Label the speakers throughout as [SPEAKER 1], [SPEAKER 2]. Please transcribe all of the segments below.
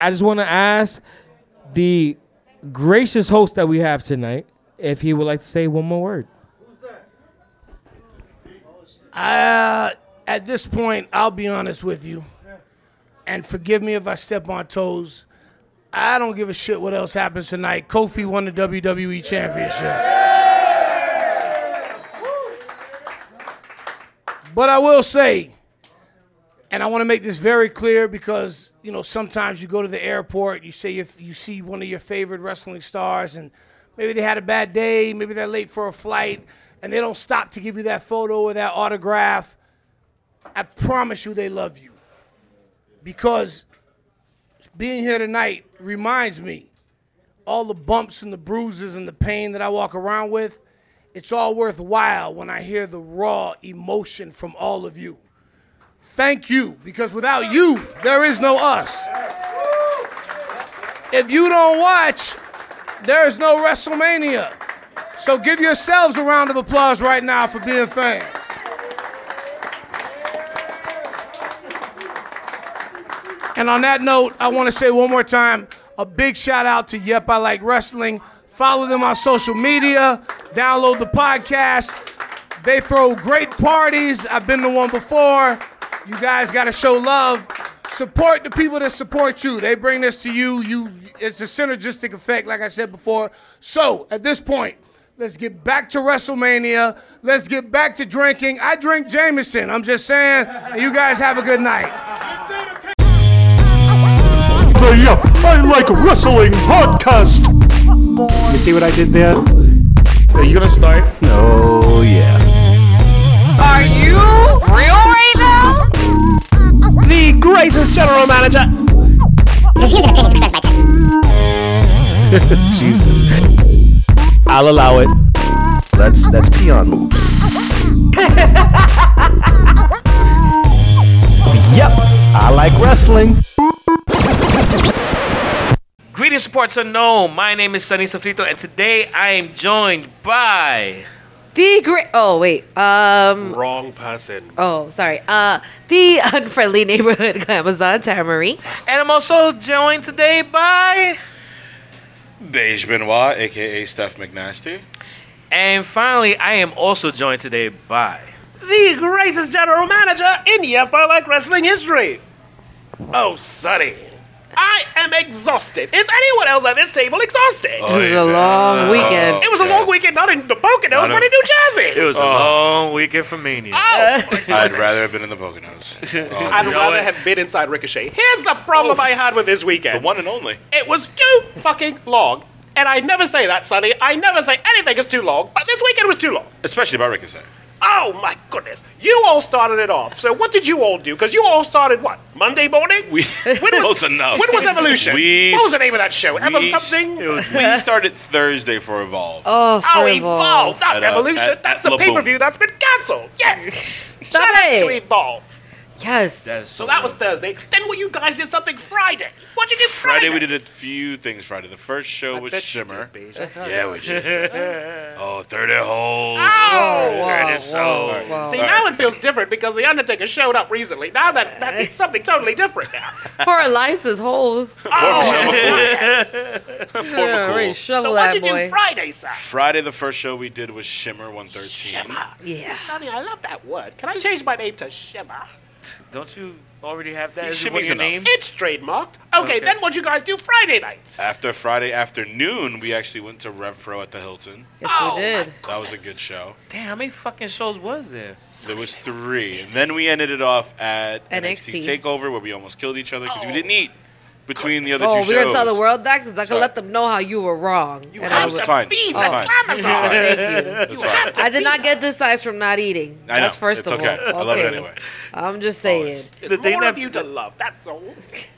[SPEAKER 1] I just want to ask the gracious host that we have tonight if he would like to say one more word.
[SPEAKER 2] Uh, at this point, I'll be honest with you, and forgive me if I step on toes. I don't give a shit what else happens tonight. Kofi won the WWE Championship. But I will say, and I want to make this very clear because you know sometimes you go to the airport, you say you, you see one of your favorite wrestling stars, and maybe they had a bad day, maybe they're late for a flight, and they don't stop to give you that photo or that autograph. I promise you, they love you because being here tonight reminds me all the bumps and the bruises and the pain that I walk around with. It's all worthwhile when I hear the raw emotion from all of you thank you because without you, there is no us. If you don't watch, there is no WrestleMania. So give yourselves a round of applause right now for being fans. And on that note, I want to say one more time a big shout out to Yep, I Like Wrestling. Follow them on social media, download the podcast. They throw great parties. I've been to one before. You guys got to show love. Support the people that support you. They bring this to you. You, it's a synergistic effect, like I said before. So at this point, let's get back to WrestleMania. Let's get back to drinking. I drink Jameson. I'm just saying. And you guys have a good night.
[SPEAKER 3] The Yup, I Like Wrestling podcast.
[SPEAKER 4] You see what I did there?
[SPEAKER 5] Are you gonna start?
[SPEAKER 4] Oh, yeah.
[SPEAKER 6] Are you real right now?
[SPEAKER 4] The greatest general manager. Jesus. I'll allow it.
[SPEAKER 7] That's that's peon moves.
[SPEAKER 4] Yep, I like wrestling.
[SPEAKER 5] Greetings, supports unknown. My name is Sunny Sofrito, and today I am joined by
[SPEAKER 8] The great. Oh wait. Um.
[SPEAKER 9] Wrong person.
[SPEAKER 8] Oh, sorry. Uh, the unfriendly neighborhood glamazon Tara Marie.
[SPEAKER 5] and I'm also joined today by
[SPEAKER 9] Dej Benoit, aka Steph McNasty.
[SPEAKER 5] and finally I am also joined today by the greatest general manager in Yep I Like Wrestling history. Oh, Sonny. I am exhausted. Is anyone else at this table exhausted?
[SPEAKER 9] Oh,
[SPEAKER 8] This is a long weekend.
[SPEAKER 9] was a long
[SPEAKER 5] weekend, not in the Poconos,
[SPEAKER 9] but in
[SPEAKER 5] New Jersey. It
[SPEAKER 10] Oh,
[SPEAKER 5] was a long weekend for Mania.
[SPEAKER 9] Oh. I'd rather have been in the Poconos. Oh,
[SPEAKER 10] I'd
[SPEAKER 9] the
[SPEAKER 10] rather have been inside Ricochet. Here's the problem I had with this weekend.
[SPEAKER 9] Oh. one and only.
[SPEAKER 10] It was too fucking long. And I never say that, Sonny. I never say anything is too long, but this weekend was too long.
[SPEAKER 9] Especially about Ricochet.
[SPEAKER 10] Oh my goodness. You all started it off. So what did you all do? Because you all started what? Monday morning?
[SPEAKER 9] We close enough.
[SPEAKER 10] When was Evolution?
[SPEAKER 9] Oh. We-
[SPEAKER 10] what was the name of that show? Evolution something?
[SPEAKER 9] we started Thursday for Evolve.
[SPEAKER 8] Oh,
[SPEAKER 10] Oh,
[SPEAKER 8] for
[SPEAKER 10] Evolve, not
[SPEAKER 9] At, uh,
[SPEAKER 10] Evolution.
[SPEAKER 9] at-
[SPEAKER 10] that's
[SPEAKER 9] at
[SPEAKER 10] the
[SPEAKER 9] Laboom.
[SPEAKER 10] pay per view that's been cancelled. Yes. Shout out to
[SPEAKER 8] it.
[SPEAKER 10] Evolve.
[SPEAKER 8] Yes.
[SPEAKER 10] So that was Thursday. Then what you guys did something Friday. What did you do Friday?
[SPEAKER 9] Friday we did a few things. Friday the first show was Shimmer. yeah, we did. oh, 30
[SPEAKER 10] Oh,
[SPEAKER 9] holes.
[SPEAKER 8] Whoa,
[SPEAKER 9] Thirty
[SPEAKER 8] whoa,
[SPEAKER 9] souls.
[SPEAKER 8] whoa.
[SPEAKER 10] See, now it feels different because The Undertaker showed up recently. Now that, that means something totally different now. Oh,
[SPEAKER 8] Poor Eliza's holes.
[SPEAKER 9] Former
[SPEAKER 8] Yeah, really
[SPEAKER 9] cool.
[SPEAKER 8] shovel
[SPEAKER 10] so what
[SPEAKER 8] that
[SPEAKER 10] did you
[SPEAKER 8] boy.
[SPEAKER 10] do Friday, sir?
[SPEAKER 9] Friday the first show we did was Shimmer 113.
[SPEAKER 8] yeah.
[SPEAKER 10] Sonny, I love that word. Can I change my name to Shimmer?
[SPEAKER 5] Don't you already have
[SPEAKER 9] You
[SPEAKER 5] that? Is it
[SPEAKER 9] should
[SPEAKER 5] one
[SPEAKER 9] be
[SPEAKER 5] of your
[SPEAKER 9] enough.
[SPEAKER 5] names?
[SPEAKER 10] It's trademarked. Okay,
[SPEAKER 5] Okay.
[SPEAKER 10] then what you guys do Friday night?
[SPEAKER 9] After Friday afternoon, we actually went to Rev Pro at the Hilton.
[SPEAKER 8] Yes,
[SPEAKER 10] Oh,
[SPEAKER 8] we did.
[SPEAKER 9] That was a good show.
[SPEAKER 5] Damn, how many fucking shows was there?
[SPEAKER 9] There was three, and then we ended it off at NXT,
[SPEAKER 8] NXT.
[SPEAKER 9] Takeover, where we almost killed each other because we
[SPEAKER 10] Oh.
[SPEAKER 9] didn't eat between the other
[SPEAKER 8] Oh,
[SPEAKER 9] two
[SPEAKER 8] we're gonna
[SPEAKER 9] shows.
[SPEAKER 8] tell the world that because I can
[SPEAKER 9] Sorry.
[SPEAKER 8] let them know how you were wrong. and
[SPEAKER 9] have
[SPEAKER 8] I
[SPEAKER 9] to
[SPEAKER 8] was.
[SPEAKER 9] It's fine.
[SPEAKER 10] Be
[SPEAKER 9] It's
[SPEAKER 10] the
[SPEAKER 9] fine.
[SPEAKER 10] Glamazon.
[SPEAKER 9] It's
[SPEAKER 8] Thank you.
[SPEAKER 9] That's fine.
[SPEAKER 8] I did not get this size from not eating.
[SPEAKER 9] I know.
[SPEAKER 8] That's first
[SPEAKER 9] it's
[SPEAKER 8] of
[SPEAKER 9] okay.
[SPEAKER 8] all.
[SPEAKER 9] I love it
[SPEAKER 8] Okay.
[SPEAKER 9] anyway.
[SPEAKER 8] I'm just saying.
[SPEAKER 10] There's
[SPEAKER 5] The thing
[SPEAKER 10] more
[SPEAKER 5] that-
[SPEAKER 10] of you to love, that's all.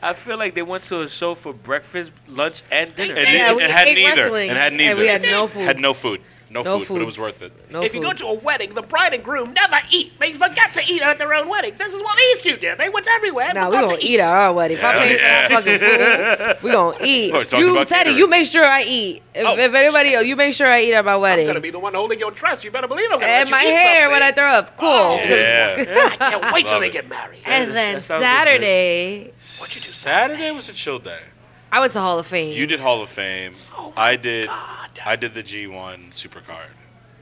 [SPEAKER 5] I feel like they went to a show for breakfast, lunch, and dinner.
[SPEAKER 9] It,
[SPEAKER 8] Yeah,
[SPEAKER 9] it
[SPEAKER 8] we
[SPEAKER 9] had
[SPEAKER 8] ate
[SPEAKER 9] neither.
[SPEAKER 8] wrestling,
[SPEAKER 9] It had
[SPEAKER 8] and
[SPEAKER 9] neither.
[SPEAKER 8] we had no food.
[SPEAKER 9] Had no food. No,
[SPEAKER 8] No
[SPEAKER 9] food,
[SPEAKER 8] food.
[SPEAKER 9] but it was worth it.
[SPEAKER 8] No
[SPEAKER 10] if you go to a
[SPEAKER 8] foods.
[SPEAKER 10] wedding, the bride and groom never eat. They forget to eat at their own wedding. This is what these two did. They went everywhere. and
[SPEAKER 8] Nah, we
[SPEAKER 10] forgot
[SPEAKER 8] gonna
[SPEAKER 10] to
[SPEAKER 8] eat at our wedding. If I
[SPEAKER 9] Yeah.
[SPEAKER 8] pay for our fucking food, we gonna eat.
[SPEAKER 9] We're talking
[SPEAKER 8] You,
[SPEAKER 9] about
[SPEAKER 8] Teddy,
[SPEAKER 9] catering.
[SPEAKER 8] you make sure I eat. If,
[SPEAKER 10] Oh,
[SPEAKER 8] if anybody else, you make sure I eat at my
[SPEAKER 10] I'm
[SPEAKER 8] wedding.
[SPEAKER 10] gonna be the one holding your dress. You better believe I'm gonna let
[SPEAKER 8] and
[SPEAKER 10] you
[SPEAKER 8] my
[SPEAKER 10] eat
[SPEAKER 8] hair
[SPEAKER 10] something.
[SPEAKER 8] when I throw up. Cool.
[SPEAKER 10] Oh,
[SPEAKER 9] Yeah.
[SPEAKER 10] I can't wait till
[SPEAKER 9] Love
[SPEAKER 10] they
[SPEAKER 9] it.
[SPEAKER 10] get married.
[SPEAKER 8] And then
[SPEAKER 5] That sounds legit.
[SPEAKER 8] Saturday,
[SPEAKER 10] What'd you do
[SPEAKER 9] Saturday was a chill day.
[SPEAKER 8] I went to Hall of Fame
[SPEAKER 9] You did Hall of Fame.
[SPEAKER 8] Oh,
[SPEAKER 9] I did. I did the G1 Supercard.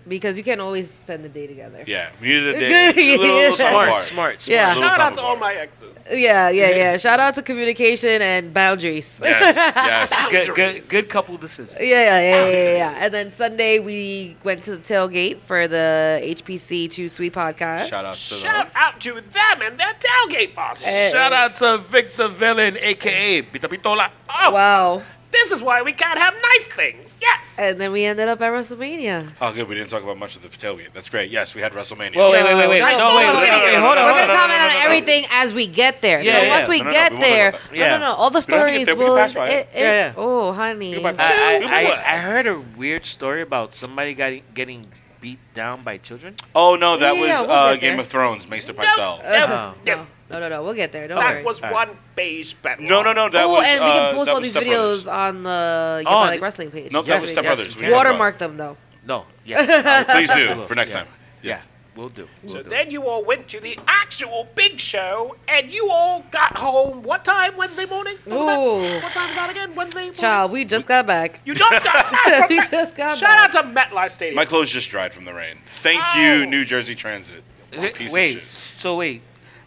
[SPEAKER 8] because you can't always spend the day together.
[SPEAKER 9] Yeah, you did a day.
[SPEAKER 8] Yeah.
[SPEAKER 9] a little- little time
[SPEAKER 8] Smart,
[SPEAKER 9] apart.
[SPEAKER 8] smart, smart. Yeah.
[SPEAKER 9] Little
[SPEAKER 10] Shout
[SPEAKER 9] time
[SPEAKER 10] out to all my
[SPEAKER 9] apart.
[SPEAKER 10] exes.
[SPEAKER 8] Yeah, yeah, yeah. Shout out to communication and boundaries.
[SPEAKER 9] Yes, yes.
[SPEAKER 11] Good, good, good couple decision.
[SPEAKER 8] Yeah, yeah, yeah, yeah, yeah. And then Sunday we went to the tailgate for the HPC Two Sweet podcast.
[SPEAKER 9] Shout out to
[SPEAKER 10] Shout out to them and their tailgate boss.
[SPEAKER 8] Eh,
[SPEAKER 11] Shout
[SPEAKER 8] eh.
[SPEAKER 11] out to Vic the Villain, aka Pita Pitola.
[SPEAKER 10] Oh,
[SPEAKER 8] Wow.
[SPEAKER 10] this is why we can't have nice things. Yes.
[SPEAKER 8] And then we ended up at WrestleMania.
[SPEAKER 9] Oh, good. We didn't talk about much of the tailgate. That's great. Yes, we had WrestleMania.
[SPEAKER 11] Whoa, wait, wait, wait, wait.
[SPEAKER 8] No,
[SPEAKER 11] No, wait,
[SPEAKER 8] no,
[SPEAKER 11] wait,
[SPEAKER 8] no,
[SPEAKER 11] wait,
[SPEAKER 8] no, We're gonna
[SPEAKER 11] hold on. hold on, hold
[SPEAKER 8] comment
[SPEAKER 11] on,
[SPEAKER 8] on
[SPEAKER 11] hold
[SPEAKER 8] everything as we get there.
[SPEAKER 11] Yeah,
[SPEAKER 8] so
[SPEAKER 11] yeah.
[SPEAKER 8] once we
[SPEAKER 9] No, no, no,
[SPEAKER 8] get
[SPEAKER 9] we won't talk
[SPEAKER 8] there,
[SPEAKER 9] about that.
[SPEAKER 11] Yeah.
[SPEAKER 8] no, no, no, all the
[SPEAKER 9] don't have to
[SPEAKER 8] stories
[SPEAKER 9] get there, we can
[SPEAKER 8] will.
[SPEAKER 9] pass by it.
[SPEAKER 8] it, it,
[SPEAKER 11] Yeah, yeah.
[SPEAKER 8] Oh, honey.
[SPEAKER 9] We can
[SPEAKER 11] on.
[SPEAKER 9] bypass it.
[SPEAKER 11] I,
[SPEAKER 9] Who
[SPEAKER 11] I,
[SPEAKER 9] was?
[SPEAKER 11] I, I heard a weird story about somebody got, getting beat down by children.
[SPEAKER 9] Oh no, that
[SPEAKER 8] Yeah,
[SPEAKER 9] was
[SPEAKER 8] yeah, we'll
[SPEAKER 9] uh,
[SPEAKER 8] get there.
[SPEAKER 9] Game of Thrones, Maester
[SPEAKER 10] No,
[SPEAKER 9] Pycelle.
[SPEAKER 10] no,
[SPEAKER 8] Uh,
[SPEAKER 10] no.
[SPEAKER 8] no, no, no, no. We'll get there. Don't worry.
[SPEAKER 10] That was
[SPEAKER 11] All
[SPEAKER 10] one beige battle.
[SPEAKER 9] No, no, no. That
[SPEAKER 8] oh,
[SPEAKER 9] was.
[SPEAKER 8] and we
[SPEAKER 9] uh,
[SPEAKER 8] can post
[SPEAKER 9] that
[SPEAKER 8] all
[SPEAKER 9] was
[SPEAKER 8] these
[SPEAKER 9] Step Brothers.
[SPEAKER 8] videos on the
[SPEAKER 11] Oh,
[SPEAKER 8] Yabba
[SPEAKER 11] th-
[SPEAKER 8] Like Wrestling page.
[SPEAKER 9] Nope,
[SPEAKER 11] Yes,
[SPEAKER 9] that was
[SPEAKER 11] yes,
[SPEAKER 9] Step Brothers.
[SPEAKER 11] we
[SPEAKER 9] We
[SPEAKER 11] can.
[SPEAKER 9] talked about it.
[SPEAKER 8] Watermark them though.
[SPEAKER 11] No, yes.
[SPEAKER 9] Please
[SPEAKER 11] I
[SPEAKER 9] do
[SPEAKER 11] will.
[SPEAKER 9] for next
[SPEAKER 11] Yeah.
[SPEAKER 9] time. Yes.
[SPEAKER 11] Yeah, we'll do. We'll
[SPEAKER 10] So
[SPEAKER 11] do.
[SPEAKER 10] then you all went to the actual big show, and you all got home. What time Wednesday morning? What, was
[SPEAKER 8] Ooh.
[SPEAKER 10] that? what time is that again? Wednesday morning.
[SPEAKER 8] Child, we just got back.
[SPEAKER 10] You just got
[SPEAKER 8] we
[SPEAKER 10] back.
[SPEAKER 8] just got
[SPEAKER 10] Shout
[SPEAKER 8] back.
[SPEAKER 10] out to MetLife Stadium.
[SPEAKER 9] My clothes just dried from the rain. Thank
[SPEAKER 10] Oh.
[SPEAKER 9] you, New Jersey Transit.
[SPEAKER 11] Is it-
[SPEAKER 9] Piece of
[SPEAKER 11] wait,
[SPEAKER 9] shit.
[SPEAKER 11] so wait.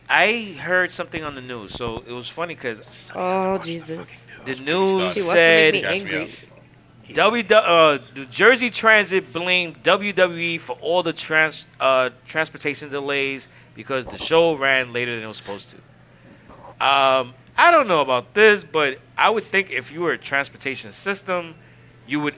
[SPEAKER 11] I heard something on the news, so it was funny because
[SPEAKER 8] oh Jesus.
[SPEAKER 11] the news
[SPEAKER 8] He wants to make me
[SPEAKER 9] He
[SPEAKER 11] said
[SPEAKER 9] Gas me
[SPEAKER 8] angry.
[SPEAKER 9] up.
[SPEAKER 11] WW, uh, New Jersey Transit blamed WWE for all the trans, uh, transportation delays because the show ran later than it was supposed to. Um, I don't know about this, but I would think if you were a transportation system, you would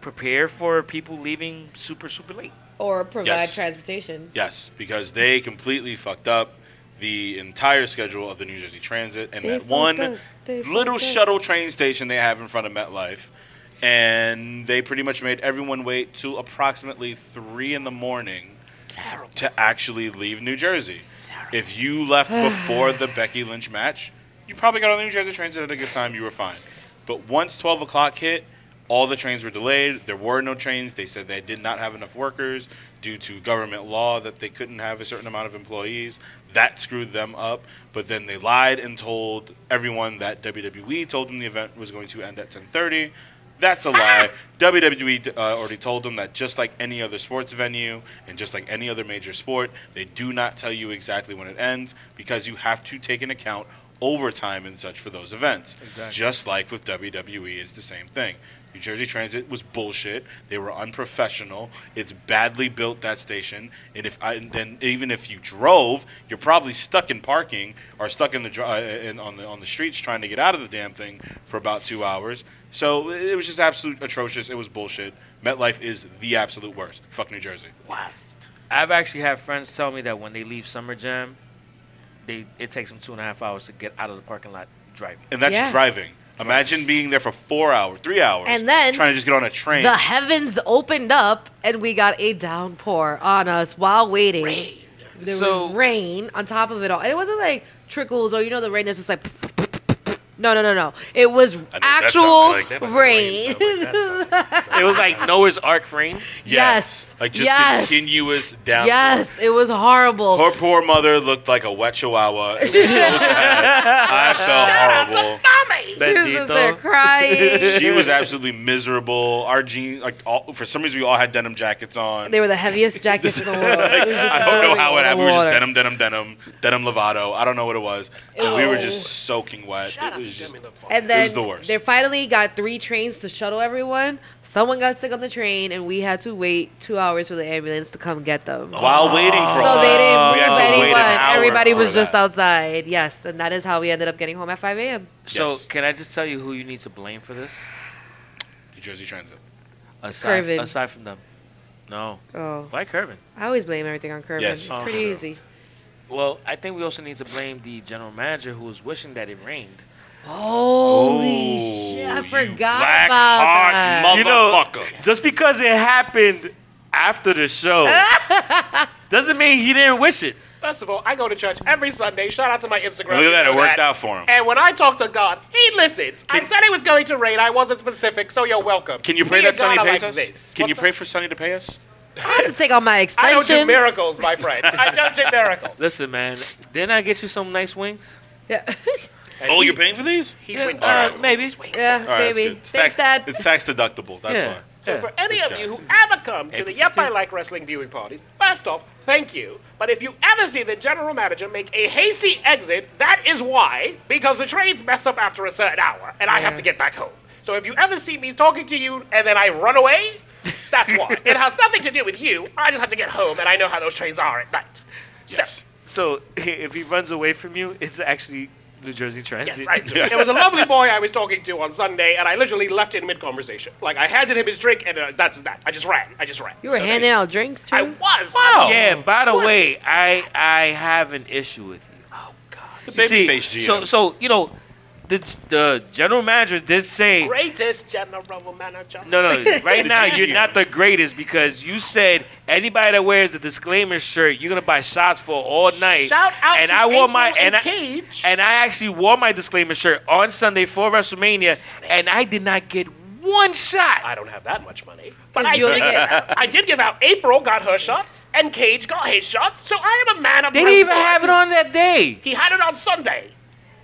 [SPEAKER 11] prepare for people leaving super, super late.
[SPEAKER 8] Or provide
[SPEAKER 9] Yes.
[SPEAKER 8] transportation.
[SPEAKER 9] Yes, because they completely fucked up the entire schedule of the New Jersey Transit and
[SPEAKER 8] They
[SPEAKER 9] that
[SPEAKER 8] fucked
[SPEAKER 9] one
[SPEAKER 8] up. They
[SPEAKER 9] little
[SPEAKER 8] fucked up.
[SPEAKER 9] shuttle train station they have in front of MetLife. And they pretty much made everyone wait till approximately 3 in the morning to actually leave New Jersey. If you left before the Becky Lynch match, you probably got on the New Jersey Transit at a good time, you were fine. But once 12 o'clock hit, all the trains were delayed. There were no trains. They said they did not have enough workers due to government law that they couldn't have a certain amount of employees. That screwed them up. But then they lied and told everyone that WWE told them the event was going to end at 10:30. That's a lie. WWE uh, already told them that just like any other sports venue and just like any other major sport, they do not tell you exactly when it ends because you have to take into account overtime and such for those events. Just like with WWE, it's the same thing. New Jersey Transit was bullshit. They were unprofessional. It's badly built that station, and if I, and then even if you drove, you're probably stuck in parking or stuck in the dri- uh, in, on the on the streets trying to get out of the damn thing for about two hours. So it was just absolute atrocious. It was bullshit. MetLife is the absolute worst. Fuck New Jersey.
[SPEAKER 11] I've actually had friends tell me that when they leave Summer Jam, they it takes them two and a half hours to get out of the parking lot driving.
[SPEAKER 9] And that's
[SPEAKER 8] Yeah.
[SPEAKER 9] driving. Imagine being there for four hours, three hours,
[SPEAKER 8] And then
[SPEAKER 9] trying to just get on a train.
[SPEAKER 8] The heavens opened up and we got a downpour on us while waiting. There
[SPEAKER 11] So-
[SPEAKER 8] was rain on top of it all. And it wasn't like trickles or you know the rain that's just like No, no, no, no. It was
[SPEAKER 9] that
[SPEAKER 8] actual
[SPEAKER 9] sounds like-
[SPEAKER 8] rain.
[SPEAKER 11] it was like Noah's Ark rain.
[SPEAKER 8] yes.
[SPEAKER 9] Like just
[SPEAKER 8] Yes.
[SPEAKER 9] continuous down.
[SPEAKER 8] yes, it was horrible.
[SPEAKER 9] Her poor mother looked like a wet chihuahua. It was so sad. I felt horrible.
[SPEAKER 8] she was
[SPEAKER 11] Bendito.
[SPEAKER 8] just there crying.
[SPEAKER 9] She was absolutely miserable. Our jeans, like all, for some reason, we all had denim jackets on.
[SPEAKER 8] they were the heaviest jackets in the world. It was just
[SPEAKER 9] I don't know
[SPEAKER 8] pouring
[SPEAKER 9] how
[SPEAKER 8] on
[SPEAKER 9] it
[SPEAKER 8] the
[SPEAKER 9] happened. We were just
[SPEAKER 8] water.
[SPEAKER 9] denim, denim, denim, denim Lovato. I don't know what it was. but we were just soaking wet. it was just
[SPEAKER 8] And
[SPEAKER 9] It
[SPEAKER 8] then
[SPEAKER 9] was the worst.
[SPEAKER 8] they finally got three trains to shuttle everyone. Someone got sick on the train, and we had to wait two hours for the ambulance to come get them.
[SPEAKER 9] Oh. while waiting for
[SPEAKER 8] So
[SPEAKER 9] us,
[SPEAKER 8] they didn't
[SPEAKER 9] we had
[SPEAKER 8] move
[SPEAKER 9] to wait an
[SPEAKER 8] anyone.
[SPEAKER 9] hour
[SPEAKER 8] Everybody was
[SPEAKER 9] for
[SPEAKER 8] just
[SPEAKER 9] that.
[SPEAKER 8] outside. Yes, and that is how we ended up getting home at 5 a.m.
[SPEAKER 11] So
[SPEAKER 9] Yes.
[SPEAKER 11] can I just tell you who you need to blame for this?
[SPEAKER 9] New Jersey Transit.
[SPEAKER 11] Aside,
[SPEAKER 8] Kervin.
[SPEAKER 11] aside from them, no.
[SPEAKER 8] Oh,
[SPEAKER 11] Why Kervin?
[SPEAKER 8] I always blame everything on Kirby.
[SPEAKER 9] Yes.
[SPEAKER 8] It's
[SPEAKER 11] Oh,
[SPEAKER 8] pretty
[SPEAKER 11] sure.
[SPEAKER 8] easy.
[SPEAKER 11] Well, I think we also need to blame the general manager who was wishing that it rained.
[SPEAKER 8] Holy
[SPEAKER 9] Oh,
[SPEAKER 8] shit! I
[SPEAKER 9] you
[SPEAKER 8] forgot
[SPEAKER 9] black
[SPEAKER 8] about
[SPEAKER 9] heart
[SPEAKER 8] that.
[SPEAKER 9] motherfucker.
[SPEAKER 11] You know, Just because it happened after the show doesn't mean he didn't wish it.
[SPEAKER 10] First of all, I go to church every Sunday. Shout out to my Instagram.
[SPEAKER 9] Look at that.
[SPEAKER 10] You
[SPEAKER 9] It
[SPEAKER 10] know
[SPEAKER 9] worked out for him.
[SPEAKER 10] And when I talk to God, He listens. I said it was going to rain. I wasn't specific, so you're welcome.
[SPEAKER 9] Can you pray
[SPEAKER 10] Me
[SPEAKER 9] that
[SPEAKER 10] and God
[SPEAKER 9] Sonny
[SPEAKER 10] are
[SPEAKER 9] pays
[SPEAKER 10] like
[SPEAKER 9] us?
[SPEAKER 10] this.
[SPEAKER 9] Can you
[SPEAKER 10] What's
[SPEAKER 9] pray
[SPEAKER 10] up?
[SPEAKER 9] for Sonny to pay us?
[SPEAKER 8] I had to take all my
[SPEAKER 10] I don't
[SPEAKER 8] extensions.
[SPEAKER 10] do miracles, my friend. I don't do miracles.
[SPEAKER 11] Listen, man, didn't I get you some nice wings?
[SPEAKER 8] Yeah.
[SPEAKER 9] Oh, you're paying for these?
[SPEAKER 10] He
[SPEAKER 11] Yeah,
[SPEAKER 10] went,
[SPEAKER 11] all right.
[SPEAKER 10] uh, maybe.
[SPEAKER 8] Yeah,
[SPEAKER 9] All right, that's
[SPEAKER 8] maybe.
[SPEAKER 9] good. It's
[SPEAKER 8] Thanks,
[SPEAKER 9] tax,
[SPEAKER 8] Dad.
[SPEAKER 9] It's tax deductible. That's
[SPEAKER 11] Yeah.
[SPEAKER 9] why.
[SPEAKER 10] So for any
[SPEAKER 9] This
[SPEAKER 10] of
[SPEAKER 9] guy.
[SPEAKER 10] you who ever come to the Yep I Like Wrestling viewing parties, first off, thank you. But if you ever see the general manager make a hasty exit, that is why, because the trains mess up after a certain hour, and I have to get back home. So if you ever see me talking to you and then I run away, that's why. it has nothing to do with you. I just have to get home, and I know how those trains are at night. So,
[SPEAKER 11] So if he runs away from you, it's actually New Jersey Transit.
[SPEAKER 10] Yes, I do. There was a lovely boy I was talking to on Sunday, and I literally left in mid conversation. Like, I handed him his drink, and uh, that's that. I just ran. I just ran.
[SPEAKER 8] You were
[SPEAKER 10] So
[SPEAKER 8] handing
[SPEAKER 10] there-
[SPEAKER 8] out drinks too.
[SPEAKER 10] I was.
[SPEAKER 11] Yeah. By the way, I I have an issue with you. Oh God.
[SPEAKER 9] The babyface GM.
[SPEAKER 11] So so you know, the the general manager did say.
[SPEAKER 10] Greatest general manager.
[SPEAKER 11] No, no. Right now,
[SPEAKER 9] The
[SPEAKER 11] you're
[SPEAKER 9] GM.
[SPEAKER 11] not the greatest because you said anybody that wears the disclaimer shirt, you're gonna buy shots for all night.
[SPEAKER 10] Shout out
[SPEAKER 11] and
[SPEAKER 10] to
[SPEAKER 11] I wore my
[SPEAKER 10] April and
[SPEAKER 11] I-
[SPEAKER 10] Cage.
[SPEAKER 11] and I actually wore my disclaimer shirt on Sunday for WrestleMania, and I did not get one shot.
[SPEAKER 10] I don't have that much money. But
[SPEAKER 8] 'Cause
[SPEAKER 10] I,
[SPEAKER 8] you only get-
[SPEAKER 10] I did give out. April got her shots, and Cage got his shots, so I am a man of
[SPEAKER 11] They didn't even
[SPEAKER 10] my
[SPEAKER 11] have it
[SPEAKER 10] word.
[SPEAKER 11] on that day.
[SPEAKER 10] He had it on Sunday.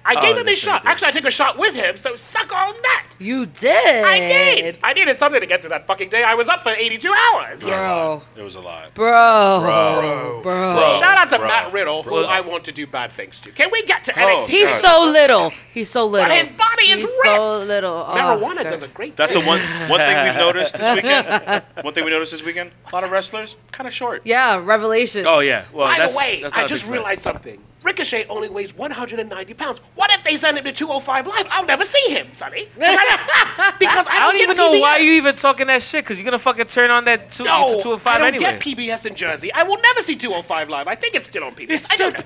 [SPEAKER 10] I gave him his
[SPEAKER 11] that's right,
[SPEAKER 10] shot.
[SPEAKER 11] yeah.
[SPEAKER 10] Actually, I took a shot with him, so suck on that.
[SPEAKER 8] you did.
[SPEAKER 10] I did. I needed something to get through that fucking day. I was up for 82 hours.
[SPEAKER 8] Bro.
[SPEAKER 9] It was a lot.
[SPEAKER 8] Bro.
[SPEAKER 9] Bro.
[SPEAKER 8] Bro.
[SPEAKER 10] Shout out to
[SPEAKER 9] Bro.
[SPEAKER 10] Matt Riddle, who
[SPEAKER 9] Bro.
[SPEAKER 10] I want to do bad things to. Can we get to NXT?
[SPEAKER 8] He's so little. He's so little.
[SPEAKER 10] his body is
[SPEAKER 8] He's so
[SPEAKER 10] ripped.
[SPEAKER 8] little. Oh,
[SPEAKER 10] Marijuana
[SPEAKER 8] God.
[SPEAKER 10] does a great
[SPEAKER 9] That's
[SPEAKER 10] thing.
[SPEAKER 9] a one one thing we've noticed this weekend. One thing we noticed this weekend: a lot of wrestlers kind of short.
[SPEAKER 8] Yeah, Revelations.
[SPEAKER 11] Oh yeah. Well,
[SPEAKER 10] By
[SPEAKER 11] that's,
[SPEAKER 10] the way,
[SPEAKER 11] that's not
[SPEAKER 10] I
[SPEAKER 11] a
[SPEAKER 10] just
[SPEAKER 11] big threat.
[SPEAKER 10] realized something. Ricochet only weighs 190 pounds. What if they send him to 205 Live? I'll never see him, Sonny. 'Cause I, because I
[SPEAKER 11] I don't
[SPEAKER 10] get
[SPEAKER 11] even know why
[SPEAKER 10] PBS.
[SPEAKER 11] you even talking that shit because you're gonna fucking turn on that two
[SPEAKER 10] No,
[SPEAKER 11] two oh
[SPEAKER 10] I
[SPEAKER 11] five
[SPEAKER 10] don't
[SPEAKER 11] anyway.
[SPEAKER 10] get PBS in Jersey. I will never see 205 Live. I think it's still on PBS. I don't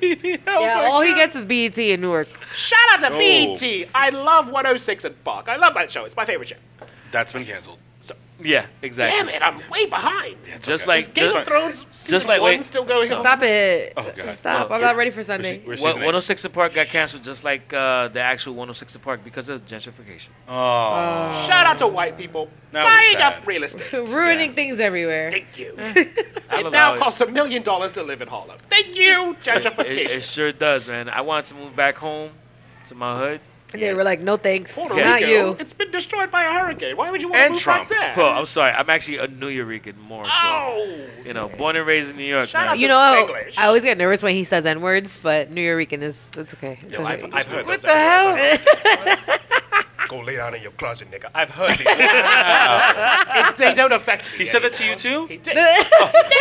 [SPEAKER 10] know.
[SPEAKER 8] Yeah, all he gets is BET in Newark.
[SPEAKER 10] Shout out to
[SPEAKER 9] No.
[SPEAKER 10] VT. I love 106 at Park. I love that show. It's my favorite show.
[SPEAKER 9] That's been canceled.
[SPEAKER 11] yeah, exactly.
[SPEAKER 10] Damn it, I'm way behind.
[SPEAKER 11] Just
[SPEAKER 9] okay.
[SPEAKER 10] Is
[SPEAKER 11] like
[SPEAKER 10] Game
[SPEAKER 11] just
[SPEAKER 10] of Thrones season
[SPEAKER 11] just like
[SPEAKER 10] one
[SPEAKER 11] wait-
[SPEAKER 10] still going on?
[SPEAKER 8] Stop it.
[SPEAKER 9] Oh, God.
[SPEAKER 8] Stop. I'm not ready for Sunday.
[SPEAKER 9] We're se-
[SPEAKER 11] One-
[SPEAKER 9] we're season eight.
[SPEAKER 11] 106 in Park got canceled just like uh, the actual 106 in Park because of gentrification.
[SPEAKER 9] Oh,
[SPEAKER 10] Shout out to white people
[SPEAKER 9] That was
[SPEAKER 10] buying
[SPEAKER 9] sad.
[SPEAKER 10] up real estate.
[SPEAKER 8] Ruining things everywhere.
[SPEAKER 10] Thank you.
[SPEAKER 11] I'll
[SPEAKER 10] it
[SPEAKER 11] allow
[SPEAKER 10] now
[SPEAKER 11] it.
[SPEAKER 10] costs a million dollars to live in Harlem. Mm. Thank you,
[SPEAKER 11] It, it
[SPEAKER 10] gentrification.
[SPEAKER 11] sure does, man. I wanted to move back home to my hood.
[SPEAKER 8] And they were like, no thanks.
[SPEAKER 10] Puerto
[SPEAKER 8] Not
[SPEAKER 10] Rico,
[SPEAKER 8] you.
[SPEAKER 10] It's been destroyed by a hurricane. Why would you want
[SPEAKER 9] And
[SPEAKER 10] to move
[SPEAKER 9] Trump.
[SPEAKER 10] back there?
[SPEAKER 11] Well, I'm sorry. I'm actually a New Yorican more so.
[SPEAKER 10] oh,
[SPEAKER 11] You know, born and raised in New York.
[SPEAKER 10] Shout
[SPEAKER 11] man.
[SPEAKER 10] out
[SPEAKER 8] You
[SPEAKER 10] Just
[SPEAKER 8] know,
[SPEAKER 10] Spanglish.
[SPEAKER 8] I always get nervous when he says N words, but New Yorican is, it's okay. It's okay.
[SPEAKER 10] I've, I've heard
[SPEAKER 11] What
[SPEAKER 10] those
[SPEAKER 11] the hell?
[SPEAKER 10] Go lay down in your closet, nigga. I've heard these. It- they don't affect me.
[SPEAKER 11] He said that to you too.
[SPEAKER 10] He did.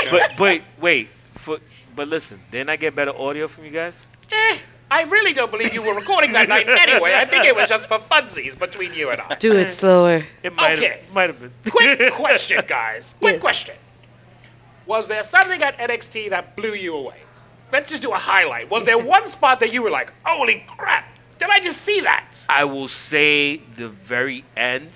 [SPEAKER 11] but but wait, for, but listen, didn't I get better audio from you guys?
[SPEAKER 10] Eh, I really don't believe you were recording that night anyway. I think it was just for funsies between you and I.
[SPEAKER 8] Do it slower.
[SPEAKER 11] It might
[SPEAKER 10] Okay.
[SPEAKER 11] have, might have been.
[SPEAKER 10] Quick question, guys. Quick
[SPEAKER 8] Yes.
[SPEAKER 10] question. Was there something at NXT that blew you away? Let's just do a highlight. Was there one spot that you were like, holy crap, did I just see that?
[SPEAKER 11] I will say the very end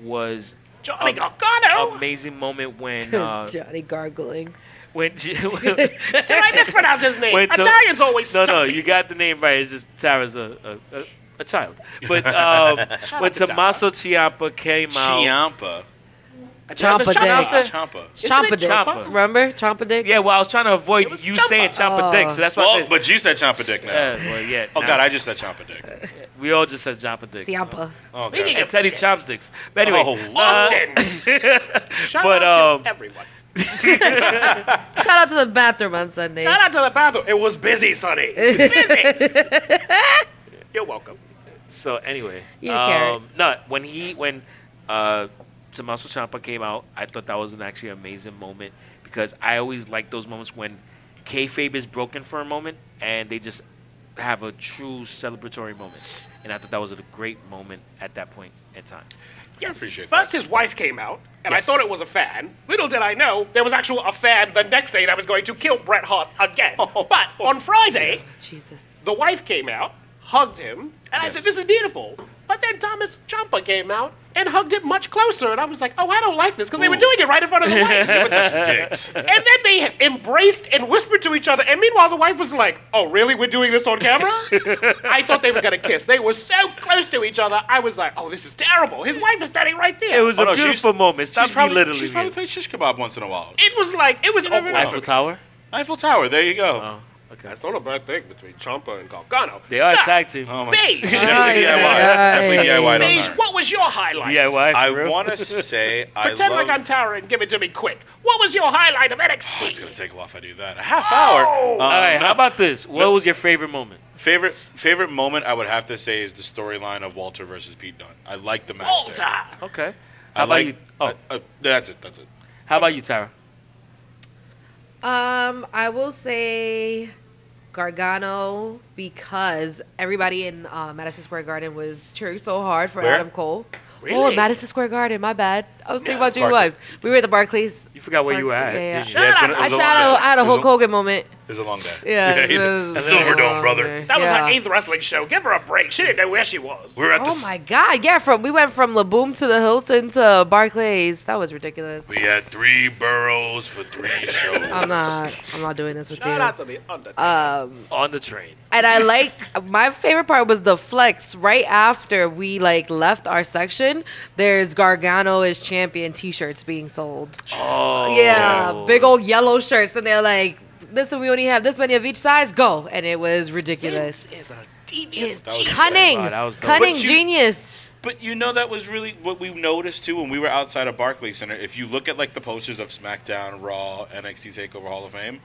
[SPEAKER 11] was
[SPEAKER 10] Johnny
[SPEAKER 11] Um,
[SPEAKER 10] Gargano?
[SPEAKER 11] amazing moment when uh,
[SPEAKER 8] Johnny gargling.
[SPEAKER 11] when
[SPEAKER 10] did I mispronounce his name?
[SPEAKER 11] Wait till-
[SPEAKER 10] Italians always
[SPEAKER 11] no
[SPEAKER 10] stuck
[SPEAKER 11] no
[SPEAKER 10] me.
[SPEAKER 11] you got the name right. It's just Tara's a a, a, a child. But um, when
[SPEAKER 10] to Tara.
[SPEAKER 11] Tommaso Ciampa came out,
[SPEAKER 9] Chiampa.
[SPEAKER 8] Champa
[SPEAKER 11] Shout out
[SPEAKER 8] Dick.
[SPEAKER 11] to-
[SPEAKER 9] Champa.
[SPEAKER 8] Champa Dick.
[SPEAKER 11] Champa?
[SPEAKER 8] Remember? Champa Dick?
[SPEAKER 11] yeah, well I was trying to avoid
[SPEAKER 10] It was
[SPEAKER 11] you
[SPEAKER 10] Ciampa.
[SPEAKER 11] saying Ciampa Dick, so that's why I
[SPEAKER 9] Well,
[SPEAKER 11] said.
[SPEAKER 9] but you said Champa Dick now.
[SPEAKER 11] Yeah, well, yeah,
[SPEAKER 9] Oh
[SPEAKER 11] nah.
[SPEAKER 9] God, I just said Champa Dick.
[SPEAKER 11] we all just said Ciampa Dick.
[SPEAKER 8] Ciampa.
[SPEAKER 9] Oh,
[SPEAKER 10] Speaking
[SPEAKER 9] God.
[SPEAKER 11] and Teddy Chopsticks. But
[SPEAKER 9] Oh,
[SPEAKER 11] anyway, uh,
[SPEAKER 10] Austin. Shout out
[SPEAKER 11] but, um,
[SPEAKER 10] to everyone.
[SPEAKER 8] Shout out to the bathroom on Sunday.
[SPEAKER 10] Shout out to the bathroom. It was busy, Sonny. It's busy. You're welcome.
[SPEAKER 11] so anyway, um,
[SPEAKER 8] You carry.
[SPEAKER 11] no, when he when uh, Tommaso Ciampa came out, I thought that was an actually amazing moment because I always like those moments when kayfabe is broken for a moment and they just have a true celebratory moment, and I thought that was a great moment at that point in time.
[SPEAKER 10] Yes.
[SPEAKER 9] appreciate
[SPEAKER 10] First, his wife came out, and
[SPEAKER 11] Yes.
[SPEAKER 10] I thought it was a fan. Little did I know there was actual a fan the next day that was going to kill Bret Hart again.
[SPEAKER 11] Oh.
[SPEAKER 10] But on Friday,
[SPEAKER 8] Jesus.
[SPEAKER 10] the wife came out, hugged him, and I said, "This is beautiful." But then Thomas Ciampa came out and hugged him much closer, and I was like, "Oh, I don't like this," because they were
[SPEAKER 9] Ooh.
[SPEAKER 10] doing it right in front of the wife.
[SPEAKER 9] You were touching dicks.
[SPEAKER 10] And then they embraced and whispered to each other. And meanwhile, the wife was like, "Oh, really? We're doing this on camera?" I thought they were gonna kiss. They were so close to each other. I was like, "Oh, this is terrible." His wife is standing right there.
[SPEAKER 11] It was
[SPEAKER 9] Oh,
[SPEAKER 11] a
[SPEAKER 9] no, she's-
[SPEAKER 11] beautiful moment. Stop
[SPEAKER 9] She's probably,
[SPEAKER 11] belittling
[SPEAKER 9] she's
[SPEAKER 11] it.
[SPEAKER 9] probably played shish kebab once in a while.
[SPEAKER 10] It was like it was
[SPEAKER 9] never
[SPEAKER 10] awkward.
[SPEAKER 9] know.
[SPEAKER 11] Eiffel Tower.
[SPEAKER 9] Eiffel Tower. There you go.
[SPEAKER 11] Oh. Okay.
[SPEAKER 10] That's not a bad thing between Champa and Gargano.
[SPEAKER 11] They are a
[SPEAKER 10] Sir,
[SPEAKER 11] tag team.
[SPEAKER 9] Oh my
[SPEAKER 10] Beige.
[SPEAKER 9] Definitely DIY. Definitely DIY. don't
[SPEAKER 10] Beige,
[SPEAKER 9] hurt.
[SPEAKER 10] what was your highlight?
[SPEAKER 11] DIY. for
[SPEAKER 9] I
[SPEAKER 11] real.
[SPEAKER 9] want to say I
[SPEAKER 10] Pretend
[SPEAKER 9] love.
[SPEAKER 10] like I'm towering. Give it to me quick. What was your highlight of NXT?
[SPEAKER 9] it's gonna take a while if I do that. A half hour. Um,
[SPEAKER 11] All right. How about this? What was your favorite moment?
[SPEAKER 9] favorite favorite moment? I would have to say is the storyline of Walter versus Pete Dunne. I like the match. there.
[SPEAKER 10] Walter.
[SPEAKER 11] Okay.
[SPEAKER 9] I
[SPEAKER 11] How about
[SPEAKER 9] like.
[SPEAKER 11] you? Oh,
[SPEAKER 9] uh, uh, that's it. That's it.
[SPEAKER 11] how about you, Tyra?
[SPEAKER 8] Um, I will say Gargano because everybody in uh, Madison Square Garden was cheering so hard for
[SPEAKER 9] Where?
[SPEAKER 8] Adam Cole. Oh,
[SPEAKER 10] Really?
[SPEAKER 8] Madison Square Garden. My bad. I was thinking about Jimmy
[SPEAKER 9] Barclays.
[SPEAKER 8] Wise. We were at the Barclays.
[SPEAKER 11] You forgot where you were
[SPEAKER 8] Barclays,
[SPEAKER 11] at.
[SPEAKER 8] yeah,
[SPEAKER 11] didn't you?
[SPEAKER 9] Yeah, it's been- it
[SPEAKER 8] I
[SPEAKER 9] was a
[SPEAKER 8] tried.
[SPEAKER 9] long day.
[SPEAKER 8] I had a
[SPEAKER 9] It was
[SPEAKER 8] Hulk Hogan moment.
[SPEAKER 9] It was a long day.
[SPEAKER 8] Yeah,
[SPEAKER 9] he did.
[SPEAKER 8] it was
[SPEAKER 9] Silver
[SPEAKER 8] really
[SPEAKER 9] Dome,
[SPEAKER 8] long
[SPEAKER 9] brother.
[SPEAKER 8] day.
[SPEAKER 10] That was
[SPEAKER 8] Yeah.
[SPEAKER 10] her eighth wrestling show. Give her a break. She didn't know where she was.
[SPEAKER 9] We were at the.
[SPEAKER 8] Oh
[SPEAKER 9] s-
[SPEAKER 8] my God! Yeah, from we went from Laboom to the Hilton to Barclays. That was ridiculous.
[SPEAKER 9] We had three boroughs for three shows.
[SPEAKER 8] I'm not. I'm not doing this with
[SPEAKER 10] Shout out
[SPEAKER 8] you.
[SPEAKER 10] to the Undertaker.
[SPEAKER 8] Um,
[SPEAKER 11] On the train.
[SPEAKER 8] and I liked my favorite part was the flex right after we like left our section. There's Gargano is champion T-shirts being sold.
[SPEAKER 11] Oh.
[SPEAKER 8] yeah, big old yellow shirts. Then they're like, "Listen, we only have this many of each size. Go!" And it was ridiculous.
[SPEAKER 10] is a devious.
[SPEAKER 9] That was-
[SPEAKER 8] Cunning,
[SPEAKER 11] Wow, that was dope.
[SPEAKER 8] cunning
[SPEAKER 9] But you-
[SPEAKER 8] genius.
[SPEAKER 9] But you know that was really what we noticed too when we were outside of Barclays Center. If you look at like the posters of SmackDown, Raw, NXT Takeover, Hall of Fame,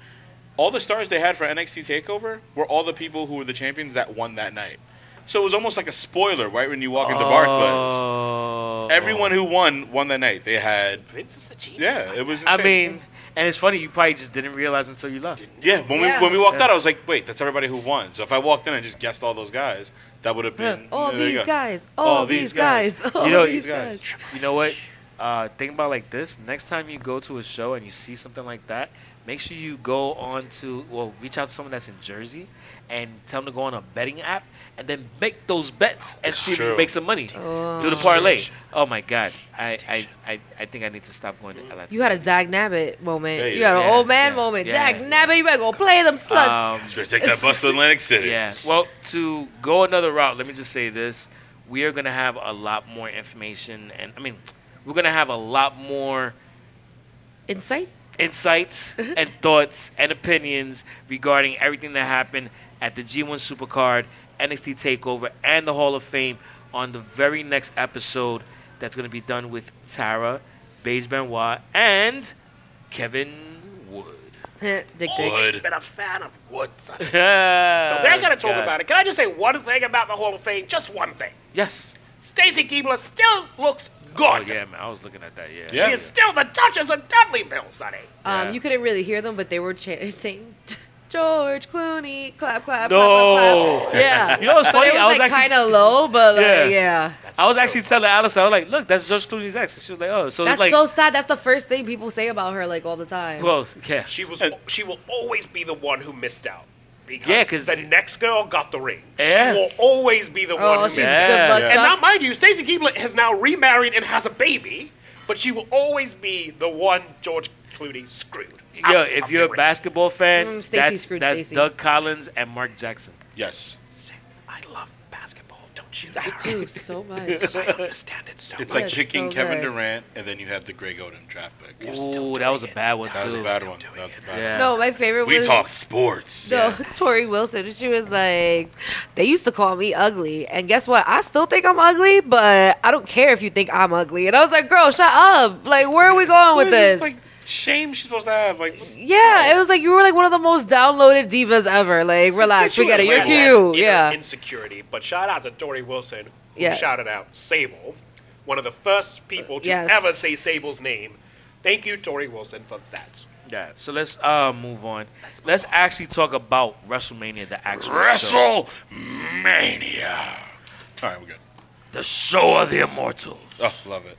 [SPEAKER 9] all the stars they had for NXT Takeover were all the people who were the champions that won that night. So it was almost like a spoiler, right when you walk into Barclays.
[SPEAKER 11] Oh.
[SPEAKER 9] Everyone who won won that night. They had
[SPEAKER 10] Vince is a genius.
[SPEAKER 9] yeah, it was. Insane.
[SPEAKER 11] I mean, and it's funny. You probably just didn't realize until you left.
[SPEAKER 9] yeah. When
[SPEAKER 8] Yeah.
[SPEAKER 9] we when we walked
[SPEAKER 11] Yeah.
[SPEAKER 9] out, I was like, wait, that's everybody who won. So if I walked in and just guessed all those guys, that would have been
[SPEAKER 8] All
[SPEAKER 9] there you
[SPEAKER 8] these
[SPEAKER 9] go.
[SPEAKER 8] guys. All these guys. All
[SPEAKER 11] You know-
[SPEAKER 8] these
[SPEAKER 11] These
[SPEAKER 9] guys.
[SPEAKER 8] guys.
[SPEAKER 11] You know what? Uh, think about it like this. Next time you go to a show and you see something like that, make sure you go on to well, reach out to someone that's in Jersey and tell them to go on a betting app and then make those bets and
[SPEAKER 9] It's
[SPEAKER 11] see if you
[SPEAKER 9] true.
[SPEAKER 11] can make some money.
[SPEAKER 8] Oh.
[SPEAKER 11] Do the parlay. Oh my God, I I, I, I think I need to stop going to LA.
[SPEAKER 8] You had a Dag Nabbit moment.
[SPEAKER 9] Yeah,
[SPEAKER 8] you
[SPEAKER 9] yeah,
[SPEAKER 8] had an
[SPEAKER 11] yeah,
[SPEAKER 8] old man
[SPEAKER 11] yeah,
[SPEAKER 8] moment.
[SPEAKER 11] yeah.
[SPEAKER 8] Dag Nabbit, you better go play them sluts.
[SPEAKER 11] Um,
[SPEAKER 9] Should I take that bus to Atlantic City.
[SPEAKER 11] Yeah. Well, to go another route, let me just say this: we are gonna have a lot more information, and I mean, we're gonna have a lot more
[SPEAKER 8] Insight.
[SPEAKER 11] insights
[SPEAKER 8] Mm-hmm.
[SPEAKER 11] and thoughts and opinions regarding everything that happened at the G1 Supercard, NXT Takeover, and the Hall of Fame on the very next episode. That's gonna be done with Tara, Baze Benoit, and Kevin Wood.
[SPEAKER 8] dick
[SPEAKER 11] Oh,
[SPEAKER 8] dick.
[SPEAKER 9] Wood.
[SPEAKER 10] He's been a fan of Woods.
[SPEAKER 9] Uh,
[SPEAKER 10] so
[SPEAKER 11] so they're
[SPEAKER 10] they're going to talk about it. Can I just say one thing about the Hall of Fame? Just one thing.
[SPEAKER 11] Yes.
[SPEAKER 10] Stacey Keebler still looks good.
[SPEAKER 11] Oh yeah, man. I was looking at that. Yeah.
[SPEAKER 9] Yeah.
[SPEAKER 10] She is still the Duchess of Dudleyville, Sonny.
[SPEAKER 8] Um,
[SPEAKER 11] Yeah.
[SPEAKER 8] You couldn't really hear them, but they were chanting George Clooney. Clap, clap,
[SPEAKER 11] No.
[SPEAKER 8] clap, clap, clap. Yeah.
[SPEAKER 11] You know what's
[SPEAKER 8] But
[SPEAKER 11] funny?
[SPEAKER 8] It was,
[SPEAKER 11] I was
[SPEAKER 8] like
[SPEAKER 11] actually-
[SPEAKER 8] kind of low, but like,
[SPEAKER 11] Yeah.
[SPEAKER 8] yeah.
[SPEAKER 11] I was actually telling Alice, I was like, look, that's George Clooney's ex. And she was like, oh, so
[SPEAKER 8] That's
[SPEAKER 11] it's like,
[SPEAKER 8] so sad. That's the first thing people say about her, like all the time.
[SPEAKER 11] well, yeah.
[SPEAKER 10] She was. She will always be the one who missed out. Because
[SPEAKER 11] Yeah, 'cause-
[SPEAKER 10] the next girl got the ring.
[SPEAKER 11] Yeah.
[SPEAKER 10] She will always be the one.
[SPEAKER 8] oh,
[SPEAKER 10] who
[SPEAKER 8] she's
[SPEAKER 10] missed out.
[SPEAKER 8] good luck,
[SPEAKER 11] Yeah.
[SPEAKER 10] And now,
[SPEAKER 8] Chuck.
[SPEAKER 10] mind you, Stacey Keebler has now remarried and has a baby, but she will always be the one George Clooney screwed.
[SPEAKER 11] Yo,
[SPEAKER 10] Out
[SPEAKER 11] if
[SPEAKER 10] of
[SPEAKER 11] you're
[SPEAKER 10] the
[SPEAKER 11] a
[SPEAKER 10] ring.
[SPEAKER 11] basketball fan,
[SPEAKER 8] Mm, Stacey
[SPEAKER 11] that's,
[SPEAKER 8] screwed
[SPEAKER 11] that's
[SPEAKER 8] Stacey.
[SPEAKER 11] Doug Collins and Mark Jackson.
[SPEAKER 9] Yes.
[SPEAKER 10] I love basketball, don't you?
[SPEAKER 8] I do so much.
[SPEAKER 10] I understand it so
[SPEAKER 9] It's
[SPEAKER 10] much.
[SPEAKER 9] like
[SPEAKER 8] That's
[SPEAKER 9] kicking
[SPEAKER 8] so
[SPEAKER 9] Kevin
[SPEAKER 8] good.
[SPEAKER 9] Durant, and then you have the Greg Oden draft pick.
[SPEAKER 11] Ooh, that was a bad one,
[SPEAKER 9] That was
[SPEAKER 11] too.
[SPEAKER 9] a bad one. That was a bad
[SPEAKER 11] Yeah.
[SPEAKER 8] No, my favorite
[SPEAKER 9] one. We
[SPEAKER 8] was
[SPEAKER 9] talked sports.
[SPEAKER 8] No, Tori Wilson. She was like, they used to call me ugly. And guess what? I still think I'm ugly, but I don't care if you think I'm ugly. And I was like, girl, shut up. Like, where are we going with
[SPEAKER 9] What is
[SPEAKER 8] this?
[SPEAKER 9] Like shame she's supposed to have. Like
[SPEAKER 8] yeah, it was like you were like one of the most downloaded divas ever. Like, relax, we get it. You're cute. Yeah.
[SPEAKER 10] Insecurity, but shout out to Tori Wilson, who
[SPEAKER 8] Yeah.
[SPEAKER 10] shouted out Sable, one of the first people to
[SPEAKER 8] Yes.
[SPEAKER 10] ever say Sable's name. Thank you, Tori Wilson, for that.
[SPEAKER 11] Yeah. So let's uh, move on. Let's, actually talk about WrestleMania, the actual show.
[SPEAKER 9] WrestleMania. All right, we're good.
[SPEAKER 11] The show of the immortals.
[SPEAKER 9] Oh, love it.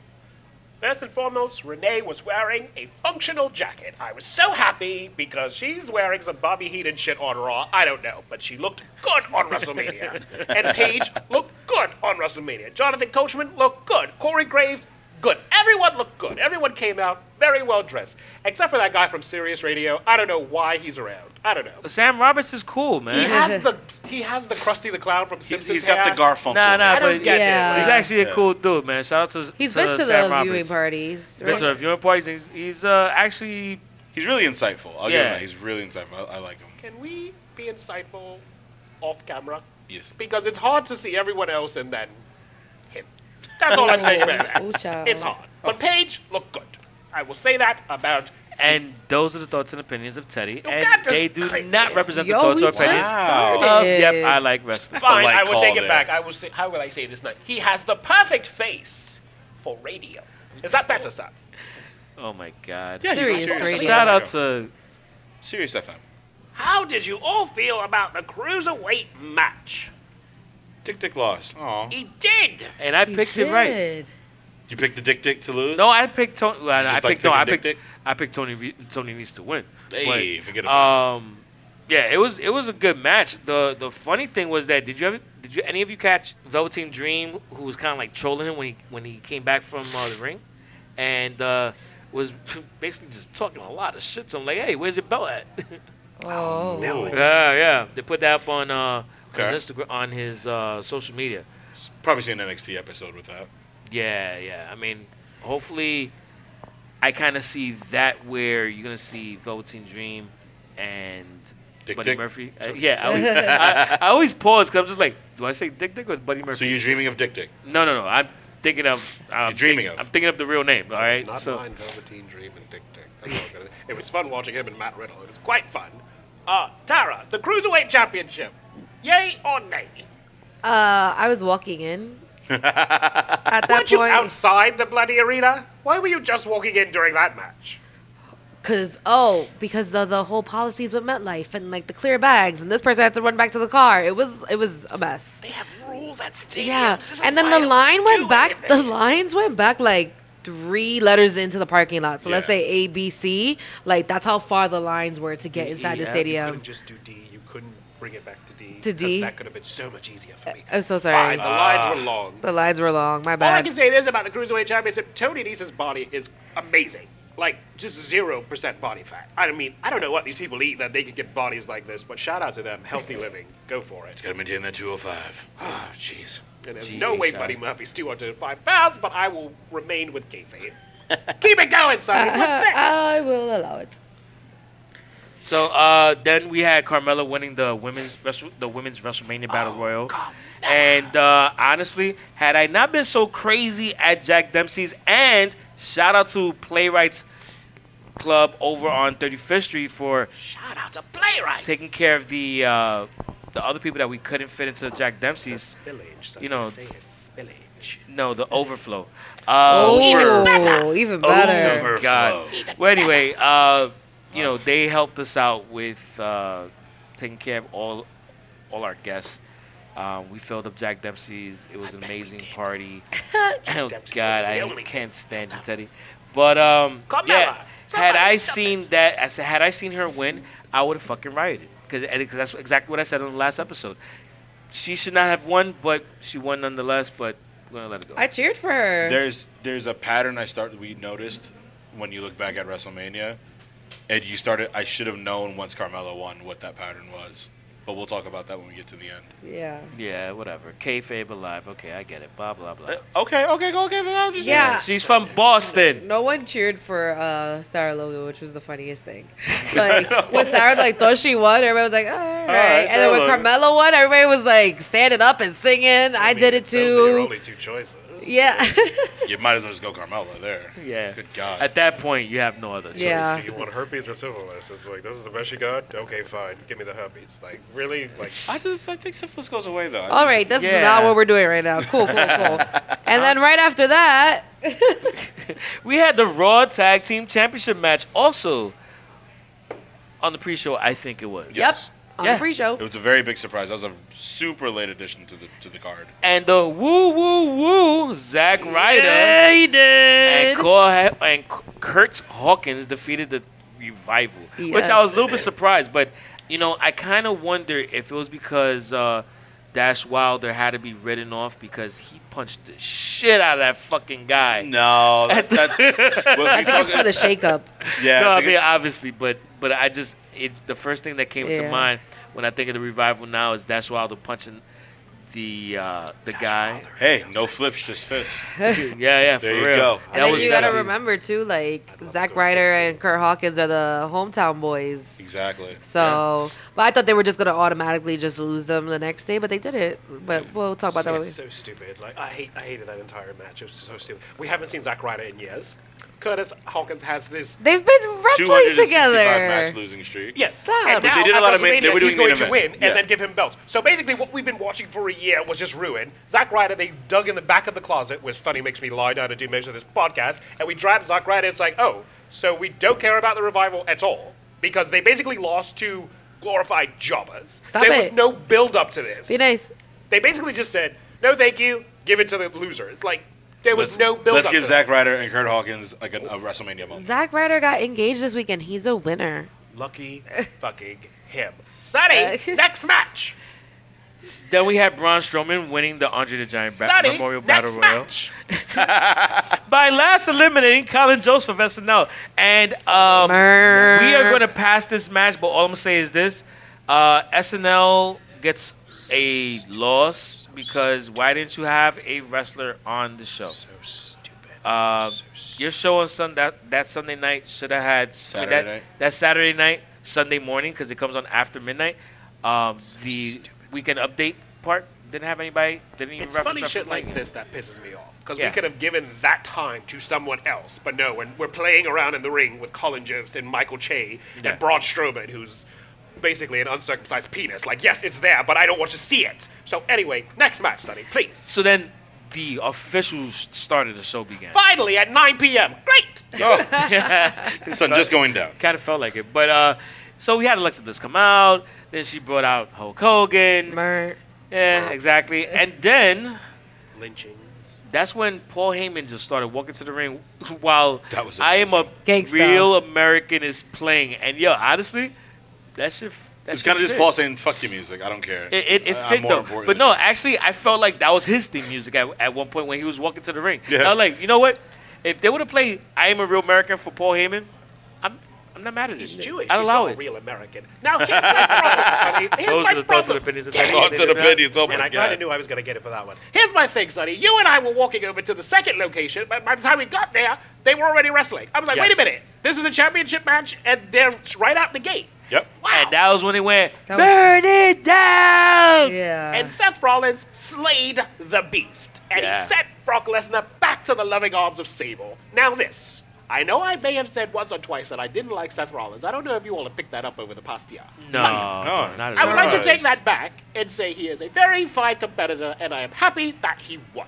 [SPEAKER 10] First and foremost, Renee was wearing a functional jacket. I was so happy because she's wearing some Bobby Heenan shit on Raw. I don't know, but she looked good on WrestleMania. and Paige looked good on WrestleMania. Jonathan Coachman looked good. Corey Graves, good. Everyone looked good. Everyone came out very well dressed, except for that guy from Sirius Radio. I don't know why he's around. I don't know.
[SPEAKER 11] Sam Roberts is cool,
[SPEAKER 10] He
[SPEAKER 11] man.
[SPEAKER 10] has the he has the Krusty the Clown from
[SPEAKER 9] He's-
[SPEAKER 10] Simpsons.
[SPEAKER 9] he's got the
[SPEAKER 10] hair.
[SPEAKER 9] Garfunkel.
[SPEAKER 11] Nah, nah,
[SPEAKER 10] I don't
[SPEAKER 11] but
[SPEAKER 10] get
[SPEAKER 8] Yeah.
[SPEAKER 10] it.
[SPEAKER 11] he's actually a
[SPEAKER 9] Yeah.
[SPEAKER 11] cool dude, man. Shout out to
[SPEAKER 8] He's
[SPEAKER 11] to
[SPEAKER 8] been to
[SPEAKER 11] Sam
[SPEAKER 8] the
[SPEAKER 11] Roberts.
[SPEAKER 8] viewing parties.
[SPEAKER 11] Been to the viewing parties. He's, he's uh, actually
[SPEAKER 9] He's really insightful. I'll give
[SPEAKER 11] Yeah.
[SPEAKER 9] him that. He's really insightful. I, I like him.
[SPEAKER 10] Can we be be insightful off camera.
[SPEAKER 9] Yes.
[SPEAKER 10] Because it's hard to see everyone else and then him. That's all I'm saying about
[SPEAKER 8] Oh,
[SPEAKER 10] that.
[SPEAKER 8] child.
[SPEAKER 10] It's hard. But Paige looked good. I will say that about
[SPEAKER 11] And those are the thoughts and opinions of Teddy, and
[SPEAKER 10] got this
[SPEAKER 11] they do
[SPEAKER 10] crazy.
[SPEAKER 11] not represent
[SPEAKER 8] Yo,
[SPEAKER 11] the thoughts
[SPEAKER 8] we
[SPEAKER 11] or opinions
[SPEAKER 8] just
[SPEAKER 11] of
[SPEAKER 8] started.
[SPEAKER 11] Yep, I like wrestling.
[SPEAKER 10] Fine,
[SPEAKER 9] light
[SPEAKER 10] I will
[SPEAKER 9] call
[SPEAKER 10] take it
[SPEAKER 9] there.
[SPEAKER 10] back. I will say how will I say this now? He has the perfect face for radio. Is that better, sir?
[SPEAKER 11] Oh my God!
[SPEAKER 9] Yeah,
[SPEAKER 8] Serious
[SPEAKER 9] serious.
[SPEAKER 8] radio.
[SPEAKER 11] Shout out to
[SPEAKER 9] Serious FM.
[SPEAKER 10] How did you all feel about the cruiserweight match?
[SPEAKER 9] Dick Dick lost. Aw.
[SPEAKER 10] He did.
[SPEAKER 11] and I picked it right.
[SPEAKER 9] You picked the Dick Dick to lose?
[SPEAKER 11] No, I picked Tony. Well, I
[SPEAKER 9] Just like
[SPEAKER 11] picked no, I
[SPEAKER 9] picking Dick
[SPEAKER 11] picked I picked Tony. Re- Tony needs to win.
[SPEAKER 9] Hey,
[SPEAKER 11] But,
[SPEAKER 9] forget about
[SPEAKER 11] Um, yeah, it was it was a good match. the The funny thing was that did you ever did you any of you catch Velveteen Dream, who was kind of like trolling him when he when he came back from uh, the ring, and uh, was basically just talking a lot of shit to him, like, "Hey, where's your belt at?"
[SPEAKER 8] Oh.
[SPEAKER 9] it. Ooh.
[SPEAKER 11] yeah, yeah. They put that up on uh,
[SPEAKER 9] Okay.
[SPEAKER 11] his Instagram on his uh, social media.
[SPEAKER 9] Probably seen an NXT episode with that.
[SPEAKER 11] Yeah, yeah. I mean, hopefully, I kind of see that where you're gonna see Velveteen Dream and
[SPEAKER 9] Dick
[SPEAKER 11] Buddy
[SPEAKER 9] Dick?
[SPEAKER 11] Murphy. Uh, yeah, I always, I, I always pause because I'm just like, do I say Dick Dick or Buddy
[SPEAKER 9] So
[SPEAKER 11] Murphy?
[SPEAKER 9] you're dreaming of Dick Dick.
[SPEAKER 11] no, no, no. I'm thinking of. I'm
[SPEAKER 9] You're dreaming
[SPEAKER 11] thinking-
[SPEAKER 9] of.
[SPEAKER 11] I'm thinking of the real name. All right.
[SPEAKER 10] Not
[SPEAKER 11] so
[SPEAKER 10] mine, Velveteen Dream and Dick Dick. That's all I'm gonna- it was fun watching him and Matt Riddle. It was quite fun. Uh, Tara, the Cruiserweight Championship. Yay or nay?
[SPEAKER 8] Uh, I was walking in. At that
[SPEAKER 10] Weren't you
[SPEAKER 8] point,
[SPEAKER 10] outside the bloody arena? Why were you just walking in during that match?
[SPEAKER 8] because oh, because of the whole policies with MetLife and like the clear bags, and this person had to run back to the car. It was it was a mess.
[SPEAKER 10] They have rules at stadiums.
[SPEAKER 8] Yeah,
[SPEAKER 10] This is
[SPEAKER 8] and then
[SPEAKER 10] why
[SPEAKER 8] the
[SPEAKER 10] I
[SPEAKER 8] line
[SPEAKER 10] don't do
[SPEAKER 8] went back. The
[SPEAKER 10] anything.
[SPEAKER 8] lines went back like three letters into the parking lot. So let's
[SPEAKER 9] Yeah.
[SPEAKER 8] say A, B, C. Like that's how far the lines were to get inside the
[SPEAKER 11] yeah.
[SPEAKER 10] You
[SPEAKER 8] stadium.
[SPEAKER 10] couldn't just do D. You couldn't bring it back to D.
[SPEAKER 8] To
[SPEAKER 10] 'cause
[SPEAKER 8] D?
[SPEAKER 10] That could have been so much easier for me.
[SPEAKER 8] I'm so sorry.
[SPEAKER 10] Fine, the lines were long.
[SPEAKER 8] The lines were long. My
[SPEAKER 10] All I
[SPEAKER 8] bad.
[SPEAKER 10] can say this about the Cruiserweight Championship, Tony Nese's body is amazing. Like, just 0% body fat. I mean, I don't know what these people eat that they can get bodies like this, but shout out to them. Healthy living. Go for it.
[SPEAKER 9] Gotta maintain that 205. Oh, jeez.
[SPEAKER 10] And there's no way Buddy Murphy's 205 pounds, but I will remain with kayfabe. Keep it going, Sonny.
[SPEAKER 8] Uh,
[SPEAKER 10] What's next?
[SPEAKER 8] I will allow it.
[SPEAKER 11] So uh, then we had Carmella winning the women's wrestle, the women's WrestleMania Battle Royal. And uh, honestly, had I not been so crazy at Jack Dempsey's, and shout out to Playwrights Club over on 35th Street for
[SPEAKER 10] Shout out to Playwrights.
[SPEAKER 11] taking care of the uh, the other people that we couldn't fit into Jack Dempsey's.
[SPEAKER 10] spillage. Sonny.
[SPEAKER 11] You know-
[SPEAKER 10] Say it, spillage.
[SPEAKER 11] No, the overflow.
[SPEAKER 8] Oh,
[SPEAKER 11] Uh,
[SPEAKER 8] even better.
[SPEAKER 11] Oh, God. Well, anyway, uh, you know, they helped us out with uh, taking care of all all our guests. Um, we filled up Jack Dempsey's. It was an amazing party. oh
[SPEAKER 10] Dempsey
[SPEAKER 11] God,
[SPEAKER 10] was
[SPEAKER 11] I
[SPEAKER 10] killing me.
[SPEAKER 11] can't stand you, Teddy. But um,
[SPEAKER 10] Carmella,
[SPEAKER 11] yeah, had
[SPEAKER 10] somebody
[SPEAKER 11] I
[SPEAKER 10] stop
[SPEAKER 11] seen that, I said, had I seen her win, I would have fucking rioted because that's exactly what I said on the last episode. She should not have won, but she won nonetheless. But we're gonna let it go.
[SPEAKER 8] I cheered for her.
[SPEAKER 9] There's there's a pattern I start we noticed when you look back at WrestleMania, and you started. I should have known once Carmella won what that pattern was, but we'll talk about that when we get to the end.
[SPEAKER 8] yeah.
[SPEAKER 11] yeah, whatever. Kayfabe alive. Okay, I get it. Blah blah blah.
[SPEAKER 9] okay, okay, go okay. I'm just
[SPEAKER 8] Yeah.
[SPEAKER 11] She's from Boston.
[SPEAKER 8] No one cheered for uh, Sarah Logan, which was the funniest thing. Like when Sarah like thought she won, everybody was like, "All right,",
[SPEAKER 9] right,
[SPEAKER 8] and then when
[SPEAKER 9] Sarah Logan.
[SPEAKER 8] Carmelo won, everybody was like standing up and singing. I, did it
[SPEAKER 10] Those are your
[SPEAKER 8] too.
[SPEAKER 10] only two choices.
[SPEAKER 8] Yeah,
[SPEAKER 9] You might as well just go Carmella there.
[SPEAKER 11] Yeah.
[SPEAKER 9] Good God.
[SPEAKER 11] At that point, you have no other choice.
[SPEAKER 8] yeah.
[SPEAKER 12] Do you want herpes or syphilis? It's like, this is the best you got? Okay, fine. Give me the herpes. Like, really? Like,
[SPEAKER 9] I just I think syphilis goes away though.
[SPEAKER 8] All right, this
[SPEAKER 11] Yeah.
[SPEAKER 8] is not what we're doing right now. Cool, cool, cool. and then right after that,
[SPEAKER 11] We had the Raw Tag Team Championship match also on the pre-show. I think it was.
[SPEAKER 8] yep, on
[SPEAKER 11] Yeah.
[SPEAKER 8] the pre-show,
[SPEAKER 9] It was a very big surprise. That was a super late addition to the to the card.
[SPEAKER 11] And the woo woo woo Zack Ryder
[SPEAKER 8] he did.
[SPEAKER 11] and Cor- and Kurt Hawkins defeated the revival, which
[SPEAKER 8] Yes.
[SPEAKER 11] I was a little bit surprised. But you know, I kind of wonder if it was because uh, Dash Wilder had to be written off because he punched the shit out of that fucking guy.
[SPEAKER 9] No, that, that, well, if
[SPEAKER 8] I
[SPEAKER 9] you
[SPEAKER 8] think it's
[SPEAKER 9] talk-
[SPEAKER 8] for the shakeup.
[SPEAKER 9] Yeah,
[SPEAKER 11] no,
[SPEAKER 9] I
[SPEAKER 11] I
[SPEAKER 9] think
[SPEAKER 11] mean
[SPEAKER 9] it's-
[SPEAKER 11] obviously, but but I just it's the first thing that came
[SPEAKER 8] Yeah.
[SPEAKER 11] to mind when I think of the revival now is that's why the punching the uh, the guy.
[SPEAKER 9] Hey, no flips, just fists.
[SPEAKER 11] yeah, yeah, for
[SPEAKER 9] There you
[SPEAKER 11] real.
[SPEAKER 9] go.
[SPEAKER 8] And then you gotta remember too, like Zach Ryder and Kurt Hawkins are the hometown boys.
[SPEAKER 9] Exactly.
[SPEAKER 8] So, but I thought they were just gonna automatically just lose them the next day, but they did it. But we'll talk about that. when we-
[SPEAKER 10] It's so stupid. Like I hate, I hated that entire match. It was so stupid. We haven't seen Zack Ryder in years. Curtis Hawkins has this.
[SPEAKER 8] They've been wrestling
[SPEAKER 9] 265
[SPEAKER 8] together.
[SPEAKER 9] match losing streak.
[SPEAKER 10] Yes,
[SPEAKER 8] Stop.
[SPEAKER 10] and
[SPEAKER 9] But
[SPEAKER 10] now
[SPEAKER 9] they did a
[SPEAKER 10] at
[SPEAKER 9] lot of main-
[SPEAKER 10] WrestleMania,
[SPEAKER 9] they were
[SPEAKER 10] he's
[SPEAKER 9] doing
[SPEAKER 10] going
[SPEAKER 9] main
[SPEAKER 10] to
[SPEAKER 9] event.
[SPEAKER 10] win
[SPEAKER 9] Yeah.
[SPEAKER 10] and then give him belts. So basically, what we've been watching for a year was just ruined. Zack Ryder, they dug in the back of the closet where Sonny makes me lie down and do most of this podcast, and we dragged Zack Ryder. It's like, oh, so we don't care about the revival at all because they basically lost to glorified jobbers.
[SPEAKER 8] Stop
[SPEAKER 10] there
[SPEAKER 8] it.
[SPEAKER 10] was no build up to this.
[SPEAKER 8] Be nice.
[SPEAKER 10] They basically just said, no, thank you, give it to the losers. Like there was
[SPEAKER 9] Let's-
[SPEAKER 10] no build
[SPEAKER 9] Let's
[SPEAKER 10] up.
[SPEAKER 9] give
[SPEAKER 10] to
[SPEAKER 9] Zack Ryder and Kurt Hawkins like a, a WrestleMania moment.
[SPEAKER 8] Zack Ryder got engaged this weekend. He's a winner.
[SPEAKER 10] it. Lucky fucking him. Sonny, next match.
[SPEAKER 11] Then we had Braun Strowman winning the Andre the Giant ba-
[SPEAKER 10] Sonny,
[SPEAKER 11] Memorial
[SPEAKER 10] next
[SPEAKER 11] Battle Royal by last eliminating Colin Jones from SNL. And um, we are going to pass this match, but all I'm going to say is this: uh, SNL gets a loss because why didn't you have a wrestler on the show? So stupid. your show on Sun that, that Sunday night should have had I mean,
[SPEAKER 9] Saturday
[SPEAKER 11] that,
[SPEAKER 9] night.
[SPEAKER 11] that Saturday night, Sunday morning because it comes on after midnight. Um, the weekend update part didn't have anybody. Didn't even
[SPEAKER 10] It's
[SPEAKER 11] reference
[SPEAKER 10] funny
[SPEAKER 11] Jeff
[SPEAKER 10] shit like
[SPEAKER 11] Hardy.
[SPEAKER 10] this that pisses me off because
[SPEAKER 11] Yeah.
[SPEAKER 10] we could have given that time to someone else, but no. And we're playing around in the ring with Colin Jost and Michael Che
[SPEAKER 11] Yeah.
[SPEAKER 10] and Braun Strowman, who's basically an uncircumcised penis. Like, yes, it's there, but I don't want to see it. So anyway, next match, Sonny, please.
[SPEAKER 11] So then the official s- start of the show began.
[SPEAKER 10] Finally at 9 p.m. Great.
[SPEAKER 11] Sun just going down. Kind of felt like it, but uh, so we had Alexa Bliss come out. Then she brought out Hulk Hogan. Yeah, exactly. And then
[SPEAKER 10] lynching.
[SPEAKER 11] That's when Paul Heyman just started walking to the ring while I am a
[SPEAKER 9] Gangsta.
[SPEAKER 11] real American is playing. And yo, honestly, that shit. That
[SPEAKER 9] It's
[SPEAKER 11] shit
[SPEAKER 9] kind of
[SPEAKER 11] was
[SPEAKER 9] just
[SPEAKER 11] it.
[SPEAKER 9] Paul saying, "Fuck your music, I don't care."
[SPEAKER 11] It, it, it
[SPEAKER 9] I- I'm
[SPEAKER 11] fit
[SPEAKER 9] more
[SPEAKER 11] though.
[SPEAKER 9] important
[SPEAKER 11] But
[SPEAKER 9] than
[SPEAKER 11] no, actually, I felt like that was his theme music at, at one point when he was walking to the ring.
[SPEAKER 9] Yeah.
[SPEAKER 11] I was like, you know what? If they would have played "I Am a Real American" for Paul Heyman, I'm I'm not mad at
[SPEAKER 10] He's
[SPEAKER 11] it.
[SPEAKER 10] Jewish.
[SPEAKER 11] I
[SPEAKER 10] He's
[SPEAKER 11] allow
[SPEAKER 10] not a
[SPEAKER 11] it.
[SPEAKER 10] real American. Now here's my problem, Sonny. Here's
[SPEAKER 11] Those
[SPEAKER 10] my
[SPEAKER 11] are the thoughts
[SPEAKER 10] problem.
[SPEAKER 11] and opinions of
[SPEAKER 10] Damn
[SPEAKER 11] Sonny. Thoughts and opinions, oh my
[SPEAKER 10] and I kind
[SPEAKER 11] God.
[SPEAKER 10] of knew I was going to get it for that one. Here's my thing, Sonny. You and I were walking over to the second location, but by the time we got there, they were already wrestling. I was like, wait
[SPEAKER 11] Yes.
[SPEAKER 10] a minute. This is the championship match, and they're right out the gate.
[SPEAKER 11] Yep. And that was when they went burn it down. Yeah.
[SPEAKER 10] And Seth Rollins slayed the beast, and
[SPEAKER 11] Yeah.
[SPEAKER 10] he sent Brock Lesnar back to the loving arms of Sable. Now this. I know I may have said once or twice that I didn't like Seth Rollins. I don't know if you all have picked that up over the past year.
[SPEAKER 11] no, no, not at
[SPEAKER 10] I would like to
[SPEAKER 11] all.
[SPEAKER 10] take that back and say he is a very fine competitor, and I am happy that he won.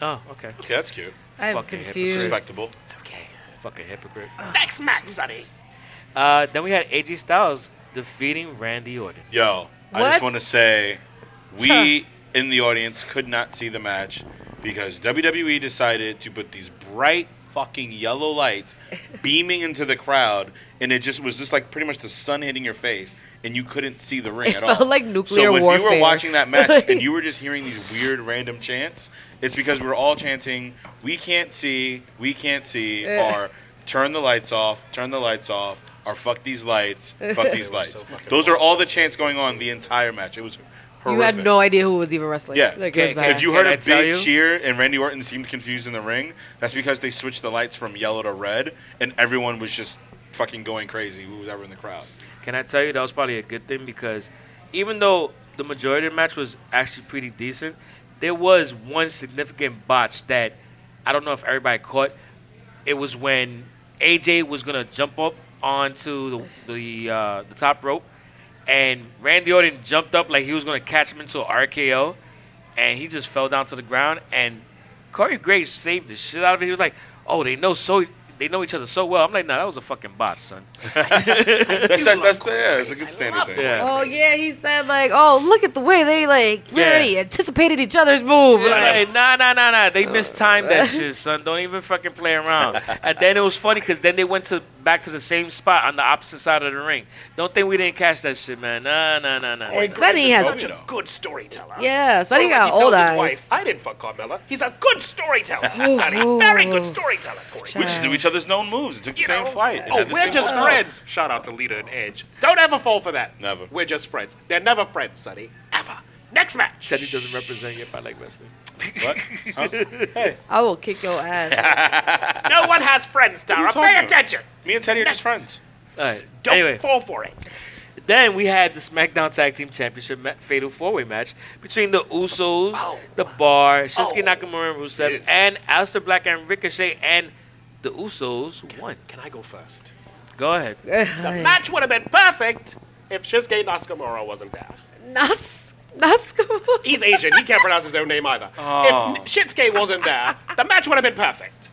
[SPEAKER 11] Oh, okay.
[SPEAKER 9] Yeah, that's cute.
[SPEAKER 10] I'm
[SPEAKER 11] Fucking
[SPEAKER 10] confused.
[SPEAKER 11] hypocrite.
[SPEAKER 9] Respectable.
[SPEAKER 11] It's okay. Fucking hypocrite.
[SPEAKER 10] Next match, Sonny.
[SPEAKER 11] Uh, then we had AJ Styles defeating Randy Orton.
[SPEAKER 9] Yo, I just
[SPEAKER 11] What?
[SPEAKER 9] want to say, we in the audience could not see the match because WWE decided to put these bright fucking yellow lights beaming into the crowd, and it just was just like pretty much the sun hitting your face, and you couldn't see the ring
[SPEAKER 8] It
[SPEAKER 9] at
[SPEAKER 8] felt
[SPEAKER 9] all.
[SPEAKER 8] like nuclear
[SPEAKER 9] So if you
[SPEAKER 8] warfare.
[SPEAKER 9] were watching that match and you were just hearing these weird random chants, it's because we were all chanting, "We can't see, we can't see,"
[SPEAKER 11] Yeah.
[SPEAKER 9] or "Turn the lights off, turn the lights off." Or fuck these lights, fuck these
[SPEAKER 8] It was
[SPEAKER 9] lights.
[SPEAKER 8] so fucking
[SPEAKER 9] Those are all the chants going on the entire match. It was horrific.
[SPEAKER 8] You had no idea who was even wrestling.
[SPEAKER 9] Yeah.
[SPEAKER 8] Like, it was bad.
[SPEAKER 9] if you heard
[SPEAKER 11] Can I
[SPEAKER 9] a
[SPEAKER 11] tell
[SPEAKER 9] big
[SPEAKER 11] you?
[SPEAKER 9] cheer and Randy Orton seemed confused in the ring, that's because they switched the lights from yellow to red, and everyone was just fucking going crazy. Who was ever in the crowd?
[SPEAKER 11] Can I tell you that was probably a good thing because even though the majority of the match was actually pretty decent, there was one significant botch that I don't know if everybody caught. It was when AJ was gonna jump up onto the the, uh, the top rope, and Randy Orton jumped up like he was gonna catch him into an RKO, and he just fell down to the ground. And Corey Graves saved the shit out of it. He was like, "Oh, they know so." They know each other so well. I'm like, nah, that was a fucking botch, son.
[SPEAKER 9] that's that's, that's the, yeah, it's a good standard thing.
[SPEAKER 11] Yeah.
[SPEAKER 8] Oh yeah, he said like, oh look at the way they like
[SPEAKER 11] Yeah.
[SPEAKER 8] already anticipated each other's move.
[SPEAKER 11] Yeah,
[SPEAKER 8] Like,
[SPEAKER 11] like, nah, nah, nah, nah. They mistimed that shit, son. Don't even fucking play around. And then it was funny because then they went to back to the same spot on the opposite side of the ring. Don't think we didn't catch that shit, man. Nah, nah, nah, nah.
[SPEAKER 8] And Sonny has-
[SPEAKER 10] such a good storyteller.
[SPEAKER 8] Yeah, Sonny
[SPEAKER 10] Sort of
[SPEAKER 8] got
[SPEAKER 10] like he
[SPEAKER 8] old
[SPEAKER 10] tells his
[SPEAKER 8] eyes.
[SPEAKER 10] wife, I didn't fuck Carmella. He's a good storyteller.
[SPEAKER 8] Ooh.
[SPEAKER 10] Sonny, very good storyteller. Corey.
[SPEAKER 9] We just knew each other's known moves. It took the same fight. and
[SPEAKER 10] Oh,
[SPEAKER 9] had the
[SPEAKER 10] we're
[SPEAKER 9] same
[SPEAKER 10] just
[SPEAKER 9] stuff.
[SPEAKER 10] friends. Shout out to Lita and Edge. Don't ever fall for that.
[SPEAKER 9] Never.
[SPEAKER 10] We're just friends. They're never friends, Sonny. Ever. Next match.
[SPEAKER 11] Said he doesn't represent you if I like wrestling.
[SPEAKER 9] What?
[SPEAKER 8] I will kick your ass.
[SPEAKER 10] no one has friends, Tara.
[SPEAKER 11] talking
[SPEAKER 10] Pay
[SPEAKER 11] about?
[SPEAKER 10] attention.
[SPEAKER 9] Me and Teddy are just friends.
[SPEAKER 11] All right.
[SPEAKER 10] Don't
[SPEAKER 11] anyway,
[SPEAKER 10] fall for it.
[SPEAKER 11] then we had the SmackDown Tag Team Championship ma- Fatal Four Way match between the Usos, the Bar, Shinsuke Nakamura and Rusev, and Aleister Black and Ricochet, and the Usos won.
[SPEAKER 10] Can I go first?
[SPEAKER 11] Go ahead.
[SPEAKER 10] The match would have been perfect if Shinsuke Nakamura wasn't there.
[SPEAKER 8] Nas- Nakamura.
[SPEAKER 10] He's Asian. He can't pronounce his own name either.
[SPEAKER 11] Oh.
[SPEAKER 10] If Shinsuke wasn't there, the match would have been perfect.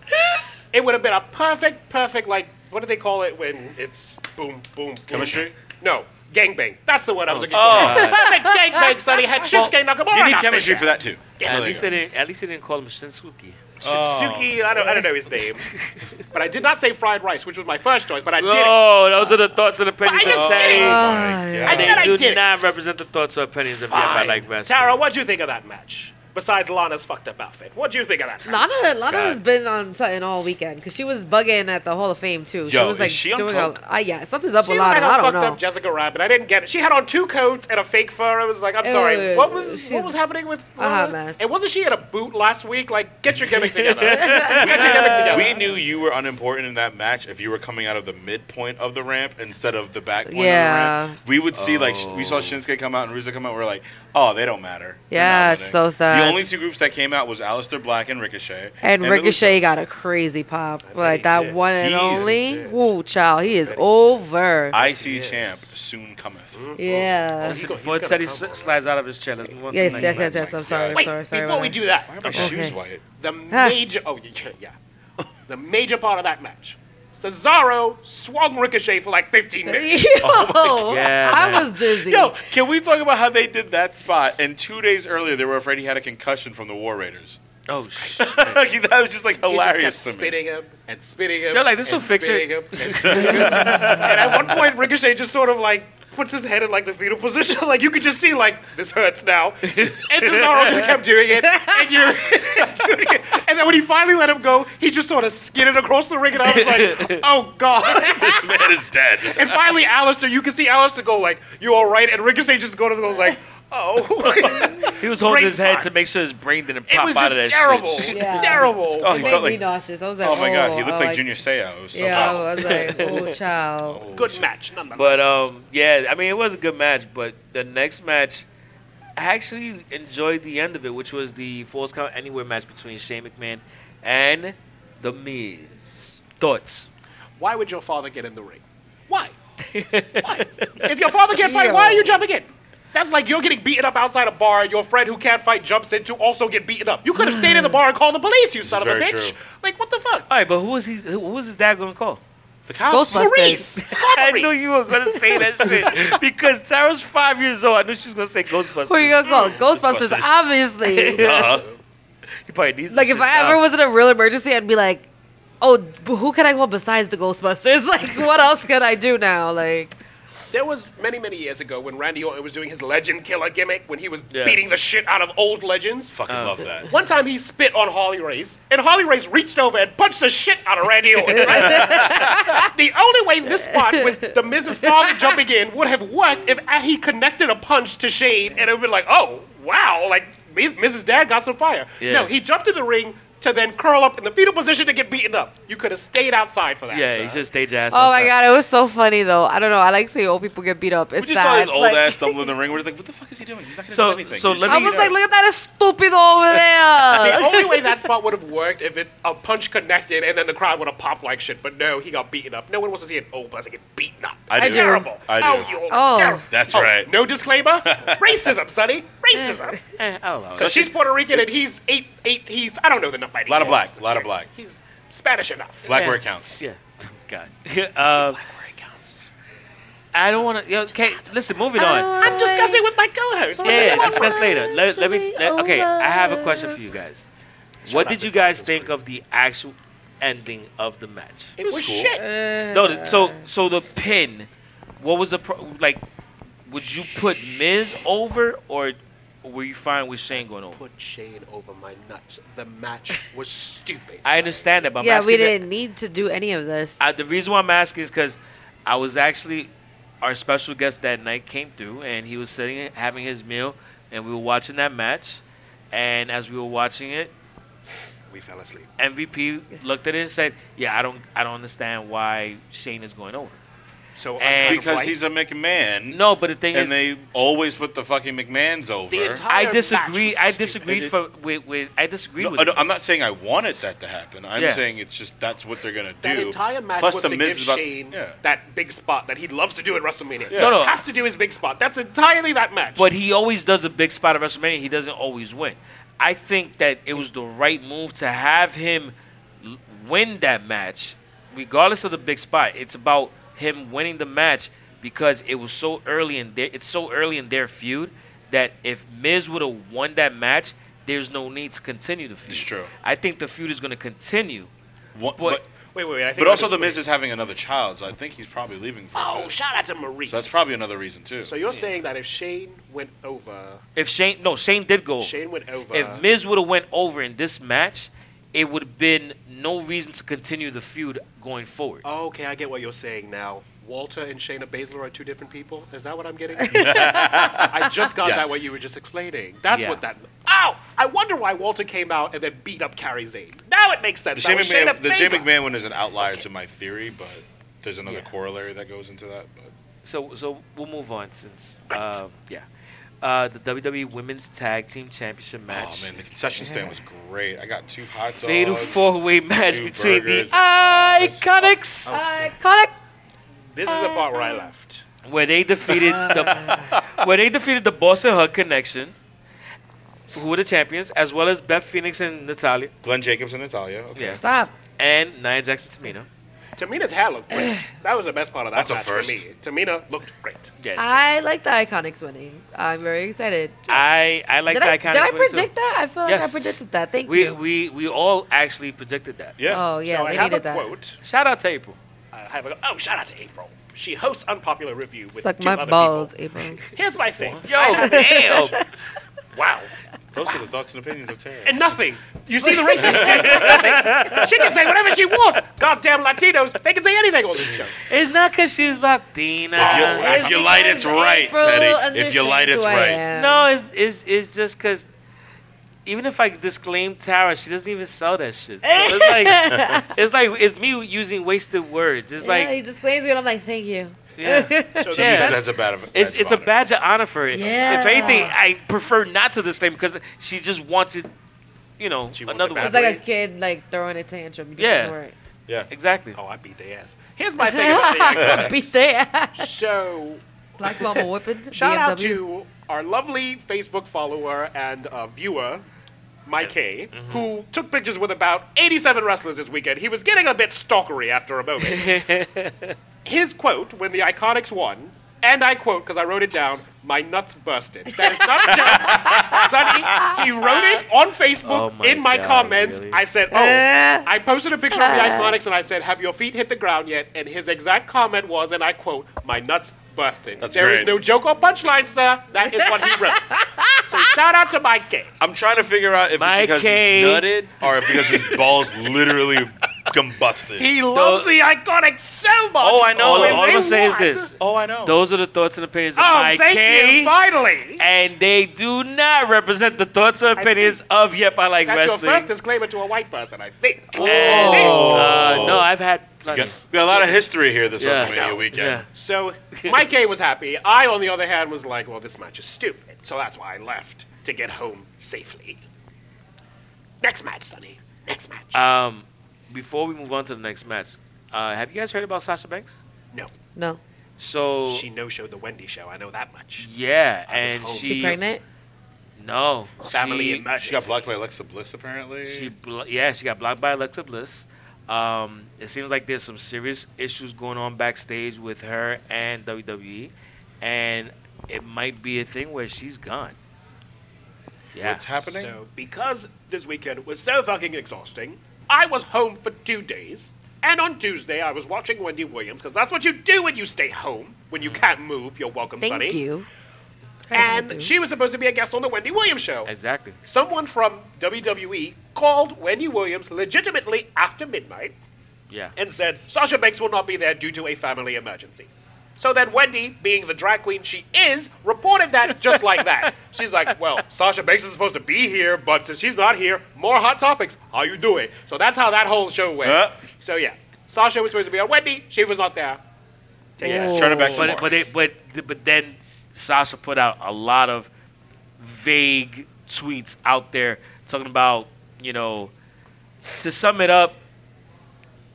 [SPEAKER 10] It would have been a perfect, perfect, like, what do they call it when it's boom, boom, boom.
[SPEAKER 9] Chemistry?
[SPEAKER 10] No, gangbang. That's the word I was looking
[SPEAKER 11] Oh.
[SPEAKER 10] for. Perfect gangbang, Sonny, had Shinsuke Nakamura.
[SPEAKER 9] You need
[SPEAKER 10] not been
[SPEAKER 9] chemistry
[SPEAKER 10] there.
[SPEAKER 9] for that too.
[SPEAKER 11] At
[SPEAKER 9] So
[SPEAKER 11] least,
[SPEAKER 9] there
[SPEAKER 11] they
[SPEAKER 9] you
[SPEAKER 11] didn't, at least they didn't call him Shinsuke.
[SPEAKER 10] Shinsuke, I, don't, I don't know his name. but I did not say fried rice, which was my first choice, but I did. it.
[SPEAKER 11] Oh, those are the thoughts and opinions
[SPEAKER 10] But I
[SPEAKER 11] of
[SPEAKER 10] just
[SPEAKER 11] Teddy.
[SPEAKER 10] did
[SPEAKER 8] Uh,
[SPEAKER 10] it.
[SPEAKER 8] Oh,
[SPEAKER 9] go.
[SPEAKER 10] I
[SPEAKER 11] They
[SPEAKER 10] said I
[SPEAKER 11] do
[SPEAKER 10] did it.
[SPEAKER 11] not represent the thoughts or opinions of Yep, I
[SPEAKER 10] Fine.
[SPEAKER 11] like wrestling.
[SPEAKER 10] Tara, what'd you think of that match? Besides Lana's fucked up outfit, what'd you think of that? match?
[SPEAKER 8] Lana, Lana
[SPEAKER 10] God.
[SPEAKER 8] has been on something all weekend because she was bugging at the Hall of Fame too. she
[SPEAKER 9] Yo,
[SPEAKER 8] was
[SPEAKER 9] is
[SPEAKER 8] like
[SPEAKER 9] she on
[SPEAKER 8] doing a,
[SPEAKER 9] coke?
[SPEAKER 8] uh, yeah, something's up
[SPEAKER 10] She
[SPEAKER 8] with
[SPEAKER 10] looked
[SPEAKER 8] Lana.
[SPEAKER 10] like a
[SPEAKER 8] I don't
[SPEAKER 10] fucked
[SPEAKER 8] know.
[SPEAKER 10] up Jessica Rabbit. I didn't get it. She had on two coats and a fake fur. I was like, I'm sorry.
[SPEAKER 8] Ew,
[SPEAKER 10] what was
[SPEAKER 8] she's
[SPEAKER 10] what was happening with
[SPEAKER 8] a hot
[SPEAKER 10] Lana?
[SPEAKER 8] mess.
[SPEAKER 10] And wasn't she in a boot last week? Like, get your gimmick together. get your gimmick
[SPEAKER 9] go.
[SPEAKER 10] together.
[SPEAKER 9] We knew you were unimportant in that match if you were coming out of the midpoint of the ramp instead of the back point of
[SPEAKER 8] Yeah.
[SPEAKER 9] the ramp. We would see like sh- we saw Shinsuke come out and Rusev come out. We're like, oh, they don't matter. They're
[SPEAKER 8] Yeah,
[SPEAKER 9] not
[SPEAKER 8] it's
[SPEAKER 9] winning.
[SPEAKER 8] so sad.
[SPEAKER 9] The only two groups that came out was Aleister Black and Ricochet.
[SPEAKER 8] And
[SPEAKER 9] the
[SPEAKER 8] Ricochet got a crazy pop, like that
[SPEAKER 9] did.
[SPEAKER 8] one and
[SPEAKER 9] He's-
[SPEAKER 8] only. Woo, child, he is over.
[SPEAKER 9] Lucha. IC champ soon cometh.
[SPEAKER 8] Mm-hmm. yeah.
[SPEAKER 11] Let's- Before Teddy s- slides out of his chair, let's move on to
[SPEAKER 8] Yes,
[SPEAKER 11] the
[SPEAKER 8] yes, yes,
[SPEAKER 11] next match.
[SPEAKER 8] yes. I'm sorry. I'm
[SPEAKER 10] Wait,
[SPEAKER 8] sorry. Sorry.
[SPEAKER 10] before
[SPEAKER 8] about
[SPEAKER 10] we
[SPEAKER 8] that.
[SPEAKER 10] do that,
[SPEAKER 9] My shoes white.
[SPEAKER 10] the major oh yeah, yeah, the major part of that match, Cesaro swung Ricochet for like 15 minutes.
[SPEAKER 9] Oh
[SPEAKER 8] Yo,
[SPEAKER 11] Yeah,
[SPEAKER 8] I
[SPEAKER 11] man.
[SPEAKER 8] was dizzy.
[SPEAKER 9] Yo, can we talk about how they did that spot? And two days earlier, they were afraid he had a concussion from the War Raiders.
[SPEAKER 11] Oh, shit.
[SPEAKER 9] Like, that was just like
[SPEAKER 10] He just kept
[SPEAKER 9] hilarious to me.
[SPEAKER 10] spinning him and spinning him.
[SPEAKER 11] They're like, this
[SPEAKER 10] and
[SPEAKER 11] will fix it.
[SPEAKER 10] spinning him and spinning him. and at one point, Ricochet just sort of like puts his head in like the fetal position. Like you could just see like this hurts now. And Cesaro just kept doing it. And you're doing it. And then when he finally let him go, he just sort of skidded across the ring, and I was like, oh god.
[SPEAKER 9] this man is dead.
[SPEAKER 10] And finally, Alistair, you can see Alistair go like, "You all right?" And Ricochet just go to those like, "Oh."
[SPEAKER 11] He was holding
[SPEAKER 10] Great
[SPEAKER 11] his head
[SPEAKER 10] spot.
[SPEAKER 11] to make sure his brain didn't
[SPEAKER 10] It
[SPEAKER 11] pop
[SPEAKER 10] was
[SPEAKER 11] out of
[SPEAKER 10] just
[SPEAKER 11] that
[SPEAKER 10] terrible,
[SPEAKER 11] shit.
[SPEAKER 8] Yeah.
[SPEAKER 10] terrible.
[SPEAKER 9] Oh,
[SPEAKER 8] It
[SPEAKER 9] he
[SPEAKER 8] made
[SPEAKER 9] felt
[SPEAKER 8] me
[SPEAKER 9] like.
[SPEAKER 8] nauseous. I was like,
[SPEAKER 9] Oh my god, he
[SPEAKER 8] I
[SPEAKER 9] looked like
[SPEAKER 8] like-
[SPEAKER 9] Junior Seau. or something.
[SPEAKER 8] Yeah, I was like, oh, child.
[SPEAKER 10] Good match, nonetheless.
[SPEAKER 11] But um, yeah, I mean, it was a good match. But the next match, I actually enjoyed the end of it, which was the Falls Count Anywhere match between Shane McMahon and The Miz. Thoughts?
[SPEAKER 10] why would your father get in the ring? Why? why? If your father can't fight, why are
[SPEAKER 8] Yo.
[SPEAKER 10] you jumping in? That's like you're getting beaten up outside a bar, and your friend who can't fight jumps in to also get beaten up. You could have stayed in the
[SPEAKER 11] Hmm.
[SPEAKER 10] bar and called the police, you son of a
[SPEAKER 9] very
[SPEAKER 10] bitch.
[SPEAKER 9] true.
[SPEAKER 10] Like, what the fuck?
[SPEAKER 11] All right, but who was he? Who was his dad gonna call?
[SPEAKER 9] The cops.
[SPEAKER 8] Ghostbusters.
[SPEAKER 10] Maurice! Call
[SPEAKER 11] I knew
[SPEAKER 10] Maurice.
[SPEAKER 11] you were gonna say that shit because Tara's five years old. I knew she was gonna say Ghostbusters.
[SPEAKER 8] Who are you gonna call? Ghostbusters, obviously.
[SPEAKER 9] Uh-huh.
[SPEAKER 11] He probably needs
[SPEAKER 8] like if I ever was in a real emergency, I'd be like, oh, b- who can I call besides the Ghostbusters? Like, what else could I do now? Like,
[SPEAKER 10] There was many, many years ago when Randy Orton was doing his legend killer gimmick when he was
[SPEAKER 11] Yeah.
[SPEAKER 10] beating the shit out of old legends.
[SPEAKER 9] Fucking love that.
[SPEAKER 10] One time he spit on Holly Race, and Holly Race reached over and punched the shit out of Randy Orton. the only way this spot with the Miz's father jumping in would have worked if he connected a punch to Shane, and it would be like, oh, wow, like Miz- Miz's dad got some fire.
[SPEAKER 11] Yeah.
[SPEAKER 10] No, he jumped in the ring to then curl up in the fetal position to get beaten up. You could have stayed outside for that.
[SPEAKER 11] yeah,
[SPEAKER 10] son.
[SPEAKER 11] he should stage ass.
[SPEAKER 8] oh my
[SPEAKER 11] outside.
[SPEAKER 8] god, it was so funny though. I don't know. I like seeing old people get beat up. It's
[SPEAKER 9] We just
[SPEAKER 8] sad.
[SPEAKER 9] saw his old
[SPEAKER 8] Like-
[SPEAKER 9] ass stumble in the ring. We're just like, what the fuck is he doing? He's not gonna
[SPEAKER 11] So-
[SPEAKER 9] do anything.
[SPEAKER 11] so
[SPEAKER 9] He's
[SPEAKER 11] let
[SPEAKER 9] just-
[SPEAKER 8] I
[SPEAKER 11] me-
[SPEAKER 8] was like, look at that stupido over there.
[SPEAKER 10] The only way that spot would have worked if it a punch connected and then the crowd would have popped like shit. But no, he got beaten up. No one wants to see an old person get beaten up.
[SPEAKER 9] I
[SPEAKER 10] That's
[SPEAKER 9] do.
[SPEAKER 10] terrible.
[SPEAKER 9] I do.
[SPEAKER 10] Oh, you old
[SPEAKER 8] Oh.
[SPEAKER 10] terrible.
[SPEAKER 9] That's
[SPEAKER 10] Oh,
[SPEAKER 9] right. Mm.
[SPEAKER 10] No disclaimer. Racism, Sonny. Racism.
[SPEAKER 11] Eh, I don't know.
[SPEAKER 10] so she's Puerto Rican and he's eight. Eight. He's I don't know the number.
[SPEAKER 9] A lot of black. A lot of black.
[SPEAKER 10] He's Spanish enough.
[SPEAKER 9] Black
[SPEAKER 11] Yeah.
[SPEAKER 9] where it counts.
[SPEAKER 11] Yeah. God. um, I don't want to. Yo, okay, listen. Moving on.
[SPEAKER 10] I'm discussing with my co-host. What's
[SPEAKER 11] Yeah,
[SPEAKER 10] the
[SPEAKER 11] that's,
[SPEAKER 10] matter?
[SPEAKER 11] that's later. Let, let me.
[SPEAKER 8] Oh,
[SPEAKER 11] let- okay, I have a question for you guys. What did you guys think of the actual ending of the match?
[SPEAKER 10] It was shit.
[SPEAKER 11] Uh,
[SPEAKER 8] Uh,
[SPEAKER 11] No, th- so so the pin. What was the pro- like? Would you put Miz over, or were you fine with Shane going over?
[SPEAKER 10] Put Shane over my nuts. The match was stupid.
[SPEAKER 11] I understand that, but I'm
[SPEAKER 8] yeah,
[SPEAKER 11] asking
[SPEAKER 8] we
[SPEAKER 11] that-
[SPEAKER 8] didn't need to do any of this.
[SPEAKER 11] I, the reason why I'm asking is because I was actually our special guest that night came through, and he was sitting having his meal and we were watching that match. And as we were watching it,
[SPEAKER 13] We fell asleep.
[SPEAKER 11] MVP looked at it and said, "Yeah, I don't, I don't understand why Shane is going over."
[SPEAKER 13] So
[SPEAKER 9] And because he's a McMahon.
[SPEAKER 11] No, but the thing
[SPEAKER 9] and
[SPEAKER 11] is-
[SPEAKER 9] they always put the fucking McMahons over.
[SPEAKER 11] I disagree. I disagreed for, with, with I disagree
[SPEAKER 9] No,
[SPEAKER 11] with.
[SPEAKER 9] I
[SPEAKER 11] you.
[SPEAKER 9] don't- I'm not saying I wanted that to happen. I'm
[SPEAKER 11] Yeah.
[SPEAKER 9] saying it's just that's what they're gonna do.
[SPEAKER 10] That entire match
[SPEAKER 9] Plus
[SPEAKER 10] was
[SPEAKER 9] the
[SPEAKER 10] to
[SPEAKER 9] Miz
[SPEAKER 10] give
[SPEAKER 9] is about
[SPEAKER 10] Shane that big spot that he loves to do at WrestleMania.
[SPEAKER 11] Yeah. No, no.
[SPEAKER 10] Has to do his big spot. That's entirely that match.
[SPEAKER 11] But he always does a big spot at WrestleMania. He doesn't always win. I think that it was the right move to have him l- win that match, regardless of the big spot. It's about him winning the match because it was so early in their it's so early in their feud that if Miz would have won that match, there's no need to continue the feud. It's
[SPEAKER 9] true.
[SPEAKER 11] I think the feud is going to continue.
[SPEAKER 9] What,
[SPEAKER 11] but,
[SPEAKER 10] wait, wait, wait. I
[SPEAKER 9] But also, the Miz is having another child, so I think he's probably leaving for.
[SPEAKER 10] Oh,
[SPEAKER 9] a bit.
[SPEAKER 10] shout out to Maurice.
[SPEAKER 9] So that's probably another reason too.
[SPEAKER 10] So you're saying that if Shane went over,
[SPEAKER 11] If Shane no Shane did go.
[SPEAKER 9] Oh.
[SPEAKER 11] over.
[SPEAKER 10] Shane went over.
[SPEAKER 11] If Miz would have went over in this match, it would have been no reason to continue the feud going forward.
[SPEAKER 9] Uh,
[SPEAKER 10] Oh, okay, I get what you're saying now. Walter and Shayna Baszler are two different people. Is that what I'm getting? I just got
[SPEAKER 11] Yes.
[SPEAKER 10] that what you were just explaining. That's
[SPEAKER 11] Yeah.
[SPEAKER 10] what that. Ow! I wonder why Walter came out and then beat up Carrie Zane. Now it makes
[SPEAKER 9] The
[SPEAKER 10] sense.
[SPEAKER 9] Shane
[SPEAKER 10] That was
[SPEAKER 9] McMahon,
[SPEAKER 10] Shayna
[SPEAKER 9] the Shane
[SPEAKER 10] Baszler.
[SPEAKER 9] McMahon one is an outlier to my theory, but there's another corollary that goes into that. But oh,
[SPEAKER 11] So so we'll move on since um, yeah. Uh, the WWE Women's Tag Team Championship match.
[SPEAKER 9] Oh, man, the concession stand was great. I got two hot dogs.
[SPEAKER 11] Fatal four-way match
[SPEAKER 9] two
[SPEAKER 11] between
[SPEAKER 9] burgers. Oh,
[SPEAKER 11] the Iconics.
[SPEAKER 8] Iconic.
[SPEAKER 10] This is the part where I left.
[SPEAKER 9] oh.
[SPEAKER 11] where they defeated the where they defeated the Boston Hug Connection, who were the champions, as well as Beth Phoenix and Natalia.
[SPEAKER 9] Glenn Jacobs and Natalia.
[SPEAKER 11] Yeah.
[SPEAKER 8] Stop.
[SPEAKER 11] And Nia Jackson Tamina.
[SPEAKER 10] Tamina's hair looked great. That was the best part of that
[SPEAKER 11] That's a
[SPEAKER 10] match
[SPEAKER 11] first.
[SPEAKER 10] for me. Tamina looked great.
[SPEAKER 8] I like the Iconics winning. I'm very excited.
[SPEAKER 11] I, I like
[SPEAKER 8] did
[SPEAKER 11] the
[SPEAKER 8] I,
[SPEAKER 11] Iconics
[SPEAKER 8] Did I
[SPEAKER 11] winning, too.
[SPEAKER 8] predict that? I feel like I
[SPEAKER 11] Yes.
[SPEAKER 8] predicted that. Thank
[SPEAKER 11] we,
[SPEAKER 8] you.
[SPEAKER 11] We, we all actually predicted that.
[SPEAKER 8] Yeah. Oh, yeah,
[SPEAKER 10] So I
[SPEAKER 8] they
[SPEAKER 10] have
[SPEAKER 8] needed
[SPEAKER 10] a
[SPEAKER 8] that.
[SPEAKER 10] quote.
[SPEAKER 11] Shout out to April.
[SPEAKER 10] I have a, oh, shout out to April. She hosts Unpopular Review with
[SPEAKER 8] Suck
[SPEAKER 10] two
[SPEAKER 8] my
[SPEAKER 10] other
[SPEAKER 8] balls,
[SPEAKER 10] people.
[SPEAKER 8] April.
[SPEAKER 10] Here's my thing.
[SPEAKER 11] Yo, damn.
[SPEAKER 10] wow.
[SPEAKER 9] Those are the thoughts and opinions of Terry.
[SPEAKER 10] And nothing. You see the racism? nothing. She can say whatever she wants. Goddamn Latinos, they can say anything on this show.
[SPEAKER 11] It's not because she's Latina.
[SPEAKER 9] If you- if you light, it's right,
[SPEAKER 11] April
[SPEAKER 9] Teddy. If you light, it's
[SPEAKER 11] understands who I
[SPEAKER 9] right.
[SPEAKER 11] am. No, it's, it's, it's just because even if I disclaim Tara, she doesn't even sell that shit. So it's like it's like it's me using wasted words. It's
[SPEAKER 8] yeah,
[SPEAKER 11] like
[SPEAKER 8] he disclaims me, and I'm like, thank you.
[SPEAKER 11] yeah,
[SPEAKER 9] uses it as a badge of-
[SPEAKER 11] it's
[SPEAKER 9] badge of
[SPEAKER 11] it's a badge of honor for it.
[SPEAKER 8] Yeah.
[SPEAKER 11] If anything, I prefer not to disclaim because she just wants it. You know, another one.
[SPEAKER 8] It's like a kid like throwing a tantrum. You just
[SPEAKER 11] Yeah.
[SPEAKER 8] ignore it.
[SPEAKER 9] Yeah.
[SPEAKER 11] Exactly.
[SPEAKER 10] Oh, I beat their ass. Here's my thing about the Iconics.
[SPEAKER 8] Beat their ass.
[SPEAKER 10] So,
[SPEAKER 8] Black Mama whipping.
[SPEAKER 10] shout out
[SPEAKER 8] BMW.
[SPEAKER 10] to our lovely Facebook follower and uh, viewer, Mike K,
[SPEAKER 11] Mm-hmm.
[SPEAKER 10] who took pictures with about 87 wrestlers this weekend. He was getting a bit stalkery after a moment. His quote when the Iconics won, and I quote because I wrote it down, my nuts busted. That is not a joke. Sonny, he wrote it on Facebook
[SPEAKER 11] Oh my
[SPEAKER 10] in my
[SPEAKER 11] God,
[SPEAKER 10] comments.
[SPEAKER 11] really?
[SPEAKER 10] I said, oh,
[SPEAKER 8] Uh,
[SPEAKER 11] Eh.
[SPEAKER 10] I posted a picture of the Iconics and I said, have your feet hit the ground yet? And his exact comment was, and I quote, my nuts busted. There is
[SPEAKER 9] great.
[SPEAKER 10] no joke or punchline, sir. That is what he wrote. so shout out to Mike K.
[SPEAKER 9] I'm trying to figure out if
[SPEAKER 10] My
[SPEAKER 9] it's because
[SPEAKER 10] K.
[SPEAKER 9] he nutted or if because his balls literally combusted.
[SPEAKER 10] He loves the Iconics so much.
[SPEAKER 11] Oh, I know. All,
[SPEAKER 10] When
[SPEAKER 11] all I'm
[SPEAKER 10] they
[SPEAKER 11] gonna say is
[SPEAKER 10] won-
[SPEAKER 11] this.
[SPEAKER 9] Oh, I know.
[SPEAKER 11] Those are the thoughts and opinions of
[SPEAKER 10] Oh,
[SPEAKER 11] my
[SPEAKER 10] thank
[SPEAKER 11] K.
[SPEAKER 10] you. Finally.
[SPEAKER 11] And they do not represent the thoughts or opinions of Yep, I Like
[SPEAKER 10] That's
[SPEAKER 11] Wrestling.
[SPEAKER 10] your first disclaimer to a white person, I think.
[SPEAKER 11] And,
[SPEAKER 10] Oh.
[SPEAKER 11] uh, no, I've had
[SPEAKER 9] We
[SPEAKER 11] plenty.
[SPEAKER 9] got, we got a lot of history here this
[SPEAKER 11] Yeah.
[SPEAKER 9] WrestleMania weekend.
[SPEAKER 11] Yeah.
[SPEAKER 10] So Mike A was happy. I, on the other hand, was like, well, this match is stupid. So that's why I left to get home safely. Next match, Sonny. Next match.
[SPEAKER 11] Um, before we move on to the next match, uh, have you guys heard about Sasha Banks?
[SPEAKER 10] No.
[SPEAKER 8] No.
[SPEAKER 11] So
[SPEAKER 10] She no showed the Wendy show. I know that much.
[SPEAKER 11] yeah,
[SPEAKER 10] I was
[SPEAKER 11] and
[SPEAKER 10] home.
[SPEAKER 11] she,
[SPEAKER 10] She pregnant?
[SPEAKER 11] No,
[SPEAKER 10] Family
[SPEAKER 11] she,
[SPEAKER 10] emergency.
[SPEAKER 9] She got blocked by Alexa Bliss apparently.
[SPEAKER 11] She blo- yeah, she got blocked by Alexa Bliss. Um, it seems like there's some serious issues going on backstage with her and WWE, and it might be a thing where she's gone. Yeah,
[SPEAKER 10] So, because this weekend was so fucking exhausting, I was home for two days. And on Tuesday, I was watching Wendy Williams, because that's what you do when you stay home. When you can't move, you're welcome,
[SPEAKER 8] Thank
[SPEAKER 10] Sonny.
[SPEAKER 8] you.
[SPEAKER 10] And she was supposed to be a guest on the Wendy Williams show.
[SPEAKER 11] Exactly.
[SPEAKER 10] Someone from WWE called Wendy Williams legitimately after midnight
[SPEAKER 11] Yeah.
[SPEAKER 10] and said Sasha Banks will not be there due to a family emergency. So then Wendy, being the drag queen she is, reported that just like that. She's like, well, Sasha Banks is supposed to be here, but since she's not here, more hot topics. How you doing? So that's how that whole show went.
[SPEAKER 9] Huh?
[SPEAKER 10] So yeah, Sasha was supposed to be on Wendy. She was not there. Take it.
[SPEAKER 9] turn it back to
[SPEAKER 11] but, but, they, but, but then Sasha put out a lot of vague tweets out there talking about, you know, to sum it up,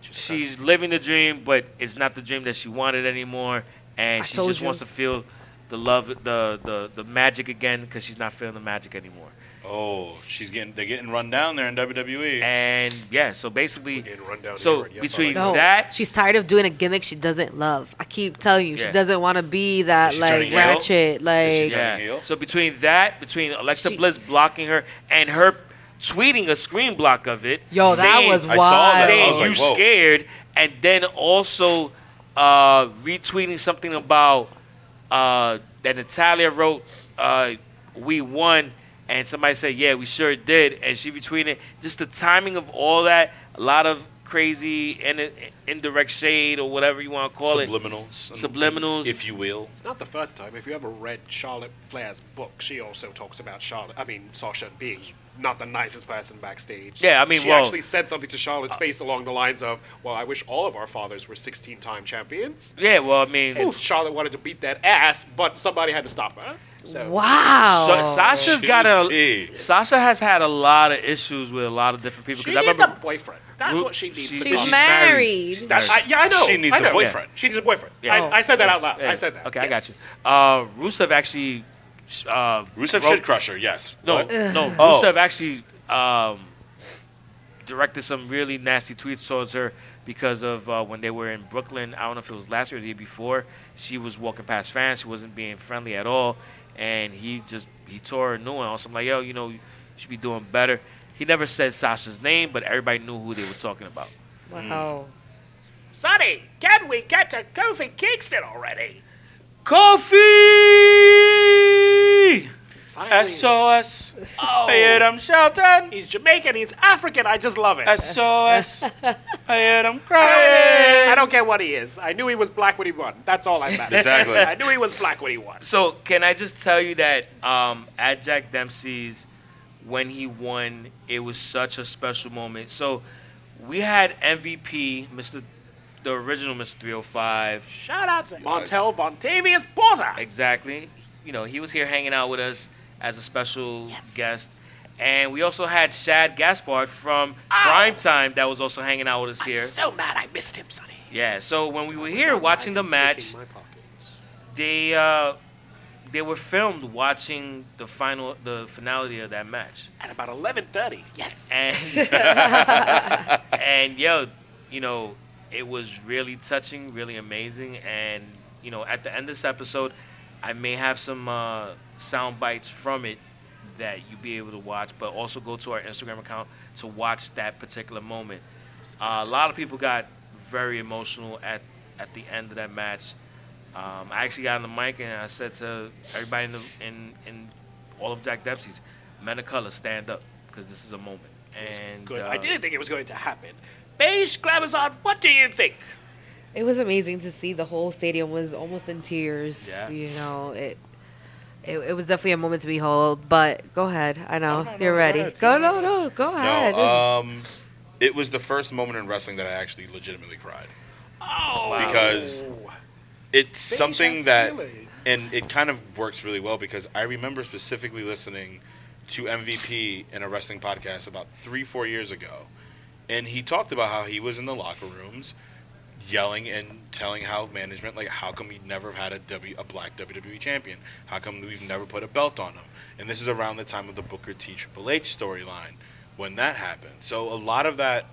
[SPEAKER 11] she's living the dream, but it's not the dream that she wanted anymore, and
[SPEAKER 8] I
[SPEAKER 11] she
[SPEAKER 8] told
[SPEAKER 11] just
[SPEAKER 8] you.
[SPEAKER 11] wants to feel the love, the the the magic again, because she's not feeling the magic anymore.
[SPEAKER 9] Oh, she's getting they're getting run down there in E. WWE.
[SPEAKER 11] And yeah, so basically, so between
[SPEAKER 8] No,
[SPEAKER 11] that,
[SPEAKER 8] she's tired of doing a gimmick she doesn't love. I keep telling you,
[SPEAKER 11] Yeah.
[SPEAKER 8] she doesn't want to be that like ratchet. Like,
[SPEAKER 11] yeah. So between that, between Alexa Bliss blocking her and her tweeting a screen block of it,
[SPEAKER 8] Yo, that
[SPEAKER 11] saying-
[SPEAKER 8] was I saw that. I
[SPEAKER 11] Saying
[SPEAKER 8] was like,
[SPEAKER 11] you
[SPEAKER 8] whoa."
[SPEAKER 11] scared, and then also uh, retweeting something about uh, that Natalia wrote, uh, "We won." And somebody said, "Yeah, we sure did," and she retweeted. Just the timing of all that, a lot of crazy and indirect shade or whatever you want to call
[SPEAKER 9] Subliminals.
[SPEAKER 11] it, subliminals,
[SPEAKER 9] if you will.
[SPEAKER 10] It's not the first time. If you ever read Charlotte Flair's book, she also talks about Charlotte. I mean, Sasha being not the nicest person backstage.
[SPEAKER 11] Yeah, I mean,
[SPEAKER 10] she
[SPEAKER 11] well- uh,
[SPEAKER 10] actually said something to Charlotte's face along the lines of, "Well, I wish all of our fathers were 16-time champions."
[SPEAKER 11] Yeah, well, I mean,
[SPEAKER 10] And Charlotte wanted to beat that ass, but somebody had to stop her. So Oh.
[SPEAKER 11] Sa- Sasha's got a. Sasha has had a lot of issues with a lot of different people.
[SPEAKER 10] She
[SPEAKER 11] 'cause I
[SPEAKER 10] needs
[SPEAKER 11] remember,
[SPEAKER 10] a boyfriend. That's
[SPEAKER 11] Ru-
[SPEAKER 10] what she needs.
[SPEAKER 11] she-
[SPEAKER 10] to
[SPEAKER 11] She's
[SPEAKER 10] be.
[SPEAKER 11] married. She's
[SPEAKER 10] That's, I,
[SPEAKER 11] married.
[SPEAKER 10] yeah, I know.
[SPEAKER 11] She needs
[SPEAKER 10] I
[SPEAKER 11] a
[SPEAKER 10] know.
[SPEAKER 11] boyfriend.
[SPEAKER 10] She needs a boyfriend.
[SPEAKER 11] Yeah.
[SPEAKER 10] I, I said that out loud.
[SPEAKER 11] Yeah.
[SPEAKER 10] I said that.
[SPEAKER 11] Okay, I
[SPEAKER 10] Yes.
[SPEAKER 11] got you. Uh, Rusev actually. sh- Uh,
[SPEAKER 9] Rusev
[SPEAKER 11] wrote-
[SPEAKER 9] should crush her, yes.
[SPEAKER 11] No,
[SPEAKER 9] What?
[SPEAKER 11] no.
[SPEAKER 9] Oh.
[SPEAKER 11] Rusev actually um, directed some really nasty tweets towards her because of uh, when they were in Brooklyn. I don't know if it was last year or the year before. She was walking past fans. She wasn't being friendly at all, and he just he tore her a new one. Also, I'm like, yo, you know, you should be doing better. He never said Sasha's name, but everybody knew who they were talking about.
[SPEAKER 8] Wow.
[SPEAKER 10] Sonny, can we get to Kofi Kingston already?
[SPEAKER 11] Coffee. SOS.
[SPEAKER 10] Oh.
[SPEAKER 11] I hear them shouting.
[SPEAKER 10] He's Jamaican, he's African, I just love it.
[SPEAKER 11] SOS. I hear them
[SPEAKER 10] crying. I don't care what he is. I knew he was black when he won. That's all I matter.
[SPEAKER 11] Exactly.
[SPEAKER 10] I knew he was black when he won.
[SPEAKER 11] So can I just tell you that um, at Jack Dempsey's, when he won, it was such a special moment. So we had MVP, Mr. The original oh Mr. 305.
[SPEAKER 10] Shout out to Montel Vontavious Porter.
[SPEAKER 11] Exactly. You know, he was here hanging out with us as a special guest. And we also had Shad Gaspard from Prime Primetime that was also hanging out with us here.
[SPEAKER 10] So mad I missed him, Sonny.
[SPEAKER 11] Yeah, so when we were here watching the match, they uh, they were filmed watching the final, the finality of that match.
[SPEAKER 10] At about 11.30. Yes.
[SPEAKER 11] And and yo, you know, it was really touching, really amazing. And you know, at the end of this episode, I may have some uh, sound bites from it that you'll be able to watch, but also go to our Instagram account to watch that particular moment. Uh, a lot of people got very emotional at at the end of that match. Um, I actually got on the mic and I said to everybody in, the, in, in all of Jack Dempsey's, men of color, stand up because this is a moment. And
[SPEAKER 10] Good.
[SPEAKER 11] uh,
[SPEAKER 10] I didn't think it was going to happen. Beige Glamazon, what do you think?
[SPEAKER 8] It was amazing to see the whole stadium was almost in tears.
[SPEAKER 10] Yeah.
[SPEAKER 8] You know, it, it it was definitely a moment to behold. But go ahead. I know you're ready. Go no no go ahead.
[SPEAKER 9] No, um, it was the first moment in wrestling that I actually legitimately cried.
[SPEAKER 10] Oh,
[SPEAKER 9] because it's
[SPEAKER 10] Bitch,
[SPEAKER 9] something
[SPEAKER 10] that's
[SPEAKER 9] that,
[SPEAKER 10] feelings.
[SPEAKER 9] and it kind of works really well because I remember specifically listening to MVP in a wrestling podcast about three, four years ago, and he talked about how he was in the locker rooms yelling and telling how management like how come we never have had a W a black WWE champion? How come we've never put a belt on him? And this is around the time of the Booker T Triple H storyline when that happened. So a lot of that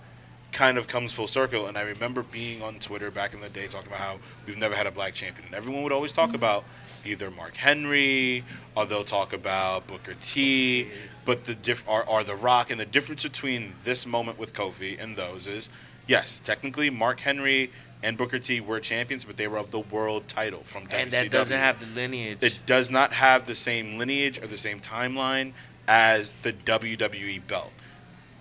[SPEAKER 9] kind of comes full circle and I remember being on Twitter back in the day talking about how we've never had a black champion and everyone would always
[SPEAKER 11] Mm-hmm.
[SPEAKER 9] talk about either Mark Henry or they'll talk about Booker T but the diff are, are the rock and the difference between this moment with Kofi and those is yes, technically Mark Henry and Booker T were champions, but they were of the world title from WCW.
[SPEAKER 11] and that doesn't have the lineage.
[SPEAKER 9] It does not have the same lineage or the same timeline as the WWE E belt.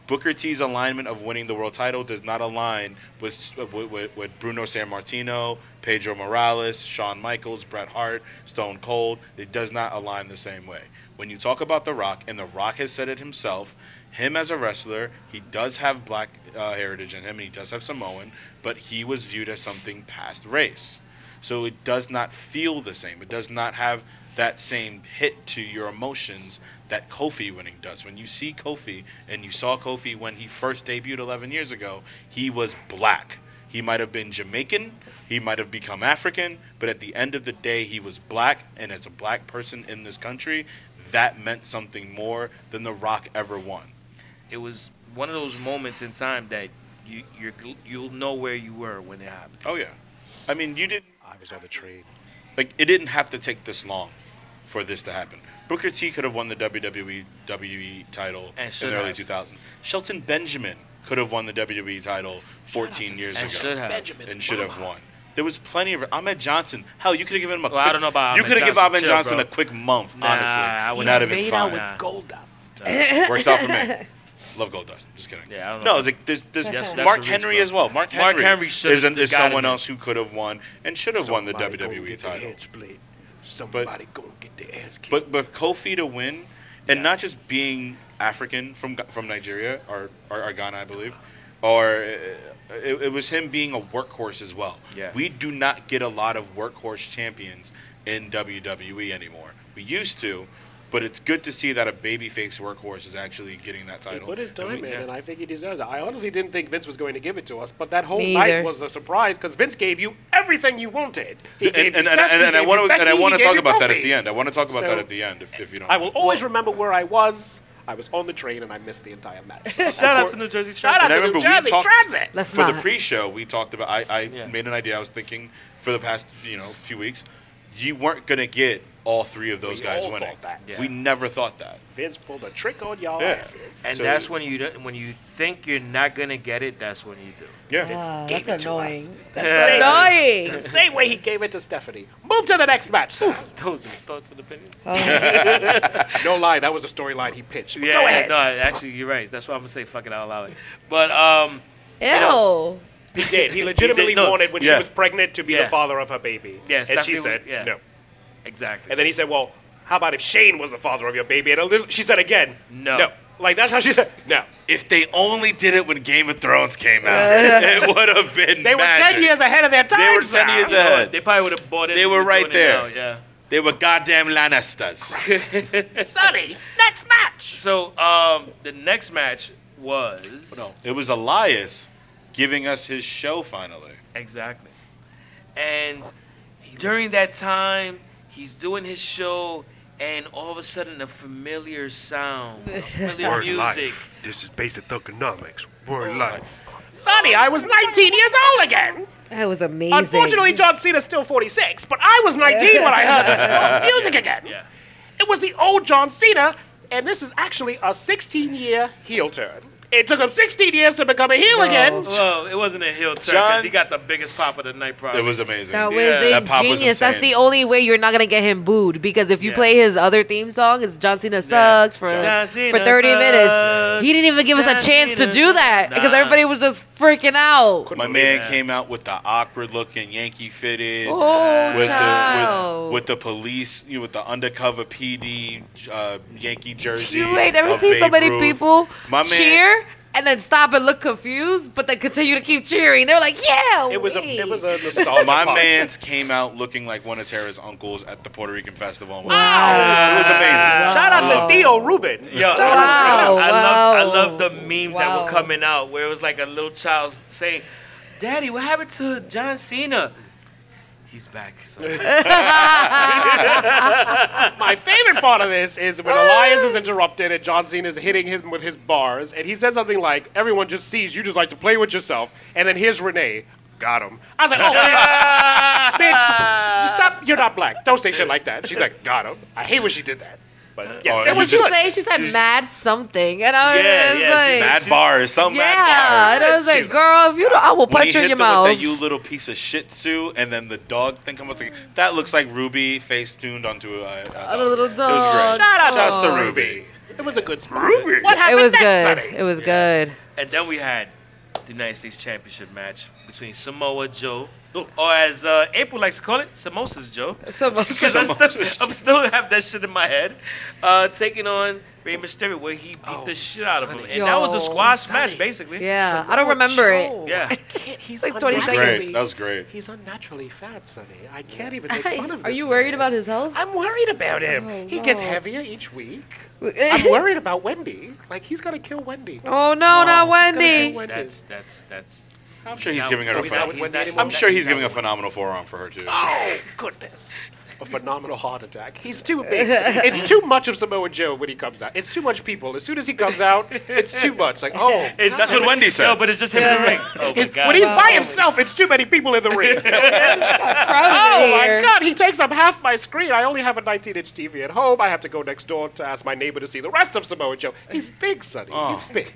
[SPEAKER 9] Booker T's alignment of winning the world title does not align with with, with, with Bruno San Martino, Pedro Morales, Shawn Michaels, Bret Hart, Stone Cold. It does not align the same way. When you talk about The Rock, and The Rock has said it himself, him as a wrestler, he does have black uh, heritage in him, and he does have Samoan, but he was viewed as something past race. So it does not feel the same. It does not have that same hit to your emotions that Kofi winning does. When you see Kofi, and you saw Kofi when he first debuted 11 years ago, he was black. He might have been Jamaican, he might have become African, but at the end of the day, he was black, and as a black person in this country, that meant something more than The Rock ever won.
[SPEAKER 11] It was one of those moments in time that you you're, gl- you'll know where you were when it happened.
[SPEAKER 9] Oh yeah, I mean you didn't. I was on the trade. Like it didn't have to take this long for this to happen. Booker T could have won the WWE WWE E title
[SPEAKER 11] And
[SPEAKER 9] in
[SPEAKER 11] should
[SPEAKER 9] the early
[SPEAKER 11] have.
[SPEAKER 9] 2000s. Shelton Benjamin could have won the WWE title 14
[SPEAKER 11] to
[SPEAKER 9] years
[SPEAKER 11] Shelton
[SPEAKER 9] ago
[SPEAKER 11] And should have.
[SPEAKER 9] and should have won. There was plenty of Ahmed Johnson. Hell, you could have given him a.
[SPEAKER 11] Well, I
[SPEAKER 9] quick,
[SPEAKER 11] don't know about
[SPEAKER 9] You
[SPEAKER 11] Ahmed
[SPEAKER 9] could have given
[SPEAKER 11] Johnson.
[SPEAKER 9] Ahmed
[SPEAKER 11] Chill,
[SPEAKER 9] Johnson
[SPEAKER 11] bro.
[SPEAKER 9] a quick month.
[SPEAKER 11] Nah,
[SPEAKER 9] honestly,
[SPEAKER 11] I
[SPEAKER 9] and
[SPEAKER 11] wouldn't
[SPEAKER 9] that'd have
[SPEAKER 11] have
[SPEAKER 9] been
[SPEAKER 11] made
[SPEAKER 9] fine.
[SPEAKER 11] out with Nah. gold Uh,
[SPEAKER 9] dust. Works out for me. Love gold dust. Just kidding.
[SPEAKER 11] Yeah, I don't
[SPEAKER 9] no,
[SPEAKER 11] know.
[SPEAKER 9] like, there's, there's
[SPEAKER 11] That's- that's
[SPEAKER 9] Mark
[SPEAKER 11] a reach,
[SPEAKER 9] Henry
[SPEAKER 11] bro.
[SPEAKER 9] as well. Mark Henry,
[SPEAKER 11] Mark Henry should
[SPEAKER 9] is,
[SPEAKER 11] have
[SPEAKER 9] an- is
[SPEAKER 11] gotten
[SPEAKER 9] someone
[SPEAKER 11] it.
[SPEAKER 9] else who could have won and should have won the
[SPEAKER 13] Somebody go
[SPEAKER 9] WWE
[SPEAKER 13] get the
[SPEAKER 9] title.
[SPEAKER 13] head split. Somebody go get the ass kicked.
[SPEAKER 9] But but Kofi to win, and not just being African from Ga- from Nigeria or or, or Ghana, I believe, or uh, it, it was him being a workhorse as well.
[SPEAKER 11] Yeah.
[SPEAKER 9] We do not get a lot of workhorse champions in WWE anymore. We used to, but it's good to see that a babyface workhorse is actually getting that
[SPEAKER 10] He
[SPEAKER 9] title.
[SPEAKER 10] put his
[SPEAKER 9] And we-
[SPEAKER 10] time in,
[SPEAKER 9] yeah.
[SPEAKER 10] and I think he deserves it. I honestly didn't think Vince was going to give it to us, but that whole
[SPEAKER 9] Me
[SPEAKER 10] night
[SPEAKER 9] either.
[SPEAKER 10] was a surprise because Vince gave you everything you wanted. He
[SPEAKER 9] and,
[SPEAKER 10] gave
[SPEAKER 9] and, and,
[SPEAKER 10] you Seth,
[SPEAKER 9] and,
[SPEAKER 10] he
[SPEAKER 9] and I
[SPEAKER 10] gave
[SPEAKER 9] want
[SPEAKER 10] you
[SPEAKER 9] to and I
[SPEAKER 10] Becky,
[SPEAKER 9] want
[SPEAKER 10] he
[SPEAKER 9] to
[SPEAKER 10] gave
[SPEAKER 9] talk
[SPEAKER 10] you
[SPEAKER 9] about that at
[SPEAKER 10] Kofi.
[SPEAKER 9] the end. I want to talk about
[SPEAKER 10] So-
[SPEAKER 9] that at the end, if, if you don't.
[SPEAKER 10] I will always remember where I was. I was on the train and I missed the entire match.
[SPEAKER 9] Shout out to
[SPEAKER 11] New Jersey
[SPEAKER 10] Shout out
[SPEAKER 9] And I
[SPEAKER 10] to New
[SPEAKER 9] remember
[SPEAKER 10] Jersey
[SPEAKER 9] we talked
[SPEAKER 10] Transit.
[SPEAKER 9] for the pre-show. We talked about. I, I made an idea. I was thinking for the past you know few weeks, you weren't gonna get all three of those
[SPEAKER 10] We
[SPEAKER 9] guys
[SPEAKER 10] all
[SPEAKER 9] winning.
[SPEAKER 10] thought that.
[SPEAKER 9] We never thought that.
[SPEAKER 10] Vince pulled a trick on y'all
[SPEAKER 9] Yeah.
[SPEAKER 10] asses.
[SPEAKER 11] And
[SPEAKER 9] So-
[SPEAKER 11] that's when you don't- when you think you're not gonna get it. That's when you do.
[SPEAKER 9] Yeah,
[SPEAKER 10] Ah,
[SPEAKER 8] Uh, that's annoying. That's
[SPEAKER 10] Same-
[SPEAKER 8] annoying.
[SPEAKER 10] Same way he gave it to Stephanie. Move to the next match. sir.
[SPEAKER 11] Those are thoughts and opinions.
[SPEAKER 10] no lie, that was a storyline he pitched.
[SPEAKER 11] Yeah,
[SPEAKER 10] Go ahead.
[SPEAKER 11] no, actually, you're right. That's why I'm gonna say fuck it, I'll allow it. But um,
[SPEAKER 8] Ew.
[SPEAKER 10] He did. He legitimately
[SPEAKER 11] no,
[SPEAKER 10] wanted when
[SPEAKER 11] yeah.
[SPEAKER 10] she was pregnant to be
[SPEAKER 11] Yeah.
[SPEAKER 10] the father of her baby.
[SPEAKER 11] Yeah,
[SPEAKER 10] and she
[SPEAKER 11] Stephanie
[SPEAKER 10] said
[SPEAKER 11] would- yeah.
[SPEAKER 10] no.
[SPEAKER 11] Exactly.
[SPEAKER 10] And then he said, "Well, how about if Shane was the father of your baby?" And a little- she said again,
[SPEAKER 11] No.
[SPEAKER 10] Like that's how she said no.
[SPEAKER 9] If they only did it when Game of Thrones came out,
[SPEAKER 10] Uh,
[SPEAKER 9] it would have been.
[SPEAKER 10] They were
[SPEAKER 9] magic.
[SPEAKER 10] ten years ahead of their time.
[SPEAKER 9] They were
[SPEAKER 10] sir.
[SPEAKER 9] ten years ahead.
[SPEAKER 11] They probably would have bought it.
[SPEAKER 9] They were right
[SPEAKER 11] doing it
[SPEAKER 9] there.
[SPEAKER 11] now, yeah.
[SPEAKER 9] They were goddamn Lannisters.
[SPEAKER 10] Sonny, next match.
[SPEAKER 11] So um, the next match was
[SPEAKER 9] no, it was Elias giving us his show finally.
[SPEAKER 11] Exactly. And during that time, he's doing his show, and all of a sudden, a familiar sound, a familiar
[SPEAKER 13] Word
[SPEAKER 11] music.
[SPEAKER 13] life. This is basic thugonomics. Word life.
[SPEAKER 10] Sonny, I was 19 years old again.
[SPEAKER 8] That was amazing.
[SPEAKER 10] Unfortunately, John Cena's still 46, but I was 19 when I heard this song, music again. It was the old John Cena, and this is actually a 16 year heel turn. It took him 16 years to become a heel again.
[SPEAKER 11] Well, it wasn't a heel turn because
[SPEAKER 9] John-
[SPEAKER 11] he got the biggest pop of the night. Probably
[SPEAKER 9] It was amazing.
[SPEAKER 8] That was
[SPEAKER 9] Yeah. That pop was
[SPEAKER 8] ingenious. That's
[SPEAKER 9] insane.
[SPEAKER 8] the only way you're not gonna get him booed because if you play his other theme song, it's John Cena sucks for
[SPEAKER 11] John
[SPEAKER 8] for
[SPEAKER 11] Cena
[SPEAKER 8] 30
[SPEAKER 11] sucks.
[SPEAKER 8] minutes. He didn't even give us
[SPEAKER 11] John
[SPEAKER 8] a chance
[SPEAKER 11] Cena
[SPEAKER 8] to do that because
[SPEAKER 9] Nah.
[SPEAKER 8] everybody was just freaking out.
[SPEAKER 9] My man came out with the awkward looking Yankee fitted.
[SPEAKER 8] Oh,
[SPEAKER 9] with, the,
[SPEAKER 8] child.
[SPEAKER 9] with, with the police, you know, with the undercover PD uh, Yankee jersey.
[SPEAKER 8] You ain't never
[SPEAKER 9] of
[SPEAKER 8] seen so
[SPEAKER 9] Babe
[SPEAKER 8] many
[SPEAKER 9] Ruth.
[SPEAKER 8] people
[SPEAKER 9] My man-
[SPEAKER 8] cheer and then stop and look confused, but then continue to keep cheering. They're like, yeah.
[SPEAKER 10] It was a- it
[SPEAKER 8] wait."
[SPEAKER 10] was a nostalgia
[SPEAKER 9] My
[SPEAKER 10] pop.
[SPEAKER 9] man's came out looking like one of Tara's uncles at the Puerto Rican festival.
[SPEAKER 10] Wow.
[SPEAKER 9] It was amazing.
[SPEAKER 10] Shout out to Theo Rubin.
[SPEAKER 11] Yo, I-
[SPEAKER 10] Wow,
[SPEAKER 11] I, love I
[SPEAKER 10] wow.
[SPEAKER 11] love the memes that were coming out where it was like a little child saying, "Daddy, what happened to John Cena?" He's back. son."
[SPEAKER 10] My favorite part of this is when Elias is interrupted and John Cena is hitting him with his bars, and he says something like, "Everyone just sees you just like to play with yourself." And then here's Renee, got him. I was like, "Oh, bitch, bitch, you stop! You're not black. Don't say shit like that." She's like, "Got him." I hate when she did that. But yes,
[SPEAKER 9] Oh,
[SPEAKER 10] it
[SPEAKER 8] What
[SPEAKER 9] and
[SPEAKER 10] was
[SPEAKER 8] she
[SPEAKER 10] good.
[SPEAKER 8] say? She said mad something, and I was
[SPEAKER 9] Yeah, yeah,
[SPEAKER 8] like,
[SPEAKER 9] she- mad bars, some
[SPEAKER 8] yeah.
[SPEAKER 9] mad bars.
[SPEAKER 8] And I was like, girl, if you don't, I will
[SPEAKER 9] When he
[SPEAKER 8] punch you in
[SPEAKER 9] hit
[SPEAKER 8] your
[SPEAKER 9] them
[SPEAKER 8] mouth.
[SPEAKER 9] With that you little piece of Shih Tzu, and then the dog thing comes up. like, That looks like Ruby face tuned onto a, a,
[SPEAKER 8] A little
[SPEAKER 9] It was
[SPEAKER 8] dog.
[SPEAKER 9] great.
[SPEAKER 8] Shout out
[SPEAKER 9] Shouts
[SPEAKER 8] to
[SPEAKER 9] to
[SPEAKER 8] Ruby.
[SPEAKER 9] Ruby.
[SPEAKER 10] It was a good spot. What
[SPEAKER 8] it
[SPEAKER 10] happened
[SPEAKER 8] was
[SPEAKER 10] next,
[SPEAKER 8] good.
[SPEAKER 10] Sonny?
[SPEAKER 8] It was good.
[SPEAKER 11] And then we had the United States Championship match between Samoa Joe, or as uh, April likes to call it, Samosas Joe.
[SPEAKER 8] Samosas.
[SPEAKER 11] Because I'm still, I'm still have that shit in my head. Uh, taking on Rey Mysterio, where he beat the shit out of him, and that was a
[SPEAKER 8] Yo.
[SPEAKER 11] squash match basically.
[SPEAKER 8] Yeah, I
[SPEAKER 10] Oh,
[SPEAKER 8] don't remember it.
[SPEAKER 11] Yeah.
[SPEAKER 10] He's
[SPEAKER 8] like 20
[SPEAKER 10] unnaturally-
[SPEAKER 8] seconds.
[SPEAKER 9] Great. That was great.
[SPEAKER 10] He's unnaturally fat, Sonny. I can't even make fun of
[SPEAKER 8] Are
[SPEAKER 10] this
[SPEAKER 8] you
[SPEAKER 10] man.
[SPEAKER 8] worried about his health?
[SPEAKER 10] I'm worried about him.
[SPEAKER 8] Oh,
[SPEAKER 10] he gets
[SPEAKER 8] no.
[SPEAKER 10] heavier each week. I'm worried about Wendy. Like he's gonna kill Wendy.
[SPEAKER 8] Oh no, not Wendy.
[SPEAKER 10] Wendy.
[SPEAKER 11] That's that's that's.
[SPEAKER 9] I'm sure he's giving her.
[SPEAKER 10] Oh,
[SPEAKER 9] A
[SPEAKER 10] he's out with Wendy
[SPEAKER 9] phen-
[SPEAKER 10] anymore?
[SPEAKER 9] I'm sure he's giving a phenomenal forearm for her too.
[SPEAKER 10] Oh goodness. A phenomenal heart attack. He's too big. It's too much of Samoa Joe when he comes out. It's too much people. As soon as he comes out, it's too much. Like, oh,
[SPEAKER 11] It's- that's what Wendy said. No, but it's just him in the ring. Oh, my
[SPEAKER 10] It's-
[SPEAKER 11] God.
[SPEAKER 10] When he's by
[SPEAKER 11] Wow.
[SPEAKER 10] himself, it's too many people in the ring.
[SPEAKER 8] oh
[SPEAKER 10] my
[SPEAKER 8] here.
[SPEAKER 10] god, he takes up half my screen. I only have a 19-inch TV at home. I have to go next door to ask my neighbor to see the rest of Samoa Joe. He's big, Sonny.
[SPEAKER 8] Oh.
[SPEAKER 10] He's big.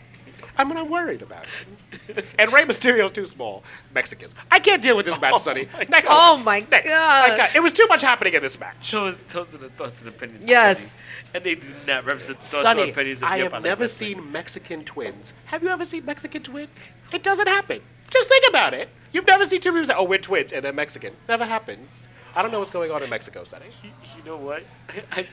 [SPEAKER 10] I mean, I'm worried about him. And Rey Mysterio's too small. Mexicans. I can't deal with this match, Sonny. Next.
[SPEAKER 8] Oh
[SPEAKER 10] one.
[SPEAKER 8] my
[SPEAKER 10] Next.
[SPEAKER 8] God.
[SPEAKER 10] My God. It was too much happening in this match.
[SPEAKER 11] Those, those are the thoughts and opinions. of
[SPEAKER 10] Yes.
[SPEAKER 11] Sonny. And they do not represent thoughts or
[SPEAKER 10] Sonny,
[SPEAKER 11] opinions of
[SPEAKER 10] I
[SPEAKER 11] Yep,
[SPEAKER 10] have
[SPEAKER 11] like
[SPEAKER 10] never
[SPEAKER 11] wrestling.
[SPEAKER 10] seen Mexican twins. Have you ever seen Mexican twins? It doesn't happen. Just think about it. You've never seen two people say, "Oh, we're twins," and they're Mexican. Never happens. I don't know what's going on in Mexico, Sonny.
[SPEAKER 11] You know what? I, I-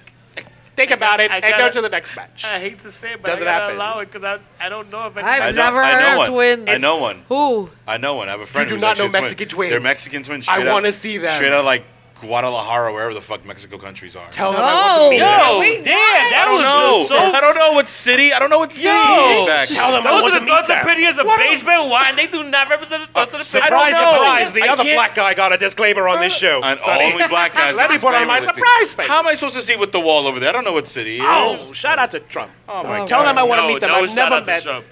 [SPEAKER 10] Think about it
[SPEAKER 11] I
[SPEAKER 10] and
[SPEAKER 11] gotta-
[SPEAKER 10] go to the next match.
[SPEAKER 11] I hate to say it, but
[SPEAKER 10] Doesn't
[SPEAKER 11] I gotta
[SPEAKER 10] happen.
[SPEAKER 11] allow it because I, I don't know if I
[SPEAKER 8] I've
[SPEAKER 9] I know-
[SPEAKER 8] never
[SPEAKER 9] I know
[SPEAKER 8] heard
[SPEAKER 9] one.
[SPEAKER 8] of twins.
[SPEAKER 9] I know one.
[SPEAKER 8] Who?
[SPEAKER 9] I know one. I have a friend.
[SPEAKER 10] do
[SPEAKER 9] who's
[SPEAKER 10] not
[SPEAKER 9] actually
[SPEAKER 10] know
[SPEAKER 9] a twin.
[SPEAKER 10] Mexican twins.
[SPEAKER 9] They're Mexican twins.
[SPEAKER 10] I
[SPEAKER 9] straight out-
[SPEAKER 10] wanna see them.
[SPEAKER 9] Straight out of like Guadalajara, wherever the fuck Mexico countries are.
[SPEAKER 10] Tell them I
[SPEAKER 8] Oh,
[SPEAKER 10] want to meet them.
[SPEAKER 11] Yo, damn, that
[SPEAKER 9] I don't
[SPEAKER 11] was
[SPEAKER 9] know.
[SPEAKER 11] so.
[SPEAKER 9] I don't know what city. I don't know what city.
[SPEAKER 11] Yo,
[SPEAKER 9] Exactly.
[SPEAKER 11] Tell them
[SPEAKER 10] I
[SPEAKER 11] those
[SPEAKER 10] want to
[SPEAKER 11] are the
[SPEAKER 10] meet
[SPEAKER 11] thoughts and
[SPEAKER 10] them.
[SPEAKER 11] opinions of baseball. Why? And they do not represent the thoughts and opinions.
[SPEAKER 10] Surprise,
[SPEAKER 11] I don't know.
[SPEAKER 10] surprise! The
[SPEAKER 11] I
[SPEAKER 10] other
[SPEAKER 11] can't-
[SPEAKER 10] black guy got a disclaimer on this show.
[SPEAKER 9] And
[SPEAKER 10] Sonny.
[SPEAKER 9] only black guys.
[SPEAKER 10] Let
[SPEAKER 9] with
[SPEAKER 10] me put on my
[SPEAKER 9] disclaimer with the-
[SPEAKER 10] surprise face.
[SPEAKER 9] How am I supposed to see with the wall over there? I don't know what city. it
[SPEAKER 10] Oh,
[SPEAKER 9] is.
[SPEAKER 10] shout out to Trump. Oh
[SPEAKER 9] my
[SPEAKER 10] Tell
[SPEAKER 9] God.
[SPEAKER 10] them I want to
[SPEAKER 9] No,
[SPEAKER 10] meet them.
[SPEAKER 9] no,
[SPEAKER 10] I've
[SPEAKER 9] shout
[SPEAKER 10] never
[SPEAKER 9] out to
[SPEAKER 10] met.
[SPEAKER 9] Trump.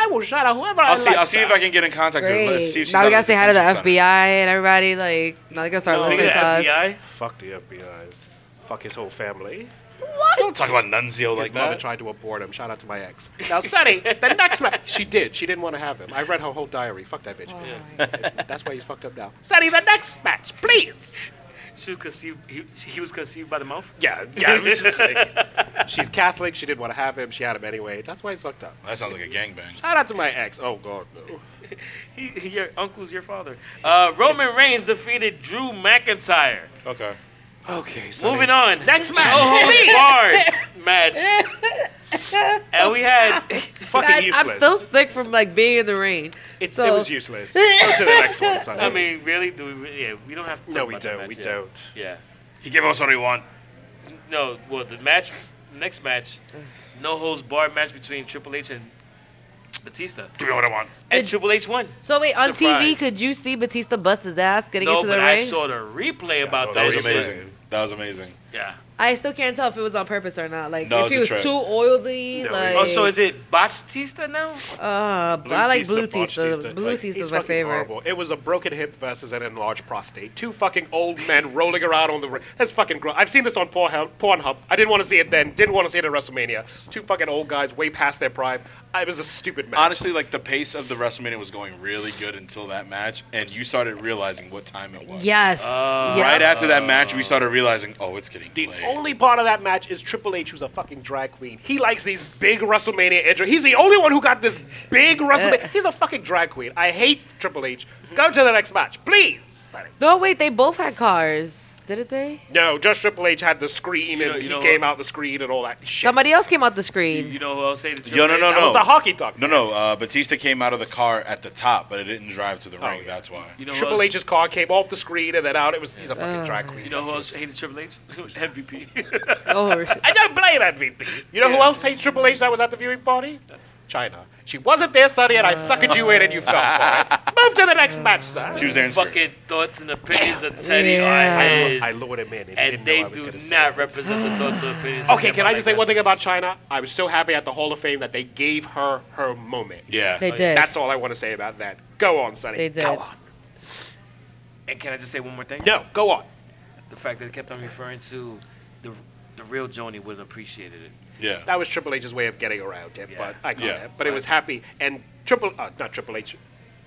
[SPEAKER 10] I will shout out whoever I
[SPEAKER 9] I'll see.
[SPEAKER 10] like,
[SPEAKER 9] I'll see if
[SPEAKER 10] Sonny.
[SPEAKER 9] I can get in contact with her. Let's see if
[SPEAKER 8] Great.
[SPEAKER 9] she's
[SPEAKER 8] Now
[SPEAKER 9] on
[SPEAKER 8] we gotta say hi to the
[SPEAKER 9] detention center.
[SPEAKER 8] FBI and everybody. Like now they gotta start
[SPEAKER 11] Speaking
[SPEAKER 8] listening
[SPEAKER 11] of
[SPEAKER 8] to us.
[SPEAKER 11] FBI,
[SPEAKER 10] Fuck the FBI's. Fuck his whole family.
[SPEAKER 9] Don't talk about Nunzio
[SPEAKER 10] His
[SPEAKER 9] like
[SPEAKER 10] mother
[SPEAKER 9] that.
[SPEAKER 10] tried to abort him. Shout out to my ex. Now, Sonny, the next man. She did. She didn't want to have him. I read her whole diary. Fuck that bitch. That's why he's fucked up now. Sonny, the next match, please.
[SPEAKER 11] she was conceived. He, he was conceived by the mouth.
[SPEAKER 10] Yeah, yeah. I was just saying. She's Catholic. She didn't want to have him. She had him anyway. That's why he's fucked up.
[SPEAKER 9] That sounds like a gangbang.
[SPEAKER 10] Shout out to my ex. Oh, God, no.
[SPEAKER 11] He, he- your uncle's your father. Uh, Roman Reigns defeated Drew McIntyre.
[SPEAKER 9] Okay.
[SPEAKER 10] Okay, so.
[SPEAKER 11] Moving on.
[SPEAKER 10] Next match.
[SPEAKER 11] Co-host Bard match. And we had
[SPEAKER 10] Fucking
[SPEAKER 8] Guys,
[SPEAKER 10] useless.
[SPEAKER 8] I'm still sick from like being in the rain.
[SPEAKER 10] It's,
[SPEAKER 8] so-
[SPEAKER 10] It was useless. Go to the next one, Sonny.
[SPEAKER 11] I mean, really? Do we? Really, yeah, we don't have to.
[SPEAKER 10] no,
[SPEAKER 11] talk
[SPEAKER 10] we
[SPEAKER 11] about that
[SPEAKER 10] don't.
[SPEAKER 11] match
[SPEAKER 10] We
[SPEAKER 11] yet.
[SPEAKER 10] don't.
[SPEAKER 11] Yeah.
[SPEAKER 9] He gave us what he want.
[SPEAKER 11] No. Well, the match, next match, no holds barred match between Triple H and Batista,
[SPEAKER 9] Give me what I want.
[SPEAKER 11] and
[SPEAKER 8] Did-
[SPEAKER 11] Triple H won.
[SPEAKER 8] So wait, on TV,
[SPEAKER 11] Surprise.
[SPEAKER 8] could you see Batista bust his ass getting
[SPEAKER 11] no,
[SPEAKER 8] into the
[SPEAKER 11] but I
[SPEAKER 8] ring?
[SPEAKER 11] saw the replay about
[SPEAKER 9] That
[SPEAKER 11] that.
[SPEAKER 9] was
[SPEAKER 11] shit.
[SPEAKER 9] amazing. That was amazing.
[SPEAKER 11] Yeah.
[SPEAKER 8] I still can't tell if it was on purpose or not. Like if
[SPEAKER 9] No, it's
[SPEAKER 8] he
[SPEAKER 9] a
[SPEAKER 8] was
[SPEAKER 9] trick.
[SPEAKER 8] too oily,
[SPEAKER 10] No,
[SPEAKER 8] like
[SPEAKER 11] Oh, so is it Batista now?
[SPEAKER 8] uh, but I like blue
[SPEAKER 10] Bautista.
[SPEAKER 8] Tista. Blue
[SPEAKER 10] Like,
[SPEAKER 8] Tista's
[SPEAKER 10] he's
[SPEAKER 8] my
[SPEAKER 10] fucking
[SPEAKER 8] favorite.
[SPEAKER 10] horrible. It was a broken hip versus an enlarged prostate. Two fucking old men rolling around on the ring. That's fucking gross. I've seen this on Pornhub. Pornhub. I didn't want to see it then. Didn't want to see it at WrestleMania. Two fucking old guys way past their prime. I was a stupid man.
[SPEAKER 9] Honestly, like the pace of the WrestleMania was going really good until that match, and you started realizing what time it was.
[SPEAKER 8] Yes. Yep.
[SPEAKER 9] Right after that match, we started realizing, oh, it's getting
[SPEAKER 10] The
[SPEAKER 9] late.
[SPEAKER 10] only part of that match is Triple H, who's a fucking drag queen. He likes these big WrestleMania injuries. He's the only one who got this big WrestleMania. He's a fucking drag queen. I hate Triple H. Go to the next match, please.
[SPEAKER 8] No, wait, they both had cars, didn't they?
[SPEAKER 10] No, just Triple H had the screen
[SPEAKER 11] know-
[SPEAKER 10] and
[SPEAKER 11] you
[SPEAKER 10] he
[SPEAKER 11] know
[SPEAKER 10] came
[SPEAKER 11] what?
[SPEAKER 10] out the screen and all that shit.
[SPEAKER 8] Somebody else came out the
[SPEAKER 11] You,
[SPEAKER 8] screen.
[SPEAKER 11] you know who else hated Triple
[SPEAKER 9] Yo, no,
[SPEAKER 11] H?
[SPEAKER 9] no,
[SPEAKER 10] That was
[SPEAKER 9] no.
[SPEAKER 10] the hockey talk.
[SPEAKER 9] No, no. Uh, Batista came out of the car at the top, but it didn't drive to the
[SPEAKER 10] Oh,
[SPEAKER 9] ring. That's why.
[SPEAKER 11] You know who
[SPEAKER 10] Triple
[SPEAKER 11] else-
[SPEAKER 10] H's car came off the screen and then out. It was he's a
[SPEAKER 8] Uh.
[SPEAKER 10] fucking drag queen.
[SPEAKER 11] You know who else hated Triple H? It was MVP.
[SPEAKER 8] Oh,
[SPEAKER 10] I don't blame MVP. You know who else hates Triple H that was at the viewing party? China. She wasn't there, Sonny,
[SPEAKER 8] Uh.
[SPEAKER 10] and I suckered you in and you fell for it. Move to the next match, sir.
[SPEAKER 9] She was there. in spirit.
[SPEAKER 11] Fucking thoughts and opinions of Teddy
[SPEAKER 8] Yeah.
[SPEAKER 11] are his.
[SPEAKER 10] Oh, I lured him in.
[SPEAKER 11] and they do not represent the thoughts and opinions.
[SPEAKER 10] Okay,
[SPEAKER 11] of
[SPEAKER 10] can I
[SPEAKER 11] Yep,
[SPEAKER 10] just say one
[SPEAKER 11] Wrestling.
[SPEAKER 10] thing about China? I was so happy at the Hall of Fame that they gave her her moment.
[SPEAKER 9] Yeah.
[SPEAKER 8] they did.
[SPEAKER 10] That's all I want to say about that. Go on, Sonny.
[SPEAKER 8] They did.
[SPEAKER 10] Go on.
[SPEAKER 11] And can I just say one more thing?
[SPEAKER 10] No, go on.
[SPEAKER 11] The fact that they kept on referring to the the real Joni would have appreciated it.
[SPEAKER 9] Yeah.
[SPEAKER 10] That was Triple H's way of getting around it,
[SPEAKER 11] Yeah.
[SPEAKER 10] but I got
[SPEAKER 9] Yeah.
[SPEAKER 10] it. But it was happy and Triple, uh, not Triple H,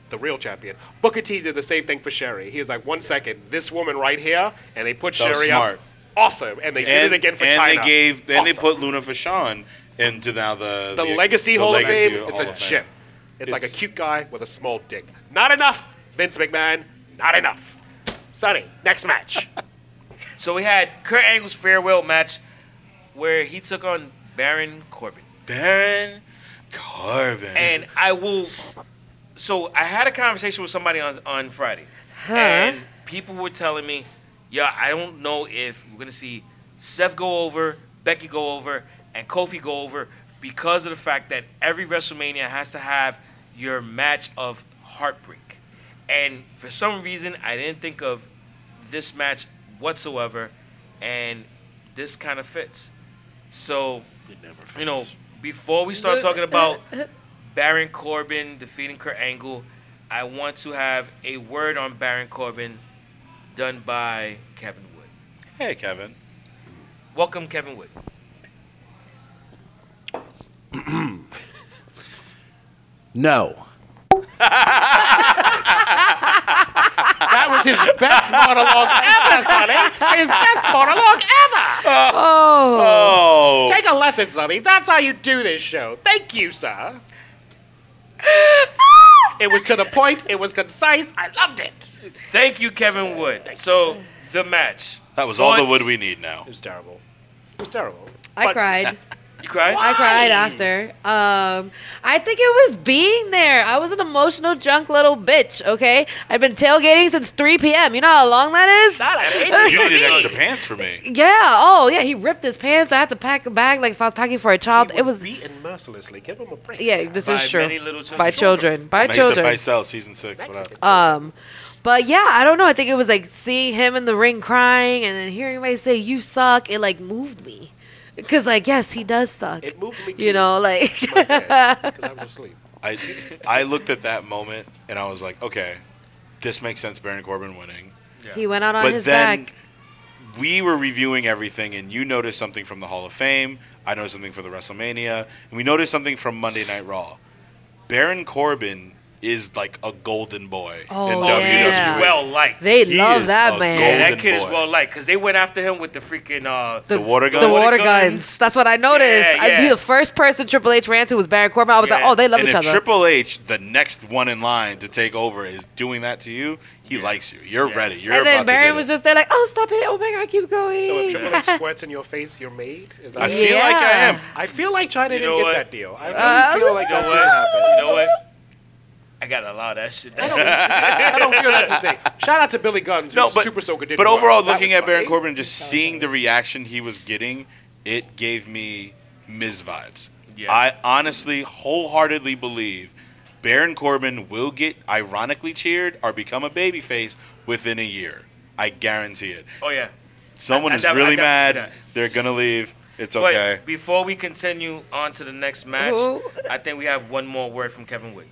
[SPEAKER 10] the real champion. Booker T did the same thing for Sherry. He was like, one second, this woman right here, and they put
[SPEAKER 9] That was
[SPEAKER 10] Sherry
[SPEAKER 9] smart.
[SPEAKER 10] up. Awesome, and they did
[SPEAKER 9] and,
[SPEAKER 10] it again for
[SPEAKER 9] and
[SPEAKER 10] China.
[SPEAKER 9] they gave. And they
[SPEAKER 10] Awesome.
[SPEAKER 9] put Luna for Sean into now the
[SPEAKER 10] The Legacy Hall of
[SPEAKER 9] Legacy
[SPEAKER 10] Fame, it's
[SPEAKER 9] Hall
[SPEAKER 10] a
[SPEAKER 9] of Fame.
[SPEAKER 10] chip. It's like a cute guy with a small dick. Not enough, Vince McMahon. Not enough. Sonny, next match.
[SPEAKER 11] So we had Kurt Angle's farewell match where he took on Baron Corbin. Baron
[SPEAKER 9] Corbin.
[SPEAKER 11] And I will. So I had a conversation with somebody on, on Friday.
[SPEAKER 8] Huh.
[SPEAKER 11] And people were telling me, yeah, I don't know if we're going to see Seth go over, Becky go over, and Kofi go over because of the fact that every WrestleMania has to have your match of heartbreak. And for some reason, I didn't think of this match whatsoever, and this kind of fits. So, you know, before we start talking about Baron Corbin defeating Kurt Angle, I want to have a word on Baron Corbin done by Kevin Wood.
[SPEAKER 9] Hey, Kevin.
[SPEAKER 11] Welcome, Kevin Wood.
[SPEAKER 7] No.
[SPEAKER 10] That was his best monologue ever, Sonny. His best monologue ever.
[SPEAKER 9] Oh.
[SPEAKER 10] Take a lesson, Sonny. That's how you do this show. Thank you, sir.
[SPEAKER 11] It was to the point. It was concise. I loved it. Thank you, Kevin Wood. So the match.
[SPEAKER 9] That was all the
[SPEAKER 11] Thoughts?
[SPEAKER 9] wood we need now. It
[SPEAKER 10] was terrible. It was terrible.
[SPEAKER 8] I cried.
[SPEAKER 11] You cried?
[SPEAKER 8] I cried after. Um, I think it was being there. I was an emotional drunk little bitch. Okay, I've been tailgating since 3 p.m. You know how long that is?
[SPEAKER 9] you needed extra pants for me.
[SPEAKER 8] yeah. Oh, yeah. He ripped his pants. I had to pack a bag like if I was packing for a child. it was.
[SPEAKER 10] beaten mercilessly. Give him a break.
[SPEAKER 8] Yeah, this
[SPEAKER 9] By
[SPEAKER 8] is true.
[SPEAKER 9] many little children.
[SPEAKER 8] By children. By
[SPEAKER 9] Makes
[SPEAKER 8] children.
[SPEAKER 9] The Bicel season six. What up?
[SPEAKER 8] Um, but yeah, I don't know. I think it was like seeing him in the ring crying and then hearing everybody say "you suck." It like moved me, because like yes, he does suck. It moved me. You know, like
[SPEAKER 10] I was asleep.
[SPEAKER 9] I, I looked at that moment and I was like, okay, this makes sense. Baron Corbin winning.
[SPEAKER 8] he went out on
[SPEAKER 9] but
[SPEAKER 8] his
[SPEAKER 9] then
[SPEAKER 8] back.
[SPEAKER 9] we were reviewing everything, and you noticed something from the Hall of Fame. I noticed something from the WrestleMania, and we noticed something from Monday Night Raw. Baron Corbin is like a golden boy in E.
[SPEAKER 8] Oh,
[SPEAKER 9] WWE.
[SPEAKER 8] yeah.
[SPEAKER 11] Well liked.
[SPEAKER 8] They
[SPEAKER 9] He
[SPEAKER 8] love
[SPEAKER 9] is
[SPEAKER 8] that
[SPEAKER 9] a
[SPEAKER 8] man.
[SPEAKER 11] Yeah, that
[SPEAKER 9] Golden
[SPEAKER 11] kid is
[SPEAKER 9] boy.
[SPEAKER 11] well liked because they went after him with the freaking uh,
[SPEAKER 9] The water gun.
[SPEAKER 8] The water guns. That's what I noticed.
[SPEAKER 9] Yeah,
[SPEAKER 8] I,
[SPEAKER 9] yeah.
[SPEAKER 8] the first person Triple H ran to was Baron Corbin. I was like, oh, they love
[SPEAKER 9] and
[SPEAKER 8] each
[SPEAKER 9] if
[SPEAKER 8] other.
[SPEAKER 9] Triple H, the next one in line to take over, is doing that to you, he likes you. You're ready. You're
[SPEAKER 8] and then
[SPEAKER 9] about to
[SPEAKER 8] Baron
[SPEAKER 9] get
[SPEAKER 8] was just there like, oh, stop it. Oh my God, keep going.
[SPEAKER 10] So if Triple H sweats in your face, you're made? Is
[SPEAKER 9] I feel like I am.
[SPEAKER 10] I feel like China
[SPEAKER 11] You
[SPEAKER 10] didn't
[SPEAKER 11] know
[SPEAKER 10] get
[SPEAKER 11] what?
[SPEAKER 10] that deal. I really
[SPEAKER 11] Uh,
[SPEAKER 10] feel like
[SPEAKER 11] you know
[SPEAKER 10] that
[SPEAKER 11] what?
[SPEAKER 10] didn't happen.
[SPEAKER 11] You know what? I gotta allow that shit.
[SPEAKER 10] I don't, I don't feel that's the thing. Shout out to Billy Guns,
[SPEAKER 9] No,
[SPEAKER 10] who
[SPEAKER 9] but-
[SPEAKER 10] Super Soaker did
[SPEAKER 9] But
[SPEAKER 10] well.
[SPEAKER 9] overall,
[SPEAKER 10] That
[SPEAKER 9] looking
[SPEAKER 10] was
[SPEAKER 9] at Baron
[SPEAKER 10] funny.
[SPEAKER 9] Corbin and just seeing the reaction he was getting, it gave me Miz vibes.
[SPEAKER 11] Yeah.
[SPEAKER 9] I honestly, wholeheartedly believe Baron Corbin will get ironically cheered or become a babyface within a year. I guarantee it.
[SPEAKER 11] Oh yeah.
[SPEAKER 9] Someone
[SPEAKER 11] I- I
[SPEAKER 9] is
[SPEAKER 11] def- I
[SPEAKER 9] really mad.
[SPEAKER 11] definitely see
[SPEAKER 9] They're gonna leave. It's
[SPEAKER 11] But
[SPEAKER 9] okay.
[SPEAKER 11] before we continue on to the next match,
[SPEAKER 8] Ooh.
[SPEAKER 11] I think we have one more word from Kevin Wood.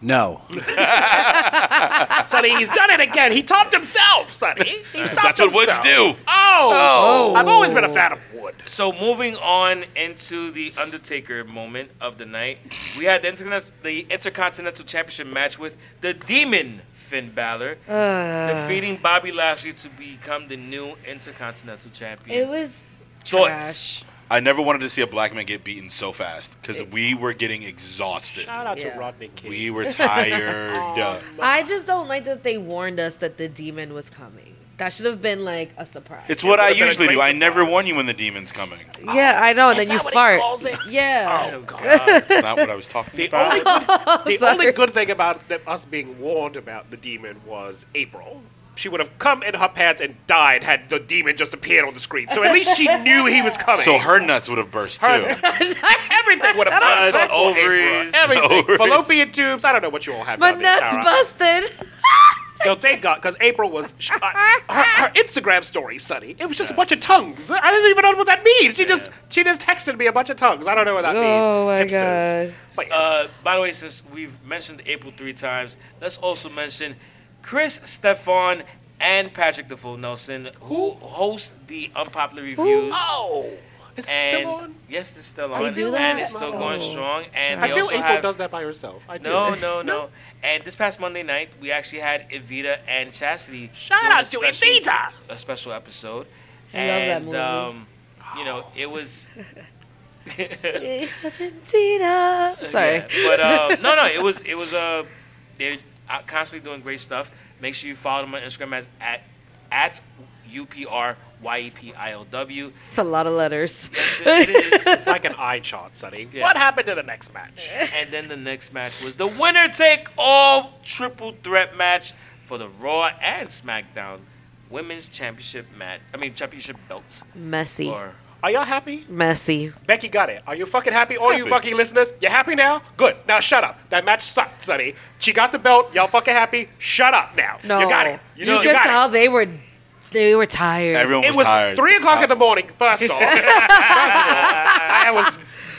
[SPEAKER 7] No.
[SPEAKER 10] Sonny, he's done it again. He topped himself, Sonny. He topped
[SPEAKER 9] That's what Woods
[SPEAKER 10] himself.
[SPEAKER 9] do.
[SPEAKER 10] Oh, I've always been a fan of Wood.
[SPEAKER 11] So moving on into the Undertaker moment of the night, we had the, Intercon- the Intercontinental Championship match with the Demon Finn Balor
[SPEAKER 8] Uh.
[SPEAKER 11] defeating Bobby Lashley to become the new Intercontinental Champion.
[SPEAKER 8] It was
[SPEAKER 9] Thoughts? I never wanted to see a black man get beaten so fast because we were getting exhausted.
[SPEAKER 10] Shout out to Rodney King.
[SPEAKER 9] We were tired.
[SPEAKER 10] Oh
[SPEAKER 8] I just don't like that they warned us that the demon was coming. That should have been like a surprise.
[SPEAKER 9] It's what
[SPEAKER 10] It
[SPEAKER 9] I
[SPEAKER 10] would've been a
[SPEAKER 9] usually do.
[SPEAKER 10] great
[SPEAKER 9] I never warn you when the demon's coming. Oh,
[SPEAKER 8] yeah, I know. And then
[SPEAKER 10] Is
[SPEAKER 8] you
[SPEAKER 10] that what he
[SPEAKER 8] fart.
[SPEAKER 10] calls it?
[SPEAKER 8] Yeah.
[SPEAKER 10] Oh, God.
[SPEAKER 9] That's not what I was talking
[SPEAKER 10] The
[SPEAKER 9] about.
[SPEAKER 10] only good, the
[SPEAKER 8] Oh, Sorry.
[SPEAKER 10] only good thing about them, us being warned about the demon was April. She would have come in her pants and died had the demon just appeared on the screen. So at least she knew he was coming.
[SPEAKER 9] So her nuts would have burst too.
[SPEAKER 10] Her- everything would have
[SPEAKER 11] Nuts,
[SPEAKER 10] been
[SPEAKER 11] ovaries,
[SPEAKER 10] everything,
[SPEAKER 9] ovaries.
[SPEAKER 10] fallopian tubes. I don't know what you all have.
[SPEAKER 8] My
[SPEAKER 10] down there,
[SPEAKER 8] nuts
[SPEAKER 10] Tara.
[SPEAKER 8] busted.
[SPEAKER 10] So thank God, because April was she- I- her, her Instagram story, Sonny. It was just a bunch of tongues. I didn't even know what that means. She just she just texted me a bunch of tongues. I don't know what that
[SPEAKER 8] Oh, my
[SPEAKER 10] means. Hipsters.
[SPEAKER 8] God.
[SPEAKER 10] But yes.
[SPEAKER 11] Uh, by the way, since we've mentioned April three times, let's also mention Chris Stefan and Patrick DeFoe Nelson, who host the Unpopular Reviews.
[SPEAKER 10] oh, is that
[SPEAKER 11] And
[SPEAKER 10] still on?
[SPEAKER 11] yes, it's still
[SPEAKER 8] They
[SPEAKER 11] on,
[SPEAKER 8] do
[SPEAKER 11] and
[SPEAKER 8] that?
[SPEAKER 11] it's still
[SPEAKER 8] Oh.
[SPEAKER 11] going strong. And
[SPEAKER 10] I
[SPEAKER 11] they
[SPEAKER 10] feel
[SPEAKER 11] also
[SPEAKER 10] April
[SPEAKER 11] have,
[SPEAKER 10] does that by herself. I do.
[SPEAKER 11] No, no, no. And this past Monday night, we actually had Evita and Chastity.
[SPEAKER 10] Shout
[SPEAKER 11] doing
[SPEAKER 10] out
[SPEAKER 11] a
[SPEAKER 10] to
[SPEAKER 11] special-
[SPEAKER 10] Evita!
[SPEAKER 11] A special episode.
[SPEAKER 8] I love that
[SPEAKER 11] And,
[SPEAKER 8] movie.
[SPEAKER 11] Um, you know, it was
[SPEAKER 8] Argentina. Sorry.
[SPEAKER 11] Yeah, but um, no, no, it was it was uh, they're out- constantly doing great stuff. Make sure you follow them on Instagram as at at E upryepilw.
[SPEAKER 8] It's a lot of letters.
[SPEAKER 11] it is.
[SPEAKER 10] It's like an eye chart, Sonny. What happened to the next match?
[SPEAKER 11] And then the next match was the winner take all triple threat match for the Raw and SmackDown Women's Championship match. I mean championship belts.
[SPEAKER 8] Messy.
[SPEAKER 11] Or-
[SPEAKER 10] Are y'all happy?
[SPEAKER 8] Messy.
[SPEAKER 10] Becky got it. Are you fucking happy? All you
[SPEAKER 11] Happy.
[SPEAKER 10] fucking listeners, you happy now? Good. Now shut up. That match sucked, Sonny. She got the belt. Y'all fucking happy? Shut up now.
[SPEAKER 8] No.
[SPEAKER 10] You got it.
[SPEAKER 8] You,
[SPEAKER 10] know,
[SPEAKER 8] could
[SPEAKER 10] got it.
[SPEAKER 8] tell they were they were tired.
[SPEAKER 10] it was three o'clock in the morning. First off, First of all, I was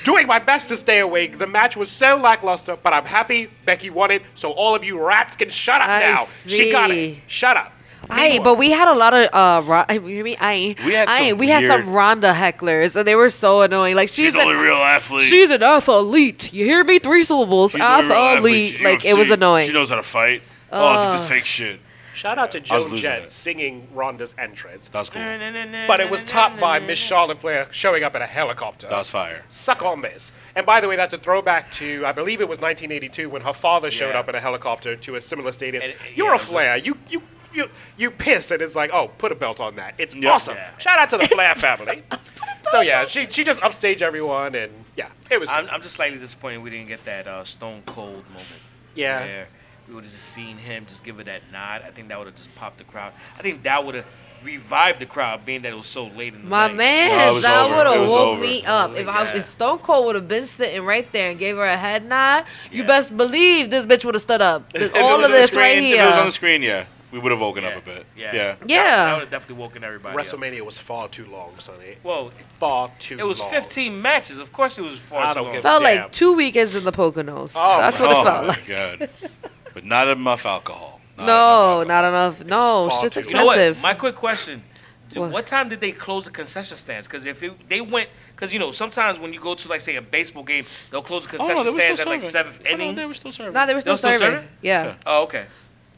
[SPEAKER 10] doing my best to stay awake. The match was so lackluster, but I'm happy Becky won it. So all of you rats can shut up
[SPEAKER 8] I
[SPEAKER 10] now. She got it.
[SPEAKER 8] see.
[SPEAKER 10] Shut up.
[SPEAKER 8] Aye, but we had a lot of uh, Ro- you hear me? Aye,
[SPEAKER 10] We had
[SPEAKER 8] aye,
[SPEAKER 10] some
[SPEAKER 8] we had some Ronda hecklers, and they were so annoying. Like she's,
[SPEAKER 9] the
[SPEAKER 8] an,
[SPEAKER 9] only real athlete.
[SPEAKER 8] She's an athlete. You hear me? Three syllables.
[SPEAKER 9] She's the only real
[SPEAKER 8] Athlete.
[SPEAKER 9] athlete.
[SPEAKER 8] Like
[SPEAKER 9] She-
[SPEAKER 8] it was
[SPEAKER 9] she-
[SPEAKER 8] annoying.
[SPEAKER 9] She knows how to fight. oh,
[SPEAKER 8] Ugh.
[SPEAKER 9] did this fake shit.
[SPEAKER 10] Shout out to
[SPEAKER 9] I was
[SPEAKER 10] Joan
[SPEAKER 9] losing
[SPEAKER 10] Jett singing Rhonda's entrance. That
[SPEAKER 9] was cool.
[SPEAKER 10] But it was topped by Miss Charlotte Flair showing up in a helicopter.
[SPEAKER 9] That was fire.
[SPEAKER 10] Suck on this. And by the way, that's a throwback to, I believe it was 1982 when her father showed
[SPEAKER 9] Yeah.
[SPEAKER 10] up in a helicopter to a similar stadium. You're a Flair. You, you, you, you pissed, and it's like, oh, put a belt on that. It's
[SPEAKER 9] Yeah.
[SPEAKER 10] awesome. Shout out to the Flair family. So yeah, she, she just upstaged everyone, and yeah, it was.
[SPEAKER 11] I'm, I'm just slightly disappointed we didn't get that uh, Stone Cold moment.
[SPEAKER 10] Yeah.
[SPEAKER 11] Where we would have just seen him just give her that nod. I think that would have just popped the crowd. I think that would have revived the crowd, being that it was so late in the
[SPEAKER 8] My
[SPEAKER 11] night.
[SPEAKER 8] man, that would have woke me up. If, I,
[SPEAKER 11] Yeah.
[SPEAKER 8] if Stone Cold would have been sitting right there and gave her a head nod, you best believe this bitch would have stood up. This-
[SPEAKER 9] If it
[SPEAKER 8] all
[SPEAKER 9] was
[SPEAKER 8] of
[SPEAKER 9] on the
[SPEAKER 8] this right
[SPEAKER 9] screen- If it was on
[SPEAKER 8] here.
[SPEAKER 9] the screen, yeah, we would have woken up a bit. Yeah. Yeah.
[SPEAKER 8] Yeah.
[SPEAKER 11] That would have definitely woken everybody up.
[SPEAKER 10] WrestleMania was far too long, Sonny.
[SPEAKER 11] Well,
[SPEAKER 10] far too
[SPEAKER 11] It was
[SPEAKER 10] long.
[SPEAKER 11] 15 matches. Of course, it was far
[SPEAKER 10] I
[SPEAKER 11] too
[SPEAKER 10] don't
[SPEAKER 11] long.
[SPEAKER 10] give
[SPEAKER 8] Felt like two weekends in the Poconos.
[SPEAKER 9] Oh,
[SPEAKER 8] That's what it felt like.
[SPEAKER 9] God. But not enough alcohol. Not
[SPEAKER 8] No, not enough. No,
[SPEAKER 11] Far
[SPEAKER 8] shit's
[SPEAKER 11] too- You know what?
[SPEAKER 8] expensive.
[SPEAKER 11] My quick question: Do-
[SPEAKER 8] What?
[SPEAKER 11] what? time did they close the concession stands? Because if it, they went, because you know sometimes when you go to like say a baseball game, they'll close the
[SPEAKER 9] Oh, no,
[SPEAKER 11] concession
[SPEAKER 9] they were
[SPEAKER 11] stands
[SPEAKER 9] still
[SPEAKER 11] at like
[SPEAKER 9] serving.
[SPEAKER 11] seventh
[SPEAKER 9] Oh, no,
[SPEAKER 11] inning.
[SPEAKER 9] they were still serving.
[SPEAKER 8] No, they were still
[SPEAKER 11] serving.
[SPEAKER 8] serving. Yeah.
[SPEAKER 11] Oh, okay.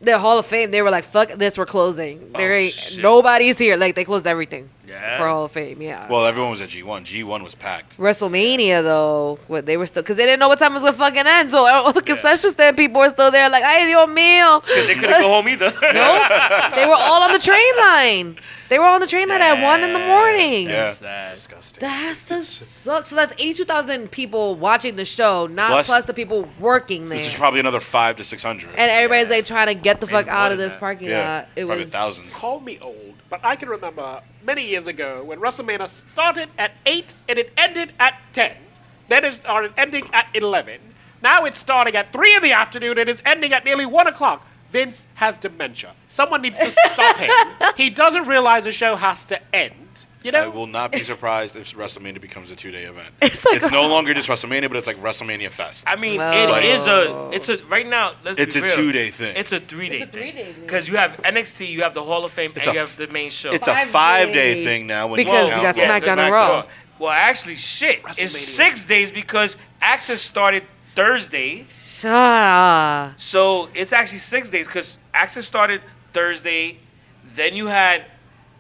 [SPEAKER 8] The Hall of Fame, they were like, "Fuck this, we're closing. There ain't nobody's here." Like they closed everything
[SPEAKER 9] Oh, Yeah.
[SPEAKER 8] for Hall of Fame. Yeah.
[SPEAKER 9] Well, everyone was at G1. G1 was packed.
[SPEAKER 8] WrestleMania though, what they were still because they didn't know what time it was gonna fucking end, so all the concession stand people were still there, like, "Hey, your meal."
[SPEAKER 11] They couldn't go home either.
[SPEAKER 8] No, they were all on the train line. They were on the train line at one in the morning.
[SPEAKER 10] disgusting.
[SPEAKER 8] That sucks. So that's eighty-two thousand people watching the show, not plus,
[SPEAKER 9] Plus-
[SPEAKER 8] the people working
[SPEAKER 9] This is
[SPEAKER 8] there,
[SPEAKER 9] probably another five to six hundred.
[SPEAKER 8] and everybody's like trying to get the fuck out of this parking
[SPEAKER 9] yeah,
[SPEAKER 8] lot. It
[SPEAKER 9] probably
[SPEAKER 8] was
[SPEAKER 9] a thousand.
[SPEAKER 10] Call me old, but I can remember many years ago when WrestleMania started at 8 and it ended at 10. Then it started ending at 11. Now it's starting at 3 in the afternoon and it's ending at nearly 1 o'clock. Vince has dementia. Someone needs to stop him. He doesn't realize the show has to end. You know?
[SPEAKER 9] I will not be surprised if WrestleMania becomes a two-day event.
[SPEAKER 8] It's,
[SPEAKER 11] like-
[SPEAKER 9] no longer just WrestleMania, but it's like WrestleMania Fest.
[SPEAKER 11] I mean,
[SPEAKER 9] Like-
[SPEAKER 11] it is a. It's a right now. Let's
[SPEAKER 9] It's
[SPEAKER 11] be
[SPEAKER 9] a
[SPEAKER 11] real.
[SPEAKER 9] two-day thing.
[SPEAKER 11] It's a three-day. It's a three-day because you have NXT, you have the Hall of Fame,
[SPEAKER 9] It's a
[SPEAKER 11] and you have the main show.
[SPEAKER 9] it's a Five-day. five-day thing now when you Because count- you got
[SPEAKER 11] Yeah,
[SPEAKER 9] SmackDown and Raw.
[SPEAKER 11] Well, actually, shit, it's six days because Access started Thursday,
[SPEAKER 8] shut up.
[SPEAKER 11] so it's actually six days because Access started Thursday. Then you had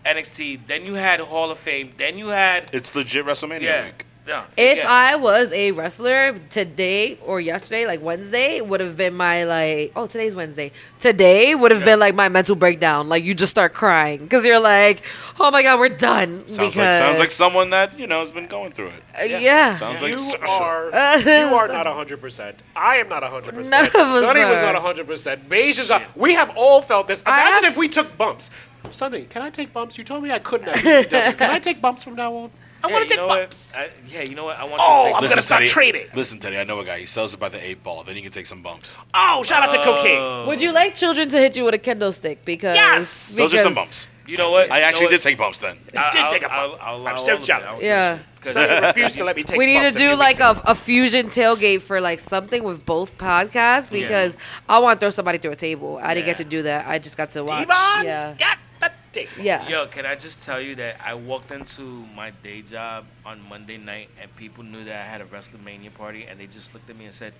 [SPEAKER 11] NXT. Then you had Hall of Fame. Then you had
[SPEAKER 9] it's legit WrestleMania.
[SPEAKER 11] yeah. yeah
[SPEAKER 8] If
[SPEAKER 11] yeah.
[SPEAKER 8] I was a wrestler today or yesterday, like Wednesday, would have been my like. Oh, today's Wednesday. Today would have been like my mental breakdown. Like you just start crying because you're like, oh my god, we're done.
[SPEAKER 9] Sounds
[SPEAKER 8] because
[SPEAKER 9] like sounds like someone that you know has been going through it.
[SPEAKER 8] Uh, yeah.
[SPEAKER 9] Sounds
[SPEAKER 10] You
[SPEAKER 9] like
[SPEAKER 10] are you are not hundred percent. I am not hundred
[SPEAKER 8] None
[SPEAKER 10] percent.
[SPEAKER 8] of us
[SPEAKER 10] Sonny was
[SPEAKER 8] are.
[SPEAKER 10] not hundred percent. Beige is not. We have all felt this. Imagine if we took bumps. Sonny, can I take bumps? You told me I couldn't. At ECW. can I take bumps from now on? I
[SPEAKER 11] Yeah,
[SPEAKER 10] want to
[SPEAKER 11] you
[SPEAKER 10] take
[SPEAKER 11] know what?
[SPEAKER 10] bumps.
[SPEAKER 11] I, yeah, you know what? I want
[SPEAKER 10] Oh,
[SPEAKER 11] you to take
[SPEAKER 10] I'm gonna start
[SPEAKER 9] Teddy,
[SPEAKER 10] trading.
[SPEAKER 9] Listen, Teddy, I know a guy. He sells it by the eight ball. Then he can take some bumps.
[SPEAKER 10] Oh, shout out to Cocaine.
[SPEAKER 8] Would you like children to hit you with a kendo stick? Because
[SPEAKER 10] Yes!
[SPEAKER 9] Those are some
[SPEAKER 8] because-
[SPEAKER 9] bumps.
[SPEAKER 11] You know what?
[SPEAKER 9] I
[SPEAKER 11] You know
[SPEAKER 9] actually
[SPEAKER 11] what?
[SPEAKER 9] did take bumps then.
[SPEAKER 11] I
[SPEAKER 10] did take a
[SPEAKER 11] I'll,
[SPEAKER 10] bump.
[SPEAKER 11] I'll, allow
[SPEAKER 10] I'm
[SPEAKER 11] all
[SPEAKER 10] so
[SPEAKER 11] of it.
[SPEAKER 10] jealous.
[SPEAKER 11] I'll-
[SPEAKER 8] Yeah.
[SPEAKER 10] Sonny refused to let me take.
[SPEAKER 8] we need to
[SPEAKER 10] bumps a few
[SPEAKER 8] do like
[SPEAKER 10] weeks ago.
[SPEAKER 8] a, a fusion tailgate for like something with both podcasts
[SPEAKER 10] Yeah.
[SPEAKER 8] because I want to throw somebody through a table. I didn't get
[SPEAKER 11] Yeah.
[SPEAKER 8] to do that. I just got to watch.
[SPEAKER 10] Devon
[SPEAKER 8] Yeah.
[SPEAKER 10] got the table.
[SPEAKER 8] Yes.
[SPEAKER 11] Yo, can I just tell you that I walked into my day job on Monday night and people knew that I had a WrestleMania party and they just looked at me and said,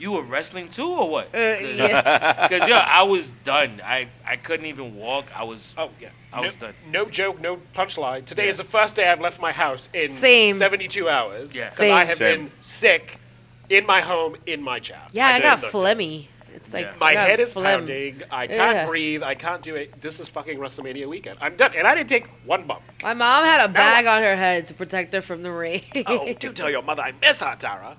[SPEAKER 11] you were wrestling too or what?
[SPEAKER 8] Uh, yeah.
[SPEAKER 11] Because yeah, I was done. I, I couldn't even walk. I was.
[SPEAKER 10] Oh yeah.
[SPEAKER 11] I
[SPEAKER 10] no,
[SPEAKER 11] was done.
[SPEAKER 10] no joke, no punchline. Today is the first day I've left my house in
[SPEAKER 8] Same.
[SPEAKER 10] 72 hours.
[SPEAKER 11] Yeah.
[SPEAKER 10] Because I
[SPEAKER 8] Same.
[SPEAKER 10] have
[SPEAKER 8] Same.
[SPEAKER 10] been sick in my home, in my job.
[SPEAKER 8] Yeah, I, got
[SPEAKER 10] didn't-
[SPEAKER 8] phlegmy. It's like I
[SPEAKER 10] my
[SPEAKER 8] got
[SPEAKER 10] head is
[SPEAKER 8] phlegm.
[SPEAKER 10] pounding. I can't
[SPEAKER 8] Yeah.
[SPEAKER 10] breathe. I can't do it. This is fucking WrestleMania weekend. I'm done. And I didn't take one bump.
[SPEAKER 8] My mom had a
[SPEAKER 10] Now
[SPEAKER 8] bag on her head to protect her from the rain.
[SPEAKER 10] Oh, do tell your mother I miss her, Tara.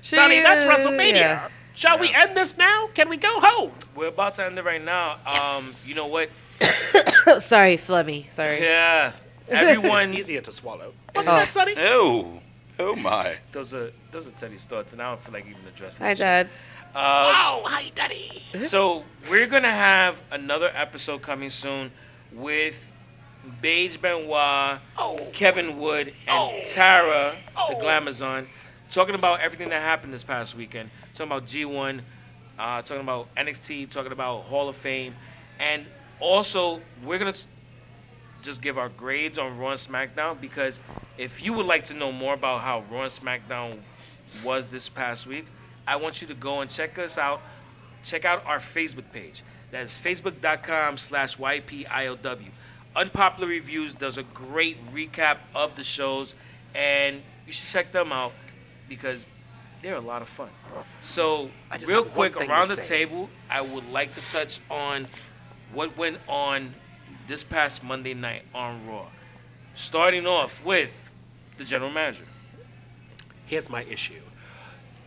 [SPEAKER 8] She-
[SPEAKER 10] Sonny, that's WrestleMania.
[SPEAKER 8] yeah.
[SPEAKER 10] Shall we end this now? Can we go home?
[SPEAKER 11] We're about to end it right now. Um, you know what?
[SPEAKER 8] Sorry, phlegmy. Sorry.
[SPEAKER 11] Yeah. Everyone.
[SPEAKER 10] It's easier to swallow.
[SPEAKER 11] What's
[SPEAKER 8] that,
[SPEAKER 10] Sonny?
[SPEAKER 9] Oh, oh my.
[SPEAKER 11] Those are those are Teddy's thoughts, and I don't feel like even addressing.
[SPEAKER 8] Hi,
[SPEAKER 11] that shit.
[SPEAKER 8] Dad.
[SPEAKER 11] Uh, wow,
[SPEAKER 10] hi, Daddy.
[SPEAKER 11] So we're gonna have another episode coming soon with Beige Benoit, Kevin Wood, and Tara, the Glamazon, talking about everything that happened this past weekend. Talking about G1, uh, talking about NXT, talking about Hall of Fame, and also we're gonna s- just give our grades on Raw and SmackDown because if you would like to know more about how Raw and SmackDown was this past week, I want you to go and check us out. Check out our Facebook page. That is facebook.com slash YPIOW. Unpopular Reviews does a great recap of the shows, and you should check them out because they're a lot of fun. So,
[SPEAKER 10] I just
[SPEAKER 11] real
[SPEAKER 10] have one
[SPEAKER 11] quick,
[SPEAKER 10] thing to
[SPEAKER 11] around the
[SPEAKER 10] say.
[SPEAKER 11] table, I would like to touch on what went on this past Monday night on Raw. Starting off with the general manager.
[SPEAKER 10] Here's my issue.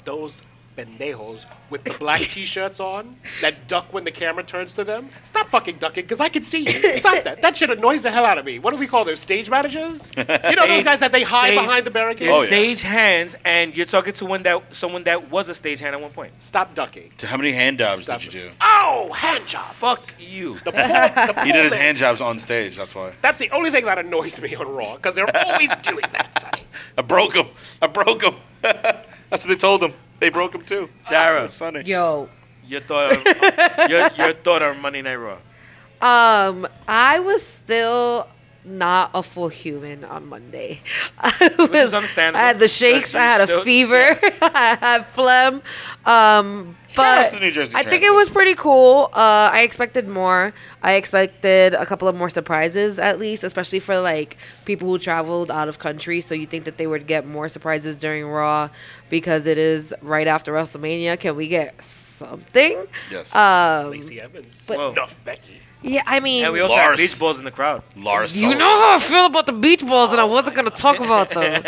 [SPEAKER 10] Those pendejos with the black t-shirts on that duck when the camera turns to them. Stop fucking ducking, because I can see you. Stop that. That shit annoys the hell out of me. What do we call those? Stage managers? You know those
[SPEAKER 11] Stage-
[SPEAKER 10] guys that they hide
[SPEAKER 11] stage- Oh,
[SPEAKER 10] behind the barricades?
[SPEAKER 9] Oh,
[SPEAKER 11] they're Stage hands, and you're talking to one that someone that was a stage hand at one point.
[SPEAKER 10] Stop ducking.
[SPEAKER 9] So how many hand jobs did you do?
[SPEAKER 10] Oh, hand job.
[SPEAKER 11] Fuck you.
[SPEAKER 10] The poor, the
[SPEAKER 9] He
[SPEAKER 10] poor
[SPEAKER 9] did his
[SPEAKER 10] man.
[SPEAKER 9] hand jobs on stage. That's why.
[SPEAKER 10] That's the only thing that annoys me on Raw, because they're always doing that. Sonny.
[SPEAKER 9] I broke him. I broke him. That's what they told him. They broke him too.
[SPEAKER 11] Tara.
[SPEAKER 9] Sunny.
[SPEAKER 8] Yo.
[SPEAKER 11] Your thought on, your, your thought on Monday Night Raw.
[SPEAKER 8] Um, I was still not a full human on Monday. I was,
[SPEAKER 11] understandable.
[SPEAKER 8] I had the shakes. I had a
[SPEAKER 11] Still-
[SPEAKER 8] fever. I had phlegm. Um, but
[SPEAKER 9] out to New Jersey
[SPEAKER 8] I think
[SPEAKER 9] Transit.
[SPEAKER 8] it was pretty cool. Uh, I expected more. I expected a couple of more surprises, at least, especially for like people who traveled out of country. So you think that they would get more surprises during Raw because it is right after WrestleMania. Can we get something?
[SPEAKER 9] Yes.
[SPEAKER 8] Um,
[SPEAKER 10] Lacey Evans.
[SPEAKER 8] but-
[SPEAKER 10] Snuff Becky.
[SPEAKER 8] yeah, I mean,
[SPEAKER 11] And we also
[SPEAKER 9] Lars.
[SPEAKER 11] had beach balls in the crowd.
[SPEAKER 9] Lars.
[SPEAKER 8] you know how I feel about the beach balls, and I wasn't
[SPEAKER 11] Oh,
[SPEAKER 8] going to talk about them.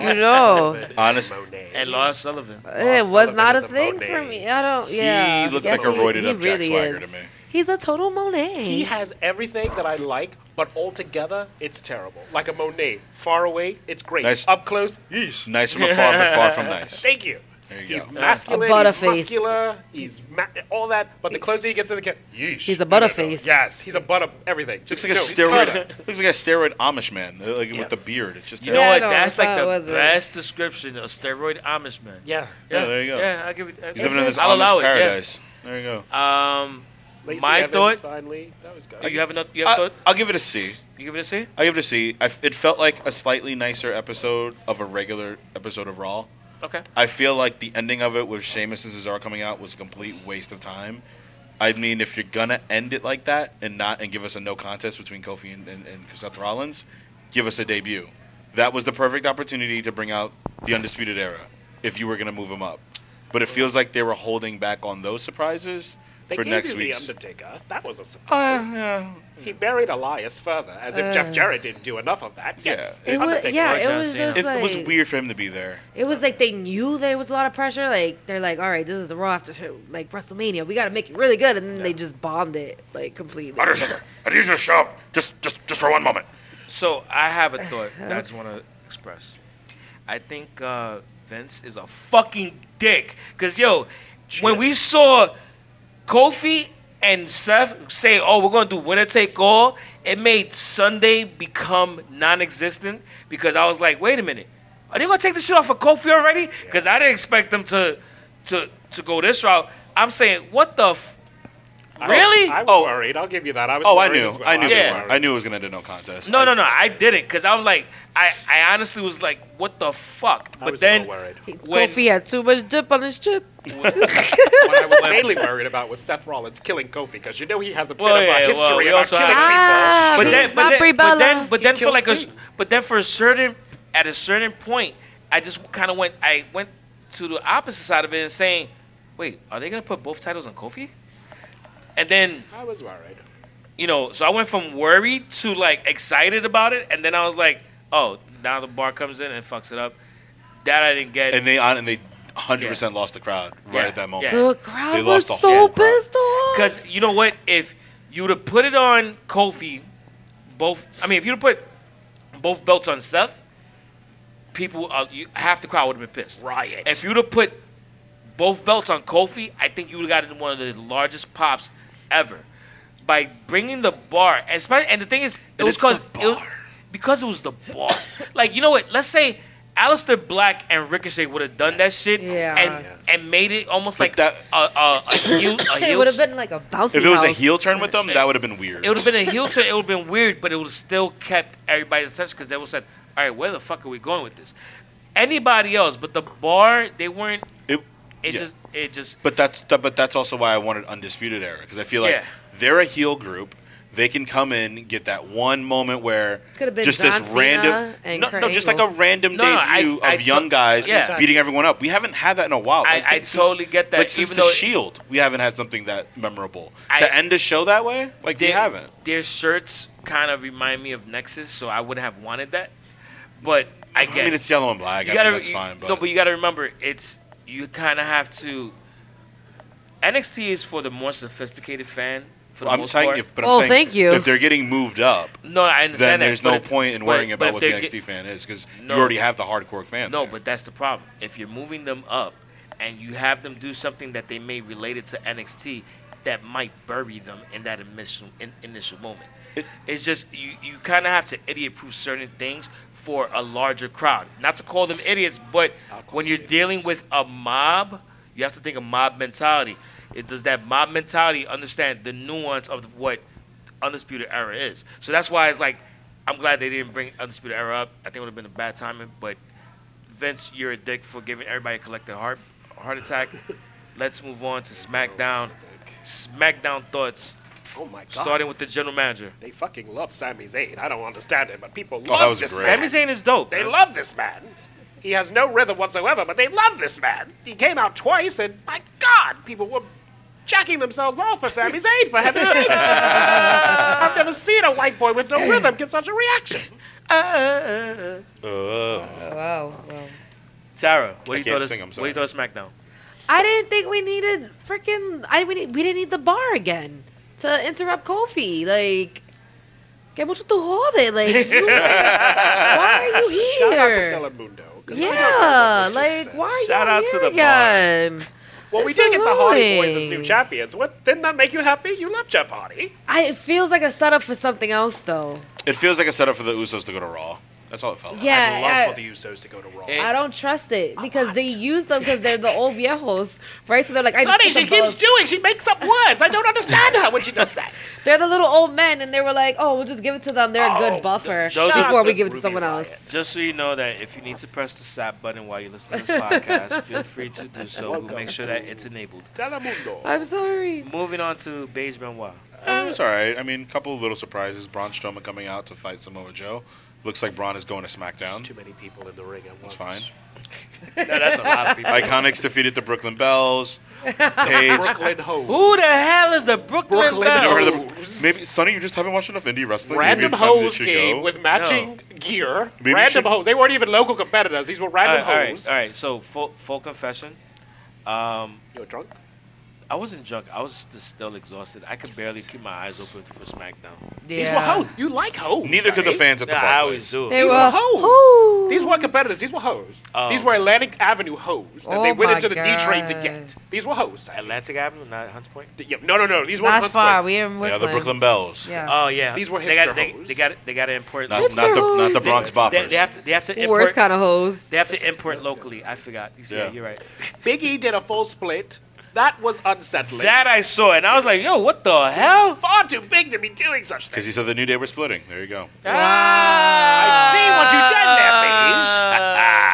[SPEAKER 8] you know,
[SPEAKER 9] Honest.
[SPEAKER 11] And Lars Sullivan.
[SPEAKER 8] it was
[SPEAKER 10] Sullivan
[SPEAKER 8] not
[SPEAKER 10] is
[SPEAKER 8] a
[SPEAKER 10] a
[SPEAKER 8] thing
[SPEAKER 10] Monet.
[SPEAKER 8] for me. I don't. Yeah,
[SPEAKER 9] He looks
[SPEAKER 8] Yes,
[SPEAKER 9] like a roided up Jack
[SPEAKER 8] really
[SPEAKER 9] Swagger
[SPEAKER 8] is.
[SPEAKER 9] to me.
[SPEAKER 8] He's a total Monet.
[SPEAKER 10] He has everything that I like, but altogether, it's terrible. Like a Monet. Far away, it's great.
[SPEAKER 9] Nice.
[SPEAKER 10] Up close,
[SPEAKER 9] Nice from afar, but far from nice.
[SPEAKER 10] thank you.
[SPEAKER 9] There you
[SPEAKER 10] He's
[SPEAKER 9] go.
[SPEAKER 10] masculine,
[SPEAKER 8] A
[SPEAKER 10] he's
[SPEAKER 8] butterface.
[SPEAKER 10] muscular, he's ma- all that, but the closer he gets to the camera, yeesh.
[SPEAKER 8] He's a butterface.
[SPEAKER 10] Yes, he's a butter everything.
[SPEAKER 9] Looks
[SPEAKER 10] Just
[SPEAKER 9] like a
[SPEAKER 10] no,
[SPEAKER 9] steroid. looks like a steroid Amish man, uh, like with the beard. It's just
[SPEAKER 11] You
[SPEAKER 8] Yeah,
[SPEAKER 11] know
[SPEAKER 8] I
[SPEAKER 11] what?
[SPEAKER 8] don't
[SPEAKER 11] That's
[SPEAKER 8] know
[SPEAKER 11] like
[SPEAKER 8] if I
[SPEAKER 11] the
[SPEAKER 8] was a-
[SPEAKER 11] best description of steroid Amish man.
[SPEAKER 10] Yeah.
[SPEAKER 9] Yeah, there you go.
[SPEAKER 11] Yeah, I'll give it. I'll
[SPEAKER 9] He's
[SPEAKER 11] give
[SPEAKER 9] living in this
[SPEAKER 11] it- I'll
[SPEAKER 9] Amish
[SPEAKER 11] allow it. yeah.
[SPEAKER 9] paradise. There you go.
[SPEAKER 11] Um,
[SPEAKER 10] Lacey
[SPEAKER 11] my
[SPEAKER 10] Evans,
[SPEAKER 11] thought.
[SPEAKER 10] Finally, that was good.
[SPEAKER 11] You have another. You have
[SPEAKER 9] I,
[SPEAKER 11] thought.
[SPEAKER 9] I'll give it a C.
[SPEAKER 11] You give it a C.
[SPEAKER 9] I'll give it a C. I, it felt like a slightly nicer episode of a regular episode of Raw.
[SPEAKER 11] Okay.
[SPEAKER 9] I feel like the ending of it with Sheamus and Cesaro coming out was a complete waste of time. I mean, if you're gonna end it like that and not and give us a no contest between Kofi and, and, and Seth Rollins, give us a debut. That was the perfect opportunity to bring out the Undisputed Era if you were gonna move them up. But it feels like they were holding back on those surprises
[SPEAKER 10] they
[SPEAKER 9] for
[SPEAKER 10] gave
[SPEAKER 9] next
[SPEAKER 10] you
[SPEAKER 9] week.
[SPEAKER 10] the Undertaker. That was a surprise.
[SPEAKER 9] yeah.
[SPEAKER 10] He buried Elias further, as if Jeff Jarrett didn't do enough of that.
[SPEAKER 9] Yeah.
[SPEAKER 10] Yes,
[SPEAKER 8] It was,
[SPEAKER 10] Undertaker.
[SPEAKER 8] Uh. yeah,
[SPEAKER 11] like John
[SPEAKER 8] it was
[SPEAKER 11] Cena.
[SPEAKER 8] just
[SPEAKER 9] It,
[SPEAKER 8] like
[SPEAKER 9] it was weird for him to be there.
[SPEAKER 8] It was like they knew there was a lot of pressure. Like they're like, all right, this is the Raw after show, like WrestleMania. We got to make it really good, and then they just bombed it like completely.
[SPEAKER 3] I need your shop just, just, just for one moment.
[SPEAKER 11] So I have a thought that I just want to express. I think uh, Vince is a fucking dick. Cause yo, when we saw Kofi and Seth say, "Oh, we're gonna do winner take all," it made Sunday become non-existent because I was like, "Wait a minute, are they gonna take this shit off of Kofi already?" Because I didn't expect them to to to go this route. I'm saying, what the. F- Really?
[SPEAKER 10] I was oh. worried. I'll give you that. I was
[SPEAKER 9] Oh, I
[SPEAKER 10] worried
[SPEAKER 9] knew.
[SPEAKER 10] as well.
[SPEAKER 9] I knew.
[SPEAKER 10] was
[SPEAKER 9] it was-
[SPEAKER 10] worried.
[SPEAKER 9] I knew it was gonna end in no contest.
[SPEAKER 11] No, no, no. I didn't because I was like, I, I honestly was like, what the fuck? But then when
[SPEAKER 8] Kofi had too much dip on his chip.
[SPEAKER 10] what I was mainly worried about was Seth Rollins killing Kofi because you know he has a bit
[SPEAKER 11] Well,
[SPEAKER 10] of a
[SPEAKER 11] yeah, well, we
[SPEAKER 10] history about
[SPEAKER 11] also
[SPEAKER 10] killing
[SPEAKER 11] have-
[SPEAKER 10] people.
[SPEAKER 11] Ah, But then-
[SPEAKER 8] He's
[SPEAKER 11] but
[SPEAKER 8] my
[SPEAKER 11] then-
[SPEAKER 8] Brie
[SPEAKER 11] but
[SPEAKER 8] Bella.
[SPEAKER 11] then, but
[SPEAKER 8] He
[SPEAKER 11] then for
[SPEAKER 8] killed
[SPEAKER 11] like a,
[SPEAKER 8] Seth.
[SPEAKER 11] s- but then for a certain, at a certain point, I just kind of went, I went to the opposite side of it and saying, wait, are they gonna put both titles on Kofi? And then
[SPEAKER 8] Ah!
[SPEAKER 10] I was worried.
[SPEAKER 11] you know, so I went from worried to like excited about it, and then I was like, oh, now the bar comes in and fucks it up. That I didn't get.
[SPEAKER 9] And they on and they 100 percent lost the crowd right at that moment.
[SPEAKER 11] Yeah. The
[SPEAKER 8] crowd
[SPEAKER 9] they lost
[SPEAKER 8] was
[SPEAKER 9] the whole
[SPEAKER 8] so
[SPEAKER 9] crowd.
[SPEAKER 8] pissed off.
[SPEAKER 11] Because you know what? If you would have put it on Kofi, both. I mean, if you'd have put both belts on Seth, people, uh, you, half the crowd would have been pissed. Riot. If you'd have put both belts on Kofi, I think you would have gotten one of the largest pops ever. By bringing the bar, and, spi- and the thing is, it
[SPEAKER 9] And
[SPEAKER 11] was
[SPEAKER 9] it's the
[SPEAKER 11] because it was, because it was the bar. like you know what? Let's say Alistair Black and Ricochet would have done that shit and and made it almost like that a, a, a heel. A
[SPEAKER 8] it
[SPEAKER 11] heel
[SPEAKER 8] would have been like a bouncy
[SPEAKER 9] If it was a
[SPEAKER 8] house.
[SPEAKER 9] heel turn with them, that would have been weird.
[SPEAKER 11] it would have been a heel turn. It would have been weird, but it would have still kept everybody's attention because they would have said, "All right, where the fuck are we going with this?" Anybody else, but the bar, they weren't.
[SPEAKER 9] It-
[SPEAKER 11] It
[SPEAKER 9] yeah.
[SPEAKER 11] just, it just.
[SPEAKER 9] But that's that, but that's also why I wanted Undisputed Era because I feel like
[SPEAKER 11] Yeah.
[SPEAKER 9] they're a heel group. They can come in, get that one moment where
[SPEAKER 8] Could have been
[SPEAKER 9] just
[SPEAKER 8] John
[SPEAKER 9] this
[SPEAKER 8] Cena
[SPEAKER 9] random,
[SPEAKER 8] and
[SPEAKER 9] no,
[SPEAKER 8] Kurt
[SPEAKER 9] no, just like
[SPEAKER 8] Angle.
[SPEAKER 9] a random
[SPEAKER 11] No, no, I-
[SPEAKER 9] debut
[SPEAKER 11] I
[SPEAKER 9] of young
[SPEAKER 11] to-
[SPEAKER 9] guys
[SPEAKER 11] yeah.
[SPEAKER 9] beating everyone up. We haven't had that in a while.
[SPEAKER 11] I- I
[SPEAKER 9] since-
[SPEAKER 11] totally get that,
[SPEAKER 9] Like since
[SPEAKER 11] even
[SPEAKER 9] the
[SPEAKER 11] though-
[SPEAKER 9] Shield, we haven't had something that memorable
[SPEAKER 11] I-
[SPEAKER 9] to end a show that way. Like they
[SPEAKER 11] their-
[SPEAKER 9] haven't.
[SPEAKER 11] Their shirts kind of remind me of Nexus, so I wouldn't have wanted that. But I get.
[SPEAKER 9] I mean, it's yellow and black.
[SPEAKER 11] You
[SPEAKER 9] I
[SPEAKER 11] gotta,
[SPEAKER 9] mean, that's
[SPEAKER 11] you-
[SPEAKER 9] fine. But,
[SPEAKER 11] No, but you gotta remember, it's you kind of have to. NXT is for the more sophisticated fan. For the
[SPEAKER 9] I'm
[SPEAKER 11] most
[SPEAKER 9] saying,
[SPEAKER 11] part.
[SPEAKER 9] if, but I'm saying If they're getting moved up,
[SPEAKER 11] No, I
[SPEAKER 9] then
[SPEAKER 11] understand that,
[SPEAKER 9] there's
[SPEAKER 11] but
[SPEAKER 9] no
[SPEAKER 11] if-
[SPEAKER 9] point in
[SPEAKER 11] but-
[SPEAKER 9] worrying
[SPEAKER 11] but
[SPEAKER 9] about
[SPEAKER 11] if
[SPEAKER 9] what the
[SPEAKER 11] they're
[SPEAKER 9] NXT
[SPEAKER 11] get-
[SPEAKER 9] fan is because
[SPEAKER 11] No.
[SPEAKER 9] you already have the hardcore fan.
[SPEAKER 11] No, but that's the problem. If you're moving them up and you have them do something that they may relate it to NXT, that might bury them in that initial in, initial moment. it's just you, you kind of have to idiot proof certain things for a larger crowd. Not to call them idiots, but when you're dealing with a mob, you have to think of mob mentality. It, does that mob mentality understand the nuance of what Undisputed Era is? So that's why it's like I'm glad they didn't bring Undisputed Era up. I think it would have been a bad timing, but Vince, you're a dick for giving everybody a collective heart heart attack. Let's move on to SmackDown. SmackDown thoughts.
[SPEAKER 10] Oh my god.
[SPEAKER 11] Starting with the general manager.
[SPEAKER 10] They fucking love Sami Zayn. I don't understand it, but people
[SPEAKER 11] Oh,
[SPEAKER 10] love
[SPEAKER 11] that was
[SPEAKER 10] this
[SPEAKER 11] great.
[SPEAKER 10] man.
[SPEAKER 11] Sami Zayn is dope,
[SPEAKER 10] They
[SPEAKER 11] man.
[SPEAKER 10] love this man. He has no rhythm whatsoever, but they love this man. He came out twice, and my God, people were jacking themselves off for Sami Zayn, for heaven's sake. I've never seen a white boy with no rhythm get such a reaction. Uh,
[SPEAKER 8] Wow. wow.
[SPEAKER 11] Tara, what
[SPEAKER 9] I
[SPEAKER 11] do you
[SPEAKER 9] can't
[SPEAKER 11] thought? Of,
[SPEAKER 9] sing, I'm
[SPEAKER 11] what do you thought of SmackDown?
[SPEAKER 8] I didn't think we needed freaking. I we, we didn't need the bar again to interrupt Kofi. Like, que mucho tu jode? Like, you, why are you here?
[SPEAKER 10] Shout out to Telemundo. 'cause we don't know
[SPEAKER 8] yeah,
[SPEAKER 10] what was just
[SPEAKER 8] like
[SPEAKER 10] said.
[SPEAKER 8] why are
[SPEAKER 10] Shout
[SPEAKER 8] you
[SPEAKER 10] out
[SPEAKER 8] here
[SPEAKER 10] to the bar.
[SPEAKER 8] again?
[SPEAKER 10] Well, we
[SPEAKER 8] It's
[SPEAKER 10] did get the Hardy Boys as new
[SPEAKER 8] annoying.
[SPEAKER 10] champions. What didn't that make you happy? You love Jeff Hardy.
[SPEAKER 8] I, it feels like a setup for something else, though.
[SPEAKER 9] It feels like a setup for the Usos to go to Raw. That's all it felt like.
[SPEAKER 8] Yeah, I'd love I- for
[SPEAKER 9] the Usos to go to Raw.
[SPEAKER 8] I don't trust it because they use them because they're the old viejos, right? So they're like, I just
[SPEAKER 10] Sonny,
[SPEAKER 8] put
[SPEAKER 10] she
[SPEAKER 8] the
[SPEAKER 10] keeps
[SPEAKER 8] votes.
[SPEAKER 10] doing. She makes up words. I don't understand her when she does that.
[SPEAKER 8] They're the little old men, and they were like, oh, we'll just give it to them. They're a
[SPEAKER 11] Oh,
[SPEAKER 8] good buffer
[SPEAKER 11] those are-
[SPEAKER 8] before we give it to someone else.
[SPEAKER 11] Just so you know that if you need to press the stop button while you listen to this podcast, feel free to do so. We'll make sure that it's enabled.
[SPEAKER 10] Telemundo.
[SPEAKER 8] I'm sorry.
[SPEAKER 11] Moving on to Beige Benoit.
[SPEAKER 9] Eh, It was all right. I mean, a couple of little surprises. Braun Strowman coming out to fight Samoa Joe. Looks like Braun is going to SmackDown.
[SPEAKER 10] Too many people in the ring at
[SPEAKER 9] It's fine.
[SPEAKER 11] No, that's a lot of people.
[SPEAKER 9] Iconics defeated the Brooklyn Bells. Paige.
[SPEAKER 10] Brooklyn Hoes.
[SPEAKER 11] Who the hell is the Brooklyn,
[SPEAKER 9] You never heard of
[SPEAKER 11] Bells?
[SPEAKER 9] the- maybe Sonny, you just haven't watched enough indie wrestling.
[SPEAKER 10] Random
[SPEAKER 9] Maybe it's something that
[SPEAKER 10] hoes
[SPEAKER 9] should
[SPEAKER 10] game
[SPEAKER 9] go.
[SPEAKER 10] with matching gear.
[SPEAKER 9] Maybe you
[SPEAKER 10] random
[SPEAKER 9] should-
[SPEAKER 10] hoes. They weren't even local competitors. These were random
[SPEAKER 11] all right,
[SPEAKER 10] hoes.
[SPEAKER 11] All right, all right. So full, full confession. Um,
[SPEAKER 10] you were drunk.
[SPEAKER 11] I wasn't drunk. I was just still exhausted. I could barely keep my eyes open for SmackDown.
[SPEAKER 10] These were hoes. You like hoes.
[SPEAKER 11] Neither could the
[SPEAKER 10] Sonny.
[SPEAKER 11] fans at the No, I Barclays. always do. They
[SPEAKER 10] These were,
[SPEAKER 11] were
[SPEAKER 10] hoes. These weren't competitors. These were hoes.
[SPEAKER 11] Oh.
[SPEAKER 10] These were Atlantic Avenue hoes that they
[SPEAKER 11] Oh
[SPEAKER 10] went
[SPEAKER 11] my
[SPEAKER 10] into the D train to
[SPEAKER 11] God.
[SPEAKER 10] get. These were hoes. Sonny.
[SPEAKER 11] Atlantic Avenue, not Hunts Point.
[SPEAKER 10] Yeah, no, no, no. These were
[SPEAKER 8] That's
[SPEAKER 10] Hunts
[SPEAKER 8] far.
[SPEAKER 10] Point.
[SPEAKER 8] We in
[SPEAKER 9] Yeah,
[SPEAKER 8] Brooklyn.
[SPEAKER 9] the Brooklyn Bells.
[SPEAKER 8] Yeah.
[SPEAKER 11] Oh yeah.
[SPEAKER 10] These were
[SPEAKER 11] they got,
[SPEAKER 10] hipster
[SPEAKER 11] they,
[SPEAKER 10] hoes.
[SPEAKER 11] they got they got to import.
[SPEAKER 9] Not- not the- not the Hipster Bronx hoes. boppers.
[SPEAKER 11] They, they have to they have to
[SPEAKER 8] Worst
[SPEAKER 11] import
[SPEAKER 8] kind of hoes.
[SPEAKER 11] They have to import locally. I forgot. You see, yeah.
[SPEAKER 9] Yeah.
[SPEAKER 11] you're right.
[SPEAKER 10] Biggie did a full split. That was unsettling.
[SPEAKER 11] That I saw, and I was like, yo, what the hell?
[SPEAKER 10] It's far too big to be doing such things.
[SPEAKER 9] Because he said the New Day were splitting. There you go.
[SPEAKER 10] Ah, I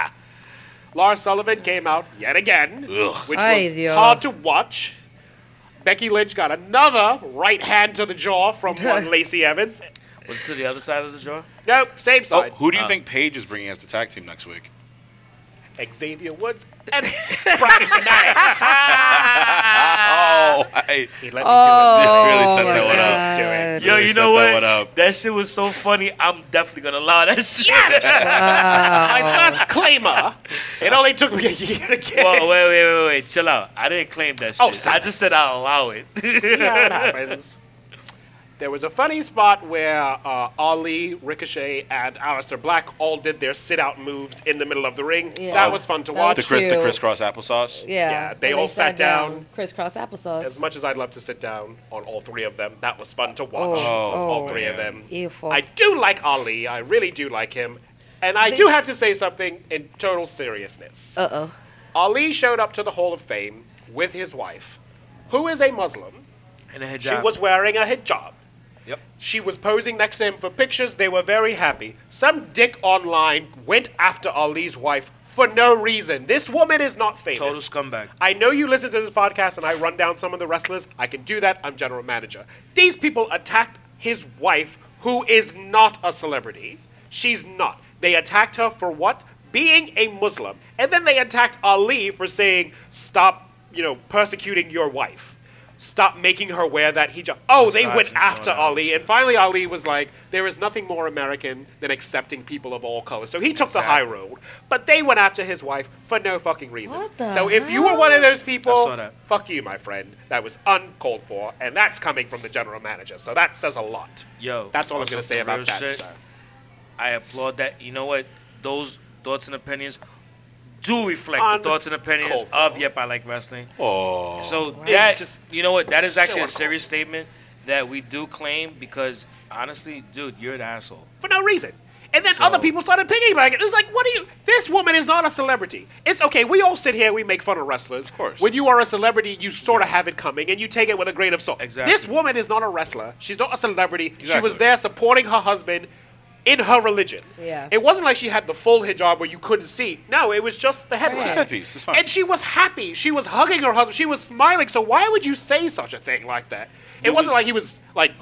[SPEAKER 10] see what you did there, Paige. Lars Sullivan came out yet again, which
[SPEAKER 8] Ay,
[SPEAKER 10] was
[SPEAKER 8] Dios.
[SPEAKER 10] hard to watch. Becky Lynch got another right hand to the jaw from one Lacey Evans.
[SPEAKER 11] Was it to the other side of the jaw?
[SPEAKER 10] Nope, same
[SPEAKER 9] Oh,
[SPEAKER 10] side.
[SPEAKER 9] who
[SPEAKER 11] Uh.
[SPEAKER 9] do you think Paige is bringing as the tag team next week?
[SPEAKER 11] Oh.
[SPEAKER 10] Xavier Woods and Brian Maddox.
[SPEAKER 9] oh, I, he
[SPEAKER 10] let
[SPEAKER 11] me do
[SPEAKER 9] You
[SPEAKER 11] it.
[SPEAKER 9] really set
[SPEAKER 11] Oh,
[SPEAKER 9] that
[SPEAKER 11] my
[SPEAKER 9] one
[SPEAKER 11] God.
[SPEAKER 9] up.
[SPEAKER 11] Do it.
[SPEAKER 9] You
[SPEAKER 11] Yo,
[SPEAKER 9] really
[SPEAKER 11] you
[SPEAKER 9] set
[SPEAKER 11] know
[SPEAKER 9] that
[SPEAKER 11] what?
[SPEAKER 9] one up.
[SPEAKER 11] That shit was so funny. I'm definitely gonna allow that shit.
[SPEAKER 10] Yes! My first claimer. It only took me a year to get
[SPEAKER 11] Whoa,
[SPEAKER 10] it.
[SPEAKER 11] wait, wait, wait, wait. Chill out. I didn't claim that shit.
[SPEAKER 10] Oh,
[SPEAKER 11] I just said I'll allow it.
[SPEAKER 10] See how it happens. There was a funny spot where uh, Ali, Ricochet, and Aleister Black all did their sit-out moves in the middle of the ring.
[SPEAKER 8] Yeah.
[SPEAKER 10] That was fun to watch.
[SPEAKER 9] The, cri- the crisscross applesauce.
[SPEAKER 8] Yeah.
[SPEAKER 10] Yeah, they
[SPEAKER 8] when
[SPEAKER 10] all sat down.
[SPEAKER 8] Crisscross applesauce.
[SPEAKER 10] As much as I'd love to sit down on all three of them, that was fun to watch.
[SPEAKER 8] Oh,
[SPEAKER 10] all
[SPEAKER 8] oh,
[SPEAKER 10] three of them.
[SPEAKER 8] Earful.
[SPEAKER 10] I do like Ali. I really do like him. And I do have to say something in total seriousness.
[SPEAKER 8] Uh oh.
[SPEAKER 10] Ali showed up to the Hall of Fame with his wife, who is a Muslim.
[SPEAKER 11] And a hijab.
[SPEAKER 10] She was wearing a hijab.
[SPEAKER 11] Yep.
[SPEAKER 10] She was posing next to him for pictures. They were very happy. Some dick online went after Ali's wife for no reason. This woman is not famous.
[SPEAKER 11] Total scumbag.
[SPEAKER 10] I know you listen to this podcast and I run down some of the wrestlers. I can do that. I'm general manager. These people attacked his wife, who is not a celebrity. She's not. They attacked her for what? Being a Muslim. And then they attacked Ali for saying, stop, you know, persecuting your wife. Stop making her wear that hijab. Oh, they went
[SPEAKER 11] Misogyny, all
[SPEAKER 10] after
[SPEAKER 11] that
[SPEAKER 10] Ali. And finally, Ali was like, there is nothing more American than accepting people of all colors. So he took the high road. But they went after his wife for no fucking reason.
[SPEAKER 8] What the
[SPEAKER 10] so if you were one of those
[SPEAKER 11] I
[SPEAKER 10] people,
[SPEAKER 11] saw that.
[SPEAKER 10] fuck you, my friend. That was uncalled for, and that's coming from the general manager. So that says a lot.
[SPEAKER 11] Yo,
[SPEAKER 10] That's all I'm
[SPEAKER 11] also
[SPEAKER 10] gonna say
[SPEAKER 11] for
[SPEAKER 10] about
[SPEAKER 11] real
[SPEAKER 10] that,
[SPEAKER 11] shit,
[SPEAKER 10] sir.
[SPEAKER 11] I applaud that. You know what? Those thoughts and opinions do reflect
[SPEAKER 10] On-
[SPEAKER 11] the thoughts and opinions
[SPEAKER 10] Cold
[SPEAKER 11] of Yep, I Like Wrestling.
[SPEAKER 9] Oh.
[SPEAKER 11] So
[SPEAKER 10] Wow.
[SPEAKER 11] that
[SPEAKER 10] It's just
[SPEAKER 11] you know what? That is
[SPEAKER 10] so
[SPEAKER 11] actually a
[SPEAKER 10] uncalled.
[SPEAKER 11] serious statement that we do claim because honestly, dude, you're an asshole.
[SPEAKER 10] For no reason. And then other people started piggybacking. It's like, what do you? This woman is not a celebrity. It's okay. We all sit here. We make fun of wrestlers. Of course. When you are a celebrity, you sort of have it coming, and you take it with a grain of salt.
[SPEAKER 11] Exactly.
[SPEAKER 10] This woman is not a wrestler. She's not a celebrity. She was
[SPEAKER 9] Exactly.
[SPEAKER 10] there supporting her husband in her religion.
[SPEAKER 8] Yeah.
[SPEAKER 10] It wasn't like she had the full hijab where you couldn't see. No, it was just the headpiece.
[SPEAKER 9] Just that piece. It's fine.
[SPEAKER 10] And she was happy. She was hugging her husband. She was smiling. So why would you say such a thing like that? It wasn't like he was like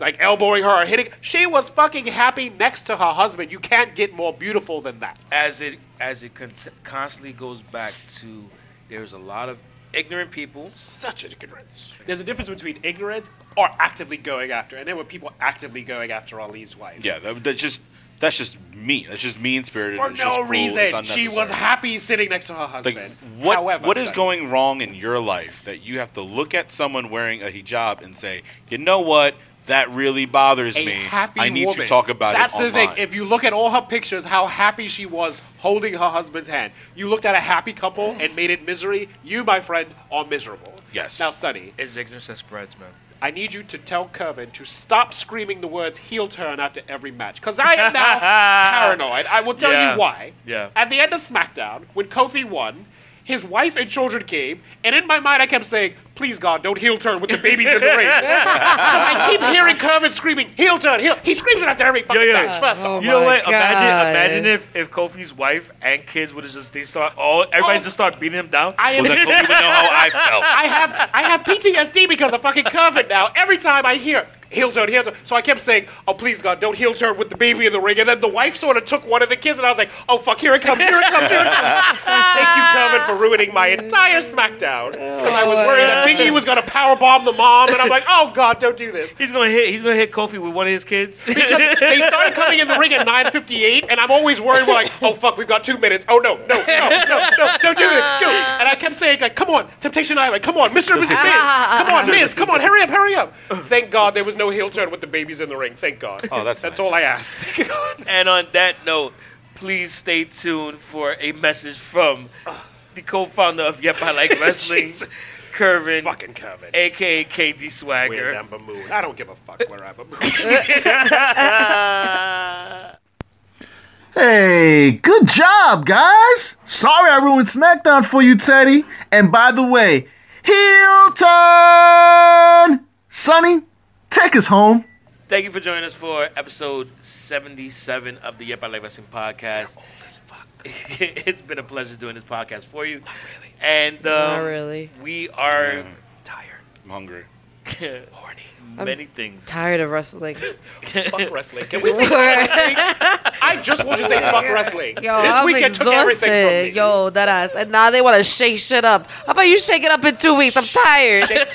[SPEAKER 10] like elbowing her or hitting. She was fucking happy next to her husband. You can't get more beautiful than that.
[SPEAKER 11] as it as it con- constantly goes back to there's a lot of ignorant people
[SPEAKER 10] Such ignorance. There's a difference between ignorance or actively going after. And there were people actively going after Ali's wife.
[SPEAKER 9] yeah, that, that's just that's just mean. That's just mean spirited.
[SPEAKER 10] For no reason. She was happy sitting next to her
[SPEAKER 9] Like,
[SPEAKER 10] husband.
[SPEAKER 9] what,
[SPEAKER 10] However,
[SPEAKER 9] what is
[SPEAKER 10] Sonny,
[SPEAKER 9] going wrong in your life that you have to look at someone wearing a hijab and say, you know what? That really bothers
[SPEAKER 10] a
[SPEAKER 9] me.
[SPEAKER 10] happy
[SPEAKER 9] I need
[SPEAKER 10] woman.
[SPEAKER 9] to talk about
[SPEAKER 10] That's
[SPEAKER 9] it.
[SPEAKER 10] the thing.
[SPEAKER 9] online."
[SPEAKER 10] If you look at all her pictures, how happy she was holding her husband's hand. You looked at a happy couple and made it misery. You, my friend, are miserable.
[SPEAKER 9] Yes.
[SPEAKER 10] Now, Sonny,
[SPEAKER 11] is ignorance that spreads, man.
[SPEAKER 10] I need you to tell Kervin to stop screaming the words heel turn after every match. Because I am now paranoid. I will tell
[SPEAKER 11] Yeah.
[SPEAKER 10] you why.
[SPEAKER 11] Yeah.
[SPEAKER 10] At the end of SmackDown, when Kofi won, his wife and children came, and in my mind I kept saying, please God, don't heel turn with the babies in the ring. Because I keep hearing Kervin screaming, heel turn, heel. He screams it after every fucking
[SPEAKER 11] yo.
[SPEAKER 10] match, first off.
[SPEAKER 8] Oh
[SPEAKER 11] you know
[SPEAKER 8] my
[SPEAKER 11] what?
[SPEAKER 8] God.
[SPEAKER 11] Imagine imagine if, if Kofi's wife and kids would have just they start all everybody
[SPEAKER 10] Oh.
[SPEAKER 11] just start beating him down.
[SPEAKER 10] I am-
[SPEAKER 9] Well, then Kobe would know how I felt.
[SPEAKER 10] I have I have PTSD because of fucking COVID now. Every time I hear heel turn, heel turn, so I kept saying, "Oh please God, don't heel turn with the baby in the ring." And then the wife sort of took one of the kids, and I was like, "Oh fuck, here it comes, here it comes, here it comes." Thank you, COVID, for ruining my entire SmackDown because I was worried that Biggie was gonna power bomb the mom, and I'm like, "Oh God, don't do this."
[SPEAKER 11] He's gonna hit. He's gonna hit Kofi with one of his kids.
[SPEAKER 10] Because they started coming in the ring at 9:58, and I'm always worried. We're like, "Oh fuck, we've got two minutes. Oh no, no, no, no, no! Don't do it, do it!" And I kept saying, "Like, come on, Temptation Island, come on, Mr. and Mrs. Miz, come on, Miz, come on, hurry up, hurry up!" Thank God there was no heel turn with the babies in the ring. Thank God.
[SPEAKER 9] Oh, that's
[SPEAKER 10] that's
[SPEAKER 9] nice.
[SPEAKER 10] all I asked. Thank God.
[SPEAKER 11] and on that note, please stay tuned for a message from the co-founder of Yep, I Like Wrestling,
[SPEAKER 10] Jesus.
[SPEAKER 11] Kervin,
[SPEAKER 10] Fucking Kevin.
[SPEAKER 11] aka KD Swagger.
[SPEAKER 10] Where's Amber Moon? I don't give a fuck where Amber Moon. is.
[SPEAKER 14] Hey, good job, guys. Sorry I ruined SmackDown for you, Teddy. And by the way, Heel turn! Sonny, take us home.
[SPEAKER 11] Thank you for joining us for episode 77 of the Yep I Like Wrestling podcast. it's been a pleasure doing this podcast for you. Not really. And um,
[SPEAKER 8] Not really.
[SPEAKER 11] we are
[SPEAKER 9] tired. I'm hungry.
[SPEAKER 11] horny. Many
[SPEAKER 10] Um,
[SPEAKER 11] things.
[SPEAKER 8] Tired of wrestling.
[SPEAKER 10] fuck wrestling. Can we say fuck wrestling? I just want you to say fuck wrestling.
[SPEAKER 8] Yo,
[SPEAKER 10] this
[SPEAKER 8] I'm
[SPEAKER 10] weekend
[SPEAKER 8] exhausted.
[SPEAKER 10] took everything from me.
[SPEAKER 8] Yo, that ass. And now they want to shake shit up. How about you shake it up in two weeks? I'm tired. Just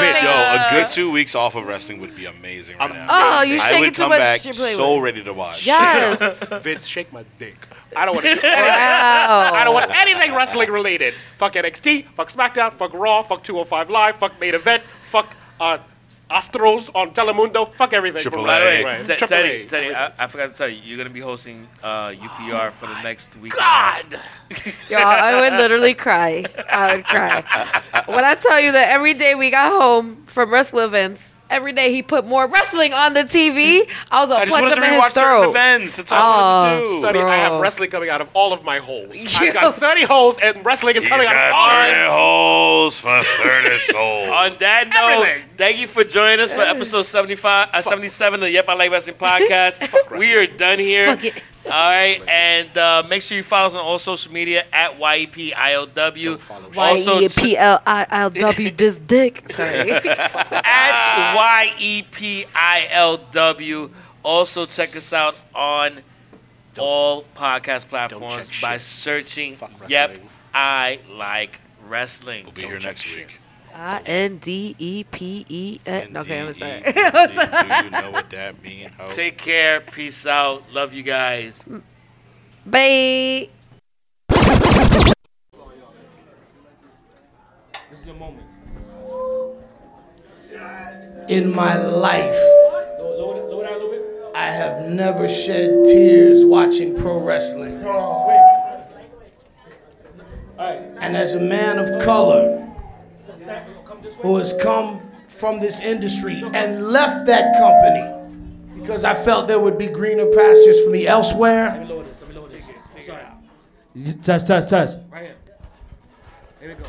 [SPEAKER 8] shake
[SPEAKER 9] Yo,
[SPEAKER 8] it
[SPEAKER 9] a
[SPEAKER 8] up.
[SPEAKER 9] good two weeks off of wrestling would be amazing. Right now.
[SPEAKER 8] Oh, you
[SPEAKER 9] I
[SPEAKER 8] shaking
[SPEAKER 9] would
[SPEAKER 8] too
[SPEAKER 9] come
[SPEAKER 8] much
[SPEAKER 9] back
[SPEAKER 8] shit, play
[SPEAKER 9] so
[SPEAKER 8] with.
[SPEAKER 9] ready to watch.
[SPEAKER 8] Yes.
[SPEAKER 10] Vince, shake my dick. I don't want to do anything.
[SPEAKER 8] Wow.
[SPEAKER 10] I don't want anything wrestling related. Fuck NXT, fuck SmackDown, fuck Raw, fuck 205 Live, fuck Main Event, fuck uh, Astros on Telemundo, fuck everything. from
[SPEAKER 11] By the way,
[SPEAKER 10] wrestling, right?
[SPEAKER 11] Te-
[SPEAKER 10] Triple
[SPEAKER 11] Teddy,
[SPEAKER 10] A.
[SPEAKER 11] Teddy, I, I forgot to tell you, you're gonna be hosting uh, UPR for the next week.
[SPEAKER 10] God,
[SPEAKER 8] Yo, I would literally cry. I would cry. When I tell you that every day we got home from wrestling events, every day he put more wrestling on the TV, I was gonna
[SPEAKER 10] I
[SPEAKER 8] punch
[SPEAKER 10] just wanted
[SPEAKER 8] him
[SPEAKER 10] to
[SPEAKER 8] in his
[SPEAKER 10] rewatch certain
[SPEAKER 8] throat.
[SPEAKER 10] events. That's all I wanted to do. Sonny, I have wrestling coming out of all of my holes.
[SPEAKER 8] Yo.
[SPEAKER 10] I've got 30 holes, and wrestling is coming out of all.
[SPEAKER 9] holes for 30 souls.
[SPEAKER 11] On that note, thank you for joining us for episode 75, uh, 77 of the Yep I Like Wrestling podcast. we are done here. All right, and uh, make sure you follow us on all social media at E YEPILW.
[SPEAKER 8] Y E P L I L W this dick. Sorry.
[SPEAKER 11] at Y E P I L W. Also, check us out on all podcast platforms by searching Yep, I Like Wrestling. We'll be here next week.
[SPEAKER 8] I N D E P E N. Okay, I'm sorry.
[SPEAKER 11] Do
[SPEAKER 9] you know what that means?
[SPEAKER 11] Take care. Peace out. Love you guys.
[SPEAKER 8] Bye.
[SPEAKER 1] This is your moment.
[SPEAKER 2] In my life, I have never shed tears watching pro wrestling. And as a man of color who has come from this industry and left that company because I felt there would be greener pastures for me elsewhere,
[SPEAKER 1] You touch, touch, touch.
[SPEAKER 2] Right here. Here we go.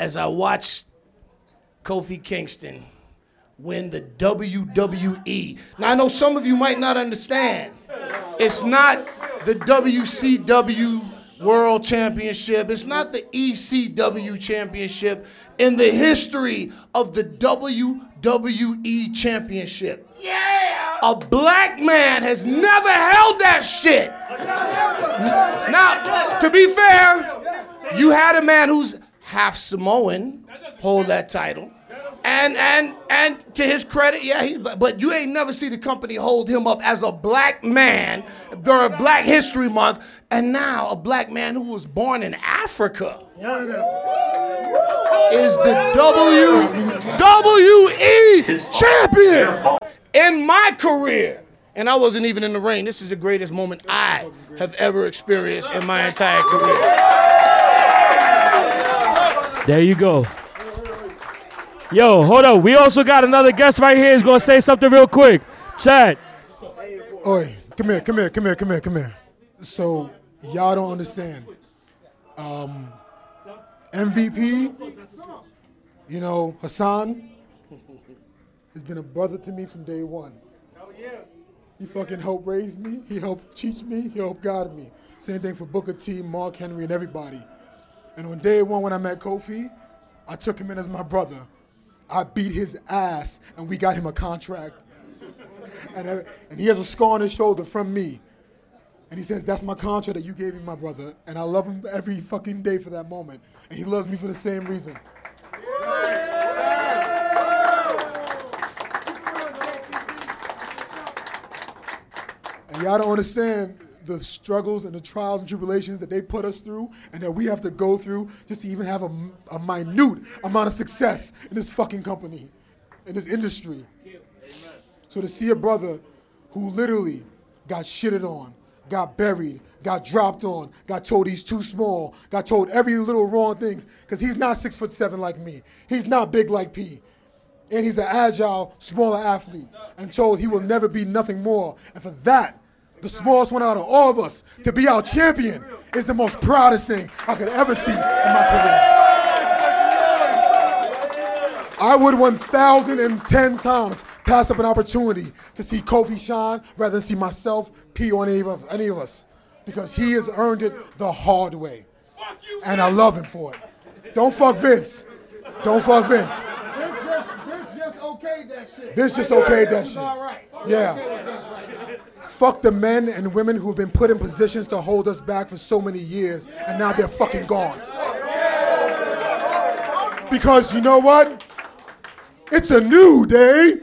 [SPEAKER 2] As I watched Kofi Kingston win the WWE. Now I know some of you might not understand. It's not the WCW World Championship. It's not the ECW Championship. In the history of the WWE Championship. Yeah! A black man has never held that shit. Now, to be fair, you had a man who's half Samoan hold that title. And and and to his credit, yeah, he's black, but you ain't never see the company hold him up as a black man during Black History Month, and now a black man who was born in Africa is the WWE champion in my career. And I wasn't even in the ring. This is the greatest moment I have ever experienced in my entire career.
[SPEAKER 1] There you go. Yo, hold up. We also got another guest right here who's gonna say something real quick. Chad.
[SPEAKER 15] Oi, come here, come here, come here, come here, come here. So y'all don't understand. Um, MVP, you know, Hassan has been a brother to me from day one. He fucking helped raise me. He helped teach me. He helped guide me. Same thing for Booker T, Mark Henry, and everybody. And on day one, when I met Kofi, I took him in as my brother. I beat his ass, and we got him a contract. And, I- and he has a scar on his shoulder from me. And he says, That's my contract that you gave me, my brother. And I love him every fucking day for that moment. And he loves me for the same reason. And y'all don't understand the struggles and the trials and tribulations that they put us through and that we have to go through just to even have a, m- a minute amount of success in this fucking company, in this industry. So to see a brother who literally got shitted on, got buried, got dropped on, got told he's too small, got told every little wrong things, because he's not six foot seven like me. He's not big like P. And he's an agile, smaller athlete, and told he will never be nothing more. And for that, the smallest one out of all of us to be our champion is the most proudest thing I could ever see in my career. I would 1,010 times pass up an opportunity to see Kofi shine rather than see myself pee on any of, any of us because he has earned it the hard way. and I love him for it. Don't fuck Vince. Don't fuck Vince.
[SPEAKER 16] Vince just, Vince just okayed that shit.
[SPEAKER 15] Vince just
[SPEAKER 16] Like,
[SPEAKER 15] okayed
[SPEAKER 16] Vince
[SPEAKER 15] that
[SPEAKER 16] is
[SPEAKER 15] shit.
[SPEAKER 16] all right. Vince
[SPEAKER 15] Yeah.
[SPEAKER 16] okay with Vince right now.
[SPEAKER 15] Fuck the men and women who have been put in positions to hold us back for so many years, and now they're fucking gone. Because you know what? It's a new day.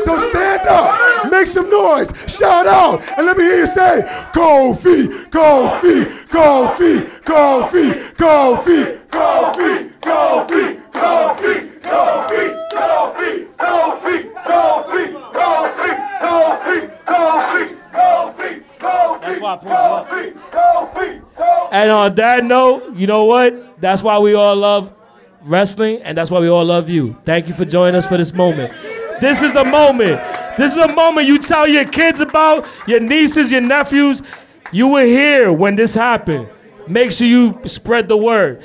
[SPEAKER 15] So stand up, make some noise, shout out, and let me hear you say, Kofi, Kofi, Kofi, Kofi, Kofi, Kofi, Kofi, Kofi, Kofi, Kofi, Kofi, Kofi, Kofi, Kofi, Kofi, Kofi, Kofi. That's why I pulled
[SPEAKER 1] And on that note, you know what? That's why we all love wrestling, and that's why we all love you. Thank you for joining us for this moment. This is a moment. This is a moment you tell your kids about, your nieces, your nephews. You were here when this happened. Make sure you spread the word.